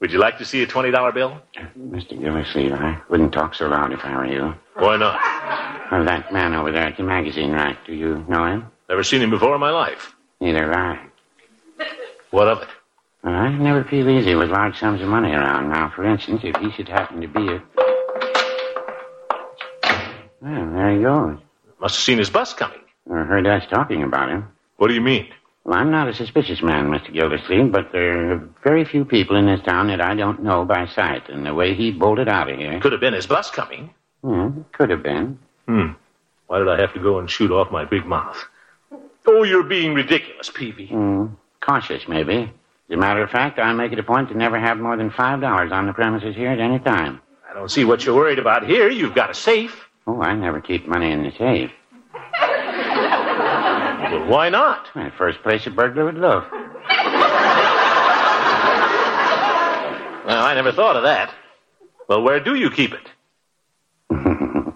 Speaker 31: Would you like to see a $20 bill?
Speaker 33: Mr. Gildersleeve, I wouldn't talk so loud if I were you.
Speaker 31: Why not?
Speaker 33: Well, Oh, that man over there at the magazine rack, do you know him?
Speaker 31: Never seen him before in my life.
Speaker 33: Neither have I.
Speaker 31: What of it?
Speaker 33: Well, I never feel easy with large sums of money around. Now, for instance, if he should happen to be a... Well, there he goes.
Speaker 31: Must have seen his bus coming.
Speaker 33: Or heard us talking about him.
Speaker 31: What do you mean?
Speaker 33: Well, I'm not a suspicious man, Mr. Gildersleeve, but there are very few people in this town that I don't know by sight. And the way he bolted out of here...
Speaker 31: Could have been his bus coming.
Speaker 33: Yeah, could have been.
Speaker 31: Hmm. Why did I have to go and shoot off my big mouth? Oh, you're being ridiculous, Peavy.
Speaker 33: Mm, cautious, maybe.
Speaker 34: Hmm. As a matter of fact, I make it a point to never have more than $5 on the premises here at any time.
Speaker 31: I don't see what you're worried about here. You've got a safe.
Speaker 34: Oh, I never keep money in the safe.
Speaker 31: well, why not?
Speaker 34: The first place a burglar would look.
Speaker 31: Well, I never thought of that. Well, where do you keep it?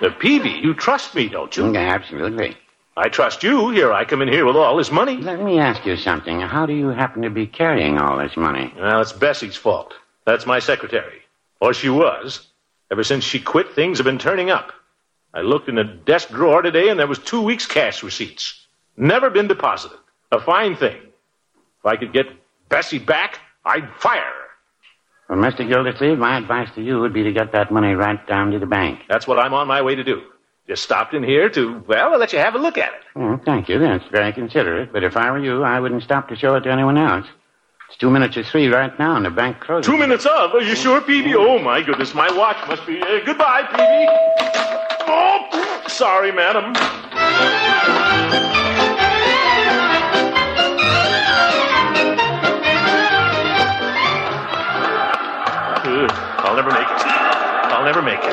Speaker 31: the Peavy, you trust me, don't you?
Speaker 34: absolutely.
Speaker 31: I trust you. Here I come in here with all this money.
Speaker 34: Let me ask you something. How do you happen to be carrying all this money?
Speaker 31: Well, it's Bessie's fault. That's my secretary. Or she was. Ever since she quit, things have been turning up. I looked in a desk drawer today and there was two weeks' cash receipts. Never been deposited. A fine thing. If I could get Bessie back, I'd fire her.
Speaker 34: Well, Mr. Gildersleeve, my advice to you would be to get that money right down to the bank.
Speaker 31: That's what I'm on my way to do. Just stopped in here to, well, let you have a look at it.
Speaker 34: Well, Oh, thank you. That's very considerate. But if I were you, I wouldn't stop to show it to anyone else. It's two minutes to three right now, and the bank closes.
Speaker 31: Two minutes of. Are you sure, Peavy? Oh, my goodness. My watch must be. Uh, goodbye, Peavy. Oh, sorry, madam. Ugh, I'll never make it. I'll never make it.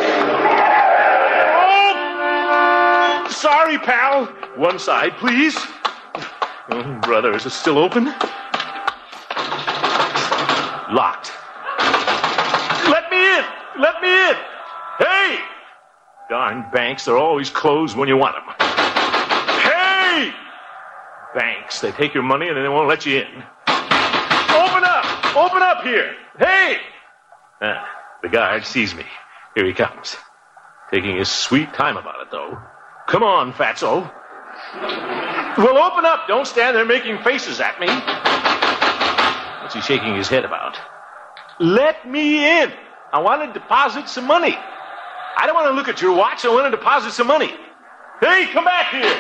Speaker 31: Oh, sorry, pal. One side, please. Oh, brother, is it still open? Locked. Let me in! Let me in! Hey! Darn banks, they're always closed when you want them. Hey! Banks, they take your money and then they won't let you in. Open up! Open up here! Hey! Ah, the guard sees me. Here he comes. Taking his sweet time about it, though. Come on, fatso. Well, open up. Don't stand there making faces at me. What's he shaking his head about? Let me in. I want to deposit some money. I don't want to look at your watch. I want to deposit some money. Hey, come back here.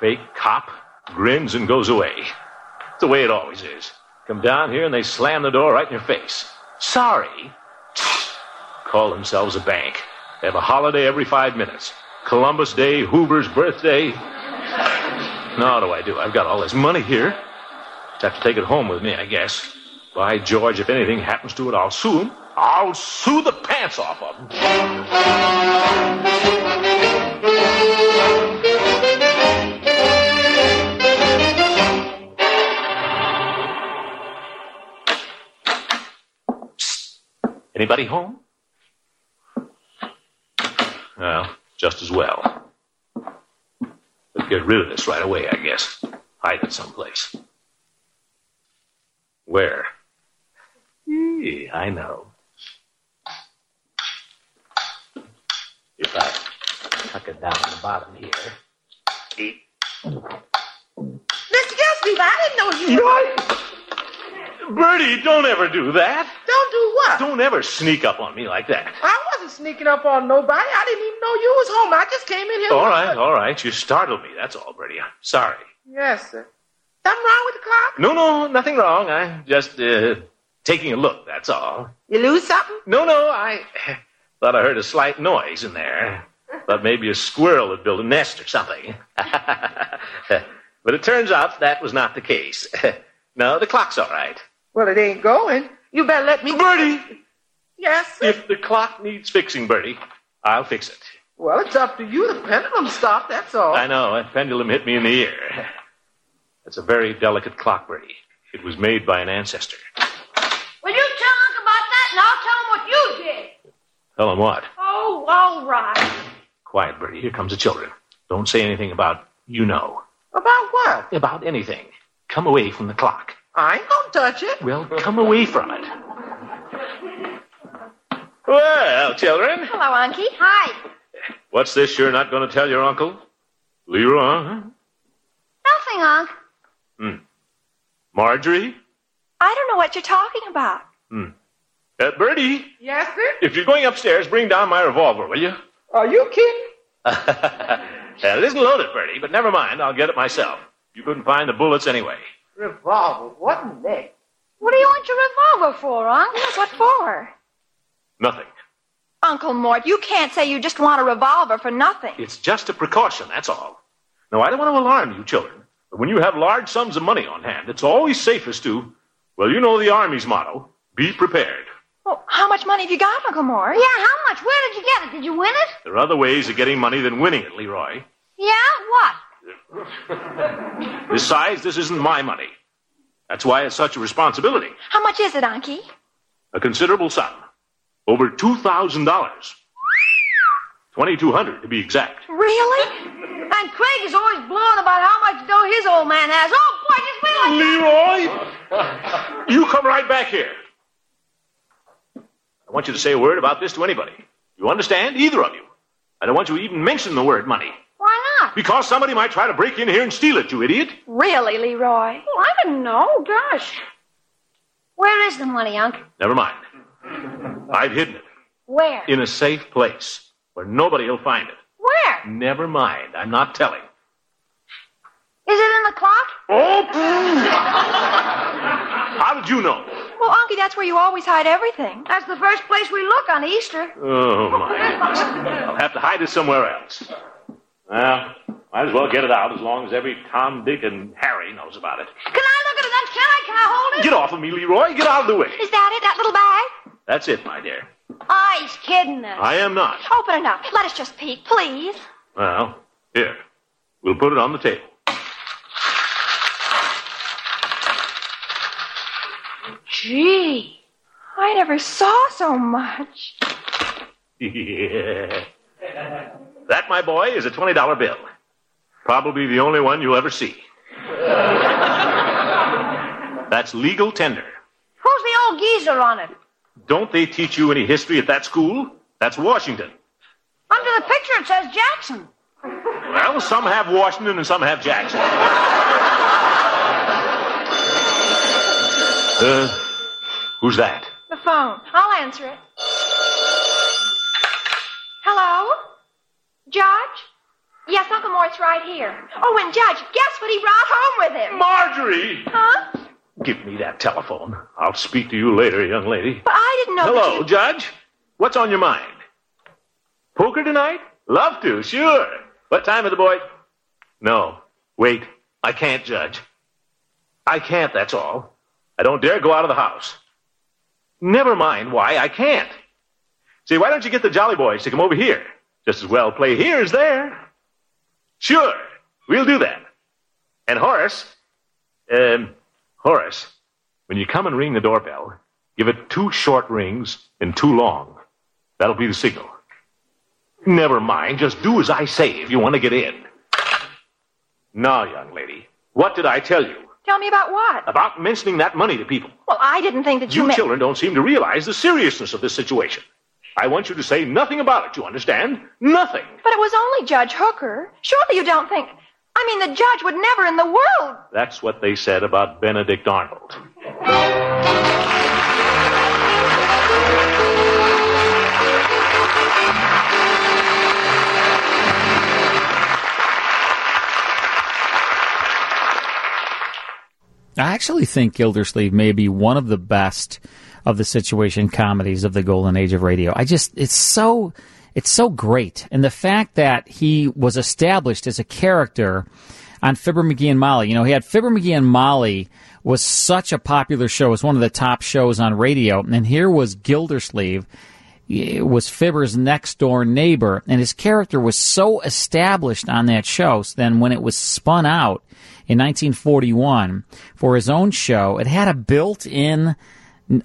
Speaker 31: Fake cop grins and goes away. It's the way it always is. Come down here and they slam the door right in your face. Sorry. Call themselves a bank. They have a holiday every five minutes. Columbus Day, Hoover's birthday. Now what do I do? I've got all this money here. Just have to take it home with me, I guess. By George, if anything happens to it, I'll sue him. I'll sue the pants off of him. Anybody home? Well, just as well. Let's get rid of this right away, I guess. Hide it someplace. Where? Eee, I know. If I tuck it down the bottom here.
Speaker 22: Mr. Gillespie, I didn't know you.
Speaker 31: Right. Bertie, don't ever do that.
Speaker 22: Don't do what?
Speaker 31: Don't ever sneak up on me like that.
Speaker 22: I wasn't sneaking up on nobody. I didn't even know you was home. I just came in here.
Speaker 31: All right, all right. You startled me. That's all, Bertie. I'm sorry.
Speaker 22: Yes, sir. Something wrong with the clock?
Speaker 31: No, no, nothing wrong. I'm just uh, taking a look, that's all.
Speaker 22: You lose something?
Speaker 31: No, no, I thought I heard a slight noise in there. Thought maybe a squirrel had built a nest or something. but it turns out that was not the case. no, the clock's all right.
Speaker 22: Well, it ain't going. You better let me.
Speaker 31: Bertie!
Speaker 22: Yes, sir.
Speaker 31: If the clock needs fixing, Bertie, I'll fix it.
Speaker 22: Well, it's up to you. The pendulum stopped, that's all.
Speaker 31: I know, that pendulum hit me in the ear. It's a very delicate clock, Bertie. It was made by an ancestor.
Speaker 9: Well, you tell Unc about that, and I'll tell him what you did.
Speaker 31: Tell him what?
Speaker 9: Oh, all right.
Speaker 31: Quiet, Bertie. Here comes the children. Don't say anything about you know.
Speaker 22: About what?
Speaker 31: Ah, About anything. Come away from the clock.
Speaker 22: I ain't gonna touch it.
Speaker 31: Well, come away from it. Well, children,
Speaker 9: Hello, Unky. Hi.
Speaker 31: what's this you're not going to tell your uncle? Leroy? huh?
Speaker 9: Nothing, Unc.
Speaker 31: Marjorie?
Speaker 9: I don't know what you're talking about.
Speaker 31: Uh, Bertie,
Speaker 22: Yes, sir.
Speaker 31: if you're going upstairs, bring down my revolver, will you?
Speaker 22: Are you kidding?
Speaker 31: Uh, it isn't loaded, Bertie, but never mind. I'll get it myself. You couldn't find the bullets anyway.
Speaker 22: Revolver, what in the?
Speaker 9: What do you want your revolver for, Unc? What for?
Speaker 31: Nothing.
Speaker 9: Uncle Mort, you can't say you just want a revolver for nothing.
Speaker 31: It's just a precaution, that's all. Now, I don't want to alarm you children, but when you have large sums of money on hand, it's always safest to, well, you know the Army's motto be prepared.
Speaker 9: Oh, how much money have you got, Uncle Morris? Yeah, how much? Where did you get it? Did you win it?
Speaker 31: There are other ways of getting money than winning it, Leroy.
Speaker 9: Yeah, what?
Speaker 31: Besides, this isn't my money. That's why it's such a responsibility.
Speaker 9: How much is it, Unky?
Speaker 31: A considerable sum. Over $2,000. 2200 to be exact.
Speaker 9: Really? And Craig is always blowing about how much dough his old man has. Oh, boy, just wait like
Speaker 31: Leroy! You come right back here. I want you to say a word about this to anybody. You understand? Either of you. I don't want you to even mention the word money.
Speaker 9: Why not?
Speaker 31: Because somebody might try to break in here and steal it, you idiot.
Speaker 9: Really, Leroy? Oh, I didn't know. Gosh. Where is the money, Unc?
Speaker 31: Never mind. I've hidden it
Speaker 9: Where?
Speaker 31: in a safe place where nobody will find it.
Speaker 9: Where?
Speaker 31: Never mind. I'm not telling.
Speaker 9: Is it in the clock?
Speaker 31: Oh! How did you know?
Speaker 9: Well, Unky, that's where you always hide everything. That's the first place we look on Easter.
Speaker 31: Oh, my goodness. I'll have to hide it somewhere else. Well, might as well get it out as long as every Tom, Dick, and Harry knows about it.
Speaker 9: Can I look at it then? Can I? Can I hold it?
Speaker 31: Get off of me, Leroy. Get out of the way.
Speaker 9: Is that it? That little bag?
Speaker 31: That's it, my dear.
Speaker 9: Ah, he's kidding us.
Speaker 31: I am not.
Speaker 9: Open it up. Let us just peek, please.
Speaker 31: Well, here. We'll put it on the table.
Speaker 9: Gee, I never saw so much.
Speaker 31: yeah. That, my boy, is a $20 bill. Probably the only one you'll ever see. That's legal tender.
Speaker 9: Who's the old geezer on it?
Speaker 31: Don't they teach you any history at that school? That's Washington.
Speaker 9: Under the picture it says Jackson.
Speaker 31: Well, some have Washington and some have Jackson. Uh, who's that?
Speaker 9: The phone. I'll answer it. Hello? Judge? Yes, Uncle Mort's right here. Oh, and Judge, guess what he brought home with him?
Speaker 31: Marjorie!
Speaker 9: Huh?
Speaker 31: Give me that telephone. I'll speak to you later, young lady.
Speaker 9: But I didn't know.
Speaker 31: Hello, Judge. What's on your mind? Poker tonight? Love to, sure. What time is the boy? No. Wait. I can't, Judge. I can't, that's all. I don't dare go out of the house. Never mind why, I can't. See, why don't you get the Jolly Boys to come over here? Just as well play here as there. Sure. We'll do that. And Horace, um, Horace, when you come and ring the doorbell, give it two short rings and two long. That'll be the signal. Never mind. Just do as I say if you want to get in. Now, young lady, what did I tell you
Speaker 9: Tell me about what?
Speaker 31: about mentioning that money to people?
Speaker 9: Well, I didn't think that you,
Speaker 31: You
Speaker 9: meant-
Speaker 31: children don't seem to realize the seriousness of this situation. I want you to say nothing about it, you understand? Nothing.
Speaker 9: But it was only Judge Hooker. Surely you don't think. I mean, the judge would never in the world.
Speaker 31: That's what they said about Benedict Arnold.
Speaker 16: I actually think Gildersleeve may be one of the best of the situation comedies of the golden age of radio. I just it's so it's so great. And the fact that he was established as a character on Fibber McGee and Molly. You know, he had Fibber McGee and Molly was such a popular show. It was one of the top shows on radio. And here was Gildersleeve it was Fibber's next door neighbor, and his character was so established on that show. So then, when it was spun out in 1941 for his own show, it had a built in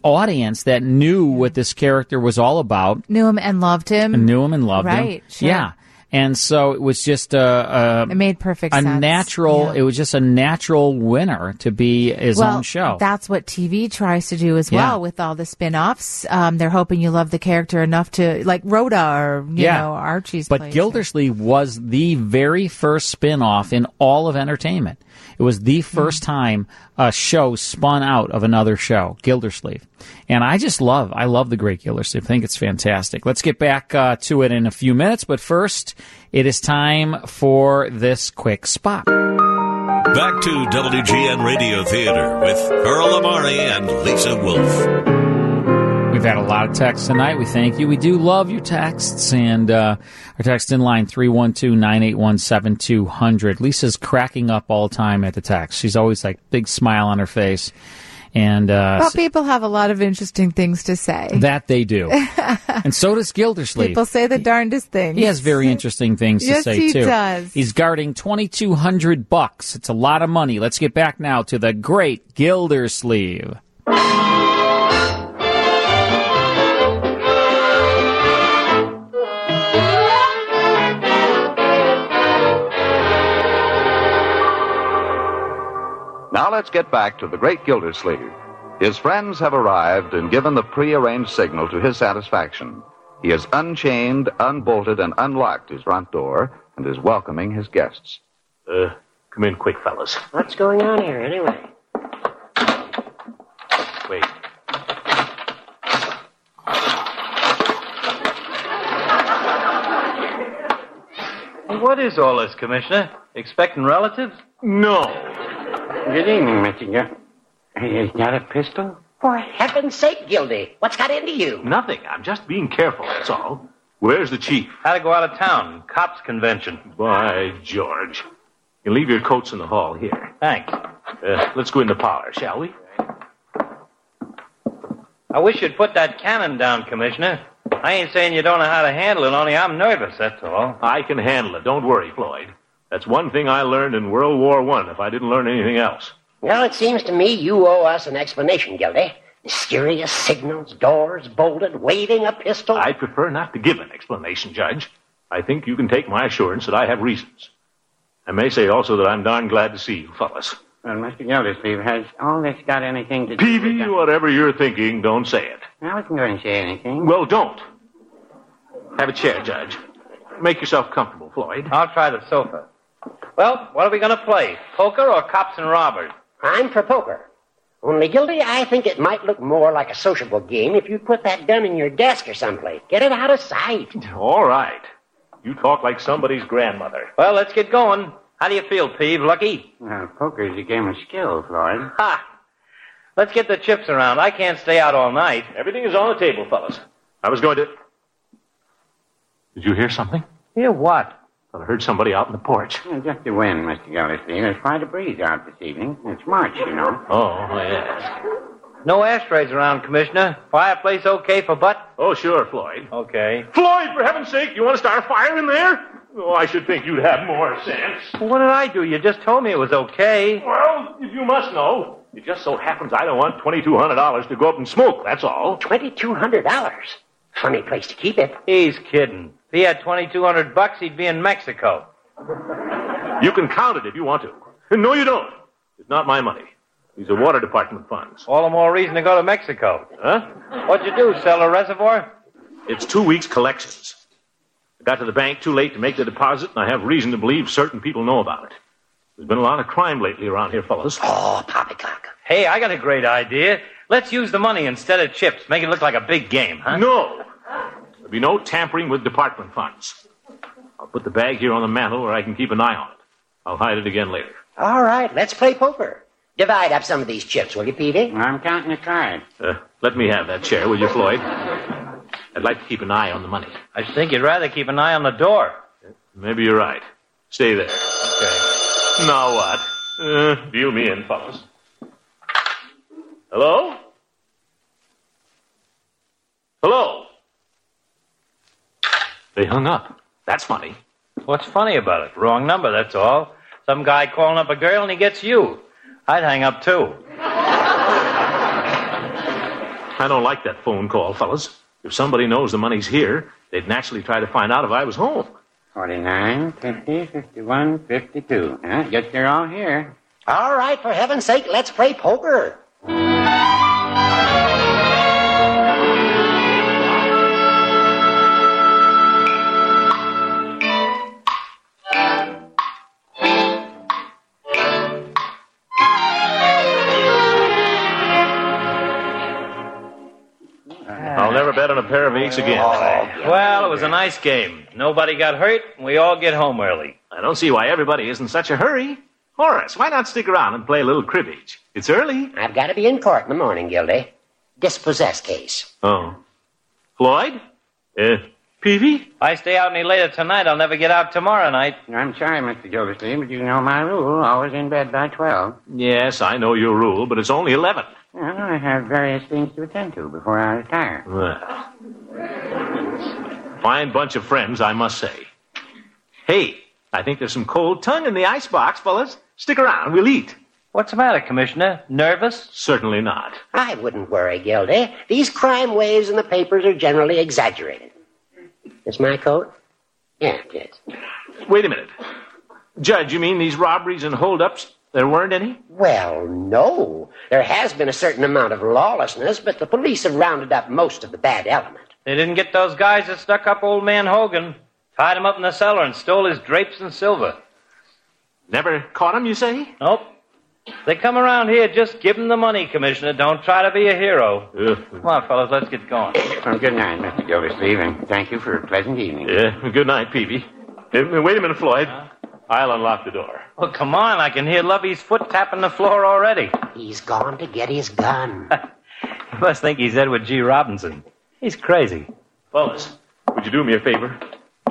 Speaker 16: audience that knew what this character was all about
Speaker 17: Knew him and loved him.
Speaker 16: and knew him and loved him.
Speaker 17: Right, sure.
Speaker 16: Yeah. And so it was just a, a
Speaker 17: It made perfect
Speaker 16: a
Speaker 17: sense.
Speaker 16: natural. It was just a natural winner to be his
Speaker 17: well,
Speaker 16: own show.
Speaker 17: That's what TV tries to do as
Speaker 16: Yeah.
Speaker 17: well with all the spin-offs. Um, they're hoping you love the character enough to like Rhoda or you
Speaker 16: Yeah.
Speaker 17: know Archie's.
Speaker 16: But
Speaker 17: place.
Speaker 16: Gildersleeve was the very first spin-off in all of entertainment. It was the 1st
Speaker 17: Mm-hmm.
Speaker 16: time a show spun out of another show, Gildersleeve. And I just love, I love the great Gildersleeve. I think it's fantastic. Let's get back uh, to it in a few minutes, but first, it is time for this quick spot.
Speaker 14: Back to WGN Radio Theater with Earl Amari and Lisa Wolf.
Speaker 16: We We've had a lot of texts tonight. We thank you. We do love your texts. And uh, our text in line 312 981 7200. Lisa's cracking up all time at the text. She's always like big smile on her face. And uh,
Speaker 17: Well, people have a lot of interesting things to say.
Speaker 16: that they do. and so does Gildersleeve.
Speaker 17: People say the darndest things.
Speaker 16: He has very interesting things
Speaker 17: Yes,
Speaker 16: to say
Speaker 17: he
Speaker 16: too.
Speaker 17: does.
Speaker 16: He's guarding twenty two hundred bucks. It's a lot of money. Let's get back now to the great Gildersleeve.
Speaker 33: Now let's get back to the great Gildersleeve. His friends have arrived and given the prearranged signal to his satisfaction. He has unchained, unbolted, and unlocked his front door and is welcoming his guests. Uh, come in quick, fellas.
Speaker 1: What's going on here, anyway?
Speaker 31: Wait.
Speaker 7: What is all this, Commissioner? Expecting relatives?
Speaker 31: No.
Speaker 7: Good evening, Michigan. He's got a pistol?
Speaker 1: For heaven's sake, Gildy, what's got into you?
Speaker 7: Nothing. I'm just being careful, that's all. Where's the chief? Had to go out of town. Cops convention.
Speaker 31: By George. You leave your coats in the hall here.
Speaker 7: Thanks.
Speaker 31: Uh, let's go in the parlor, shall we?
Speaker 7: I wish you'd put that cannon down, Commissioner. I ain't saying you don't know how to handle it, only I'm nervous, that's all.
Speaker 31: I can handle it. Don't worry, Floyd. That's one thing I learned in World War One. If I didn't learn anything else.
Speaker 1: Well, it seems to me you owe us an explanation, Gildy. Mysterious signals, doors bolted, waving a pistol.
Speaker 31: I prefer not to give an explanation, Judge. I think you can take my assurance that I have reasons. I may say also that I'm darn glad to see you, fellas.
Speaker 7: Well, Mr. Gildersleeve, has all this got anything to
Speaker 31: Peavy, whatever you're thinking, don't say it.
Speaker 7: I wasn't going to say anything.
Speaker 31: Well, don't. Have a chair, Judge. Make yourself comfortable, Floyd.
Speaker 7: I'll try the sofa. Well, what are we going to play? Poker or cops and robbers?
Speaker 1: I'm for poker. Only, Gildy, I think it might look more like a sociable game if you put that gun in your desk or someplace. Get it out of sight.
Speaker 31: All right. You talk like somebody's grandmother.
Speaker 7: Well, let's get going. How do you feel, Peeve? Lucky? poker's a game of skill, Floyd. Ha! Let's get the chips around. I can't stay out all night. Everything is on the table, fellas.
Speaker 31: I was going to. Did you hear something?
Speaker 7: Hear what?
Speaker 31: I heard somebody out in the porch.
Speaker 7: Just the wind, Mr. Gildersleeve. It's quite a breeze out this evening. It's March, you know.
Speaker 31: Oh, yes.
Speaker 7: No ashtrays around, Commissioner. Fireplace okay for Butt?
Speaker 31: Oh, sure, Floyd.
Speaker 7: Okay.
Speaker 31: Floyd, for heaven's sake, you want to start a fire in there? Oh, I should think you'd have more sense.
Speaker 7: What did I do? You just told me it was okay.
Speaker 31: Well, if you must know, it just so happens I don't want $2,200 to go up in smoke, that's all.
Speaker 1: $2,200? Funny place to keep it.
Speaker 7: He's kidding. If he had 2200 bucks, he'd be in Mexico.
Speaker 31: You can count it if you want to. No, you don't. It's not my money. These are water department funds.
Speaker 7: All the more reason to go to Mexico.
Speaker 31: Huh?
Speaker 7: What'd you do, sell a reservoir?
Speaker 31: It's two weeks' collections. I got to the bank too late to make the deposit, and I have reason to believe certain people know about it. There's been a lot of crime lately around here, fellas.
Speaker 1: Oh, poppycock.
Speaker 7: Hey, I got a great idea. Let's use the money instead of chips. Make it look like a big game, huh?
Speaker 31: No. There'll be no tampering with department funds. I'll put the bag here on the mantel where I can keep an eye on it. I'll hide it again later.
Speaker 1: All right, let's play poker. Divide up some of these chips, will you, Peavy?
Speaker 7: I'm counting the cards.
Speaker 31: Uh, let me have that chair, will you, Floyd? I'd like to keep an eye on the money.
Speaker 7: I think you'd rather keep an eye on the door.
Speaker 31: Maybe you're right. Stay there. Okay. Now what? Uh, deal me in, fellas. Hello? Hello? They hung up. That's funny.
Speaker 7: What's funny about it? Wrong number, that's all. Some guy calling up a girl and he gets you. I'd hang up too.
Speaker 31: I don't like that phone call, fellas. If somebody knows the money's here, they'd naturally try to find out if I was home.
Speaker 7: 49, 50, 51, 52. Huh? Guess they're all here.
Speaker 1: All right, for heaven's sake, let's play poker.
Speaker 31: I'll never bet on a pair of eights again.
Speaker 7: Oh. Well, it was a nice game. Nobody got hurt, and we all get home early.
Speaker 31: I don't see why everybody is in such a hurry. Horace, why not stick around and play a little cribbage? It's early.
Speaker 1: I've got to be in court in the morning, Gildy. dispossess case.
Speaker 31: Oh. Floyd? Uh, Peavy?
Speaker 7: I stay out any later tonight, I'll never get out tomorrow night.
Speaker 3: I'm sorry, Mr. Gildersleeve, but you know my rule. Always in bed by 12.
Speaker 31: Yes, I know your rule, but it's only 11.
Speaker 3: Well, I have various things to attend to before I retire.
Speaker 31: Well. Fine bunch of friends, I must say. Hey, I think there's some cold tongue in the icebox, fellas. Stick around, we'll eat.
Speaker 7: What's the matter, Commissioner? Nervous?
Speaker 31: Certainly not.
Speaker 1: I wouldn't worry, Gildy. These crime waves in the papers are generally exaggerated. Is my coat? Yeah, it is.
Speaker 31: Wait a minute. Judge, you mean these robberies and holdups? There weren't any?
Speaker 1: Well, no. There has been a certain amount of lawlessness, but the police have rounded up most of the bad element.
Speaker 7: They didn't get those guys that stuck up old man Hogan, tied him up in the cellar, and stole his drapes and silver.
Speaker 31: Never caught him, you say?
Speaker 7: Nope. They come around here, just give 'em the money, Commissioner. Don't try to be a hero. Come on, fellas, let's get going.
Speaker 3: Well, Oh, good night, Mr. Gildersleeve, and thank you for a pleasant evening.
Speaker 31: Yeah, good night, Peavy. Hey, Wait a minute, Floyd. I'll unlock the door.
Speaker 7: Well, come on, I can hear Lovey's foot tapping the floor already.
Speaker 1: He's gone to get his gun.
Speaker 7: You must think he's Edward G. Robinson. He's crazy.
Speaker 31: Fellas, would you do me a favor?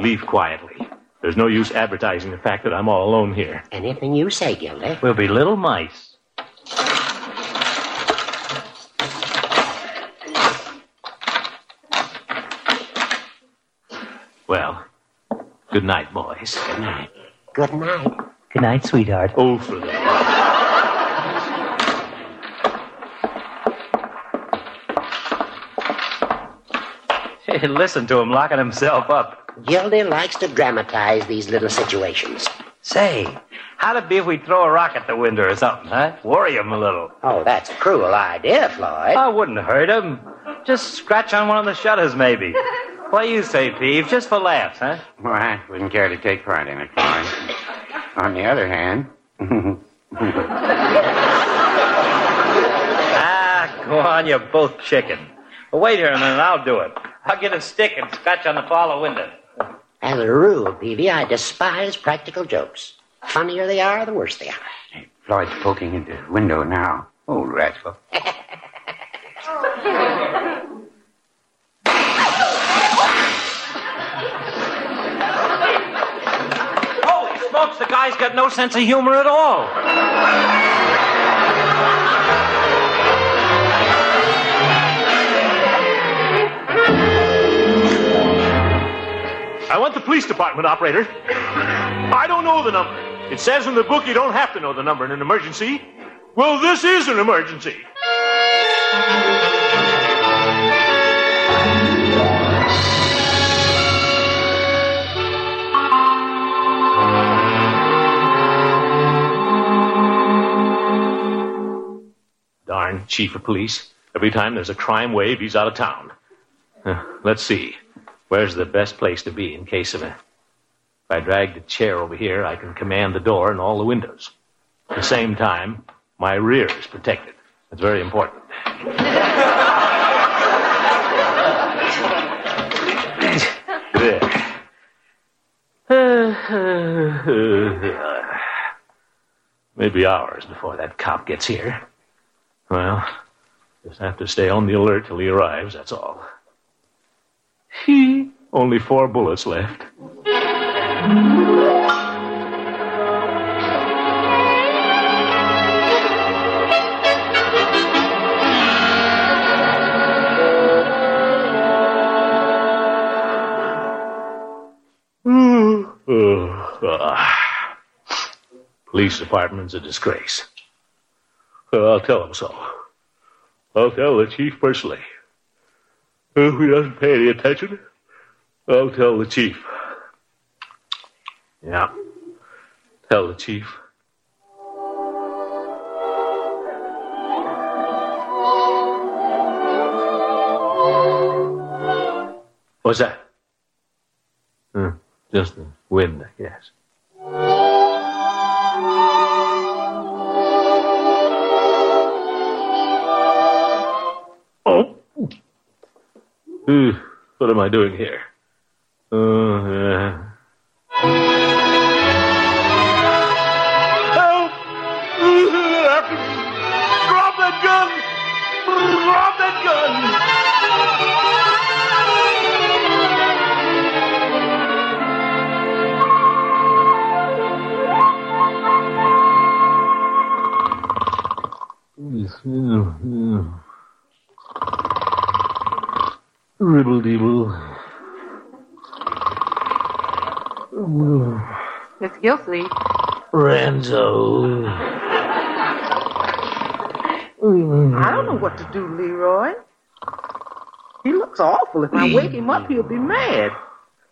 Speaker 31: Leave quietly. There's no use advertising the fact that I'm all alone here.
Speaker 1: Anything you say, Gildy.
Speaker 7: We'll be little mice.
Speaker 31: Well, good night, boys. Good night.
Speaker 1: Good night.
Speaker 7: Good night, sweetheart.
Speaker 31: Oh, for the
Speaker 7: Listen to him locking himself up.
Speaker 1: Gildy likes to dramatize these little situations.
Speaker 7: Say, how'd it be if we throw a rock at the window or something, huh? Worry him a little.
Speaker 1: Oh, that's a cruel idea, Floyd.
Speaker 7: I wouldn't hurt him. Just scratch on one of the shutters, maybe. what do you say, Peeve? Just for laughs, huh?
Speaker 3: Well, I wouldn't care to take part in it, Floyd. On the other hand,
Speaker 7: Ah, go on, you're both chicken. Well, wait here a minute, I'll do it. I'll get a stick and scratch on the parlor window.
Speaker 1: As a rule, Peavy, I despise practical jokes. Funnier they are, the worse they are.
Speaker 3: Floyd's poking at the window now. Oh, rascal.
Speaker 7: Holy smokes, the guy's got no sense of humor at all.
Speaker 31: I want the police department operator. I don't know the number. It says in the book you don't have to know the number in an emergency. Well, this is an emergency. Darn chief of police. Every time there's a crime wave, he's out of town. Huh, Let's see. Where's the best place to be in case of a. If I drag the chair over here, I can command the door and all the windows. At the same time, my rear is protected. That's very important. there. Maybe hours before that cop gets here. Well, just have to stay on the alert till he arrives, that's all. He only four bullets left.
Speaker 22: mm,
Speaker 31: Ugh, ah. Police department's a disgrace. Well, I'll tell him so. I'll tell the chief personally. If he doesn't pay any attention, I'll tell the chief. Yeah. Tell the chief. What's that? Hmm, just the wind, I guess. Oh. Ooh, what am I doing here? Uh, yeah.
Speaker 22: Help! Drop that gun! Drop that
Speaker 31: a gun.
Speaker 10: Ribble deeble.
Speaker 35: Miss Gilsey.
Speaker 10: Ranzo.
Speaker 20: I
Speaker 22: Mm.
Speaker 20: don't know what to do, Leroy. He looks awful. If I wake him up, he'll be mad.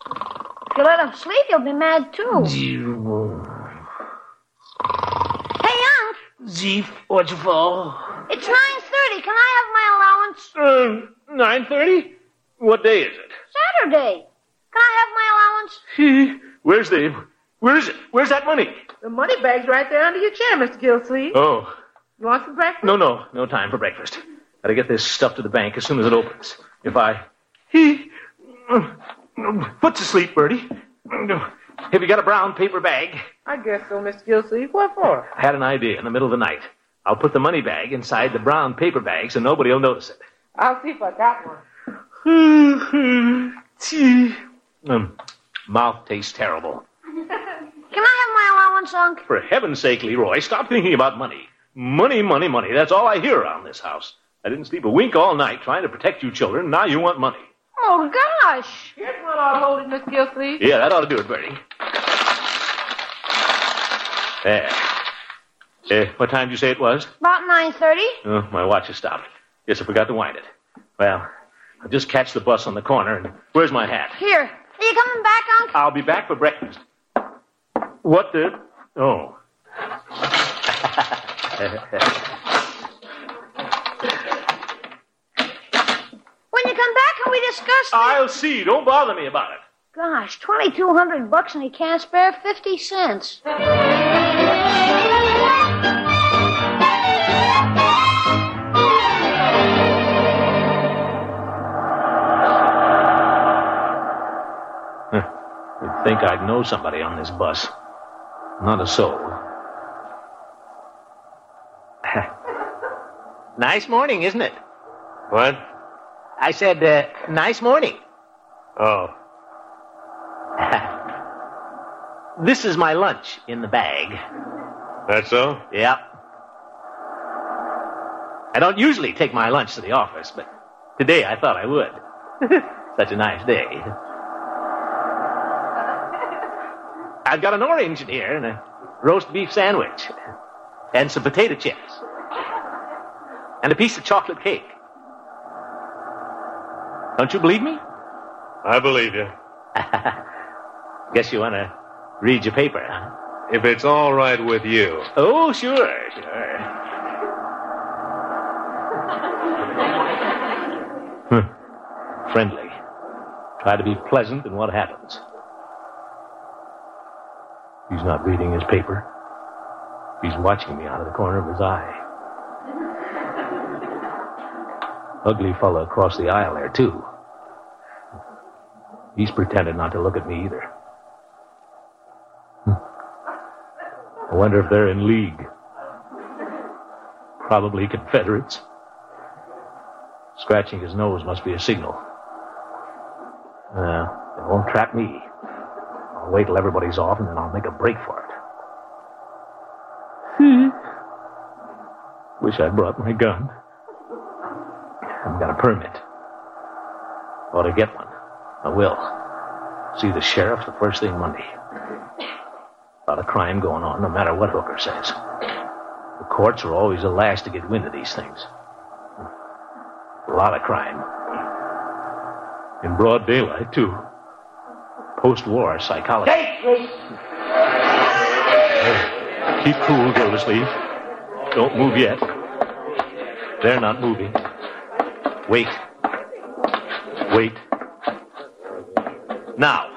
Speaker 22: If you let him sleep, he'll be
Speaker 9: Oh.
Speaker 22: mad too. Hey, Unc,
Speaker 10: Zeef, what you for?
Speaker 22: it's 9.30. Can I have my allowance?
Speaker 31: Uh, 9.30? What day is
Speaker 22: Saturday. Can I have my allowance?
Speaker 31: it? Where's the... Where is it? Where's that money?
Speaker 20: The money bag's right there under your chair, Mr. Gilsey.
Speaker 31: Oh,
Speaker 20: You want some breakfast?
Speaker 31: no, no. No time for breakfast. Gotta get this stuff to the bank as soon as it opens. If I... Put to sleep, Bertie. Have you got a brown paper bag?
Speaker 20: I guess so, Mr. Gilsey. What for?
Speaker 31: I had an idea in the middle of the night. I'll put the money bag inside the brown paper bag so nobody will notice it.
Speaker 20: I'll see if I got one.
Speaker 31: Mm. Mouth tastes terrible.
Speaker 22: Can I have my allowance, Unc?
Speaker 31: For heaven's sake, Leroy, stop thinking about money. Money, money, money. That's all I hear around this house. I didn't sleep a wink all night trying to protect you children. Now you want money.
Speaker 35: Oh, gosh. Here's what I'll hold it, Miss Gilsey.
Speaker 31: Yeah, that ought to do it, Bertie. There. Eh, what time did you say it was?
Speaker 22: About 9.30?
Speaker 31: Oh, my watch has stopped. Guess I forgot to wind it. Well, I'll just catch the bus on the corner. And where's my hat?
Speaker 22: Here. Are you coming back, Unc?
Speaker 31: I'll be back for breakfast. What the? Oh.
Speaker 22: When you come back, can we discuss this?
Speaker 31: I'll see. Don't bother me about it.
Speaker 22: Gosh, 2200 bucks and he can't spare 50 cents.
Speaker 31: You'd think I'd know somebody on this bus. Not a soul.
Speaker 1: Nice morning, isn't it? What? I said, uh, nice morning.
Speaker 31: Oh.
Speaker 1: This is my lunch in the bag.
Speaker 31: That so?
Speaker 1: Yep. I don't usually take my lunch to the office, but today I thought I would. Such a nice day. I've got an orange in here and a roast beef sandwich and some potato chips and a piece of chocolate cake. Don't you believe me?
Speaker 31: I believe you.
Speaker 1: Guess you want to read your paper, huh?
Speaker 31: If it's all right with you.
Speaker 1: Oh, sure, sure. Friendly. Try to be pleasant in what happens. He's not reading his paper. He's watching me out of the corner of his eye. Ugly fella across the aisle there, too. He's pretending not to look at me either. Hmm. I wonder if they're in league. Probably Confederates. Scratching his nose must be a signal. Uh, it won't trap me. I'll wait till everybody's off and then I'll make a break for it. Wish I'd brought my gun. I've got a permit. Ought to get one. I will. See the sheriff the first thing Monday. A lot of crime going on, no matter what Hooker says. The courts are always the last to get wind of these things. A lot of crime. In broad daylight, too. Post war psychology. Keep cool, Gildersleeve. Don't move yet. They're not moving. Wait. Wait. Now.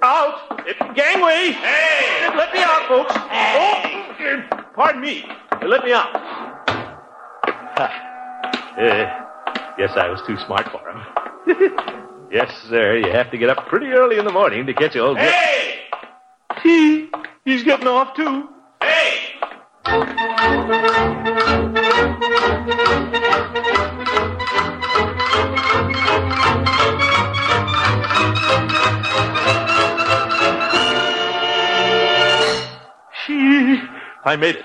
Speaker 31: Out! Eh, Gangway! Hey! Let me out, folks! Oh, eh, pardon me. Let me out. Eh, guess I was too smart for him. yes, sir. You have to get up pretty early in the morning to catch old. Hey! He, he's getting off too.
Speaker 36: Hey!
Speaker 31: I made it.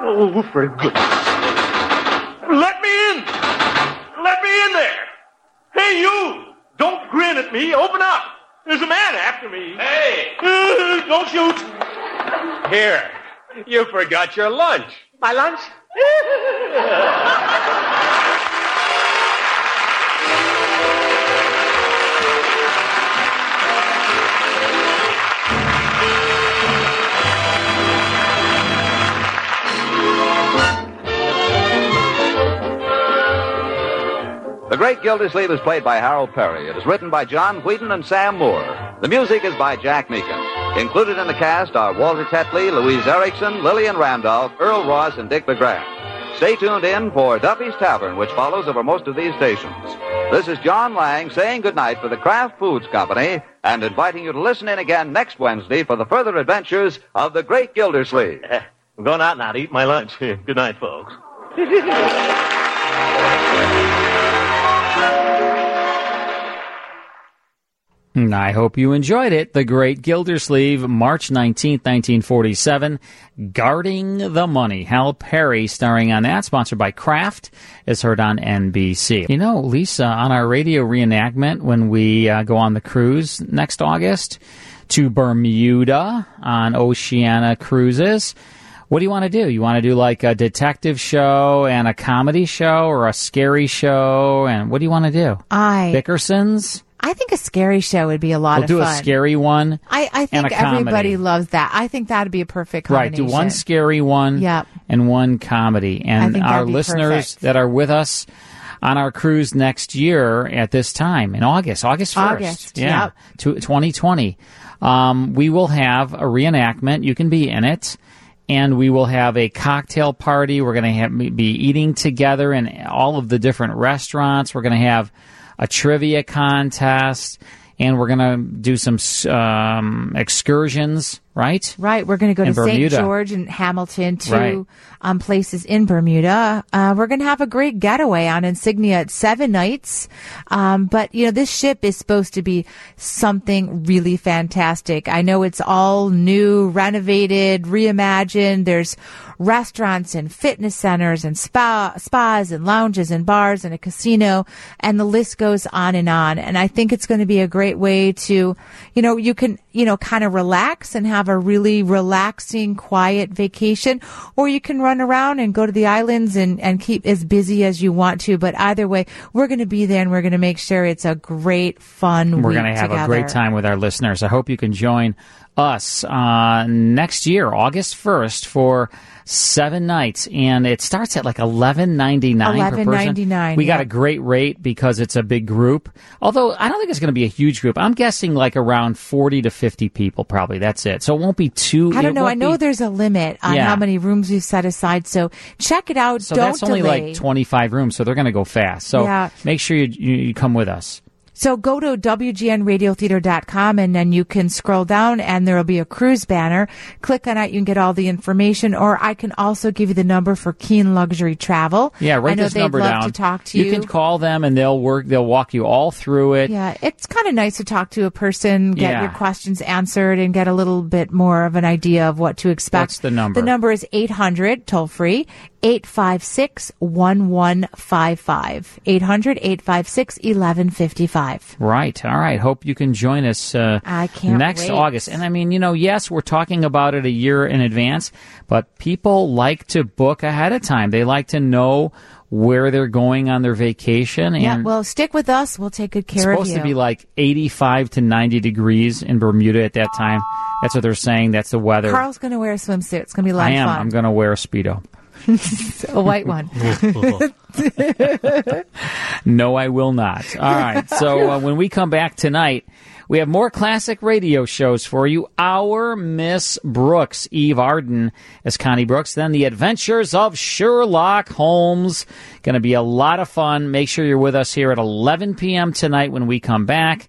Speaker 31: Oh, very good. Let me in! Let me in there! Hey, you! Don't grin at me. Open up! There's a man after me. Hey! don't shoot!
Speaker 7: Here, you forgot your lunch.
Speaker 5: My lunch?
Speaker 33: The Great Gildersleeve is played by Harold Perry. It is written by John Wheaton and Sam Moore. The music is by Jack Meekin. Included in the cast are Walter Tetley, Louise Erickson, Lillian Randolph, Earl Ross, and Dick McGrath. Stay tuned in for Duffy's Tavern, which follows over most of these stations. This is John Lang saying goodnight for the Kraft Foods Company and inviting you to listen in again next Wednesday for the further adventures of the Great Gildersleeve.
Speaker 31: I'm going out now to eat my lunch. Good night, folks.
Speaker 16: And I hope you enjoyed it. The Great Gildersleeve, March 19, 1947. Guarding the Money. Hal Perry starring on that, sponsored by Kraft, is heard on NBC. You know, Lisa, on our radio reenactment when we uh, go on the cruise next August to Bermuda on Oceana Cruises, what do you want to do? You want to do like a detective show and a comedy show or a scary show? And what do you want to do?
Speaker 17: I-
Speaker 16: Dickerson's?
Speaker 17: I think a scary show would be a lot
Speaker 16: We'll
Speaker 17: of
Speaker 16: do
Speaker 17: fun.
Speaker 16: a scary one.
Speaker 17: I, I
Speaker 16: and
Speaker 17: think
Speaker 16: a comedy.
Speaker 17: everybody loves that. I think that'd be a perfect
Speaker 16: Right. Do
Speaker 17: combination.
Speaker 16: one scary one
Speaker 17: Yep.
Speaker 16: and one comedy. And
Speaker 17: think
Speaker 16: our
Speaker 17: that'd be
Speaker 16: listeners
Speaker 17: perfect.
Speaker 16: that are with us on our cruise next year at this time in August, August 1st.
Speaker 17: August,
Speaker 16: Yeah.
Speaker 17: yep.
Speaker 16: To 2020. Um, we will have a reenactment. You can be in it. And we will have a cocktail party. We're going to have, be eating together in all of the different restaurants. We're going to have a trivia contest. And we're going to do some um, excursions, right?
Speaker 17: Right. We're going to go
Speaker 16: In
Speaker 17: to St.
Speaker 16: Bermuda.
Speaker 17: George and Hamilton, two
Speaker 16: Right.
Speaker 17: um, places in Bermuda. Uh, we're going to have a great getaway on Insignia at seven nights. Um, but, you know, this ship is supposed to be something really fantastic. I know it's all new, renovated, reimagined. There's restaurants and fitness centers and spa, spas and lounges and bars and a casino. And the list goes on and on. And I think it's going to be a great way to, you know, you can, you know, kind of relax and have a really relaxing, quiet vacation, or you can run around and go to the islands and, and keep as busy as you want to. But either way, we're going to be there and we're going to make sure it's a great, fun
Speaker 16: We're
Speaker 17: week
Speaker 16: going to have
Speaker 17: together.
Speaker 16: a great time with our listeners. I hope you can join us uh, next year, August first, for seven nights, and it starts at like eleven ninety nine.
Speaker 17: $11.99,
Speaker 16: We got
Speaker 17: yeah.
Speaker 16: a great rate because it's a big group. Although I don't think it's going to be a huge group. I'm guessing like around forty to fifty people, probably. That's it. So it won't be too.
Speaker 17: I
Speaker 16: it
Speaker 17: don't know. I
Speaker 16: won't
Speaker 17: know
Speaker 16: be-
Speaker 17: there's a limit on
Speaker 16: Yeah.
Speaker 17: how many rooms we've set aside, so check it out.
Speaker 16: So
Speaker 17: Don't
Speaker 16: that's only
Speaker 17: delay.
Speaker 16: like twenty five rooms, so they're going to go fast. So
Speaker 17: Yeah.
Speaker 16: make sure you, you you come with us.
Speaker 17: So go to WGNradiotheater.com and then you can scroll down and there will be a cruise banner. Click on it. You can get all the information or I can also give you the number for Keen Luxury Travel.
Speaker 16: Yeah,
Speaker 17: I
Speaker 16: write
Speaker 17: know
Speaker 16: this
Speaker 17: they'd
Speaker 16: number
Speaker 17: love
Speaker 16: down.
Speaker 17: to talk to you.
Speaker 16: You can call them and they'll work. They'll walk you all through it.
Speaker 17: yeah, it's kind of nice to talk to a person, get
Speaker 16: Yeah.
Speaker 17: your questions answered, and get a little bit more of an idea of what to expect.
Speaker 16: What's the number?
Speaker 17: The number is 800, toll free, 856 1155. 800 856 1155.
Speaker 16: Right. All right. Hope you can join us uh,
Speaker 17: I can't
Speaker 16: next
Speaker 17: wait.
Speaker 16: August. And I mean, you know, yes, we're talking about it a year in advance, but people like to book ahead of time. They like to know where they're going on their vacation. And
Speaker 17: Yeah, well, stick with us. We'll take good
Speaker 16: it's
Speaker 17: care of you.
Speaker 16: supposed to be like 85 to 90 degrees in Bermuda at that time. That's what they're saying. That's the weather.
Speaker 17: Carl's going to wear a swimsuit. It's going to be a lot
Speaker 16: I am.
Speaker 17: of
Speaker 16: I'm
Speaker 17: fun.
Speaker 16: going to wear a Speedo.
Speaker 17: a white one.
Speaker 16: No, I will not. All right. So uh, when we come back tonight, we have more classic radio shows for you. Our Miss Brooks, Eve Arden as Connie Brooks. Then The Adventures of Sherlock Holmes. Going to be a lot of fun. Make sure you're with us here at 11 p.m. tonight when we come back.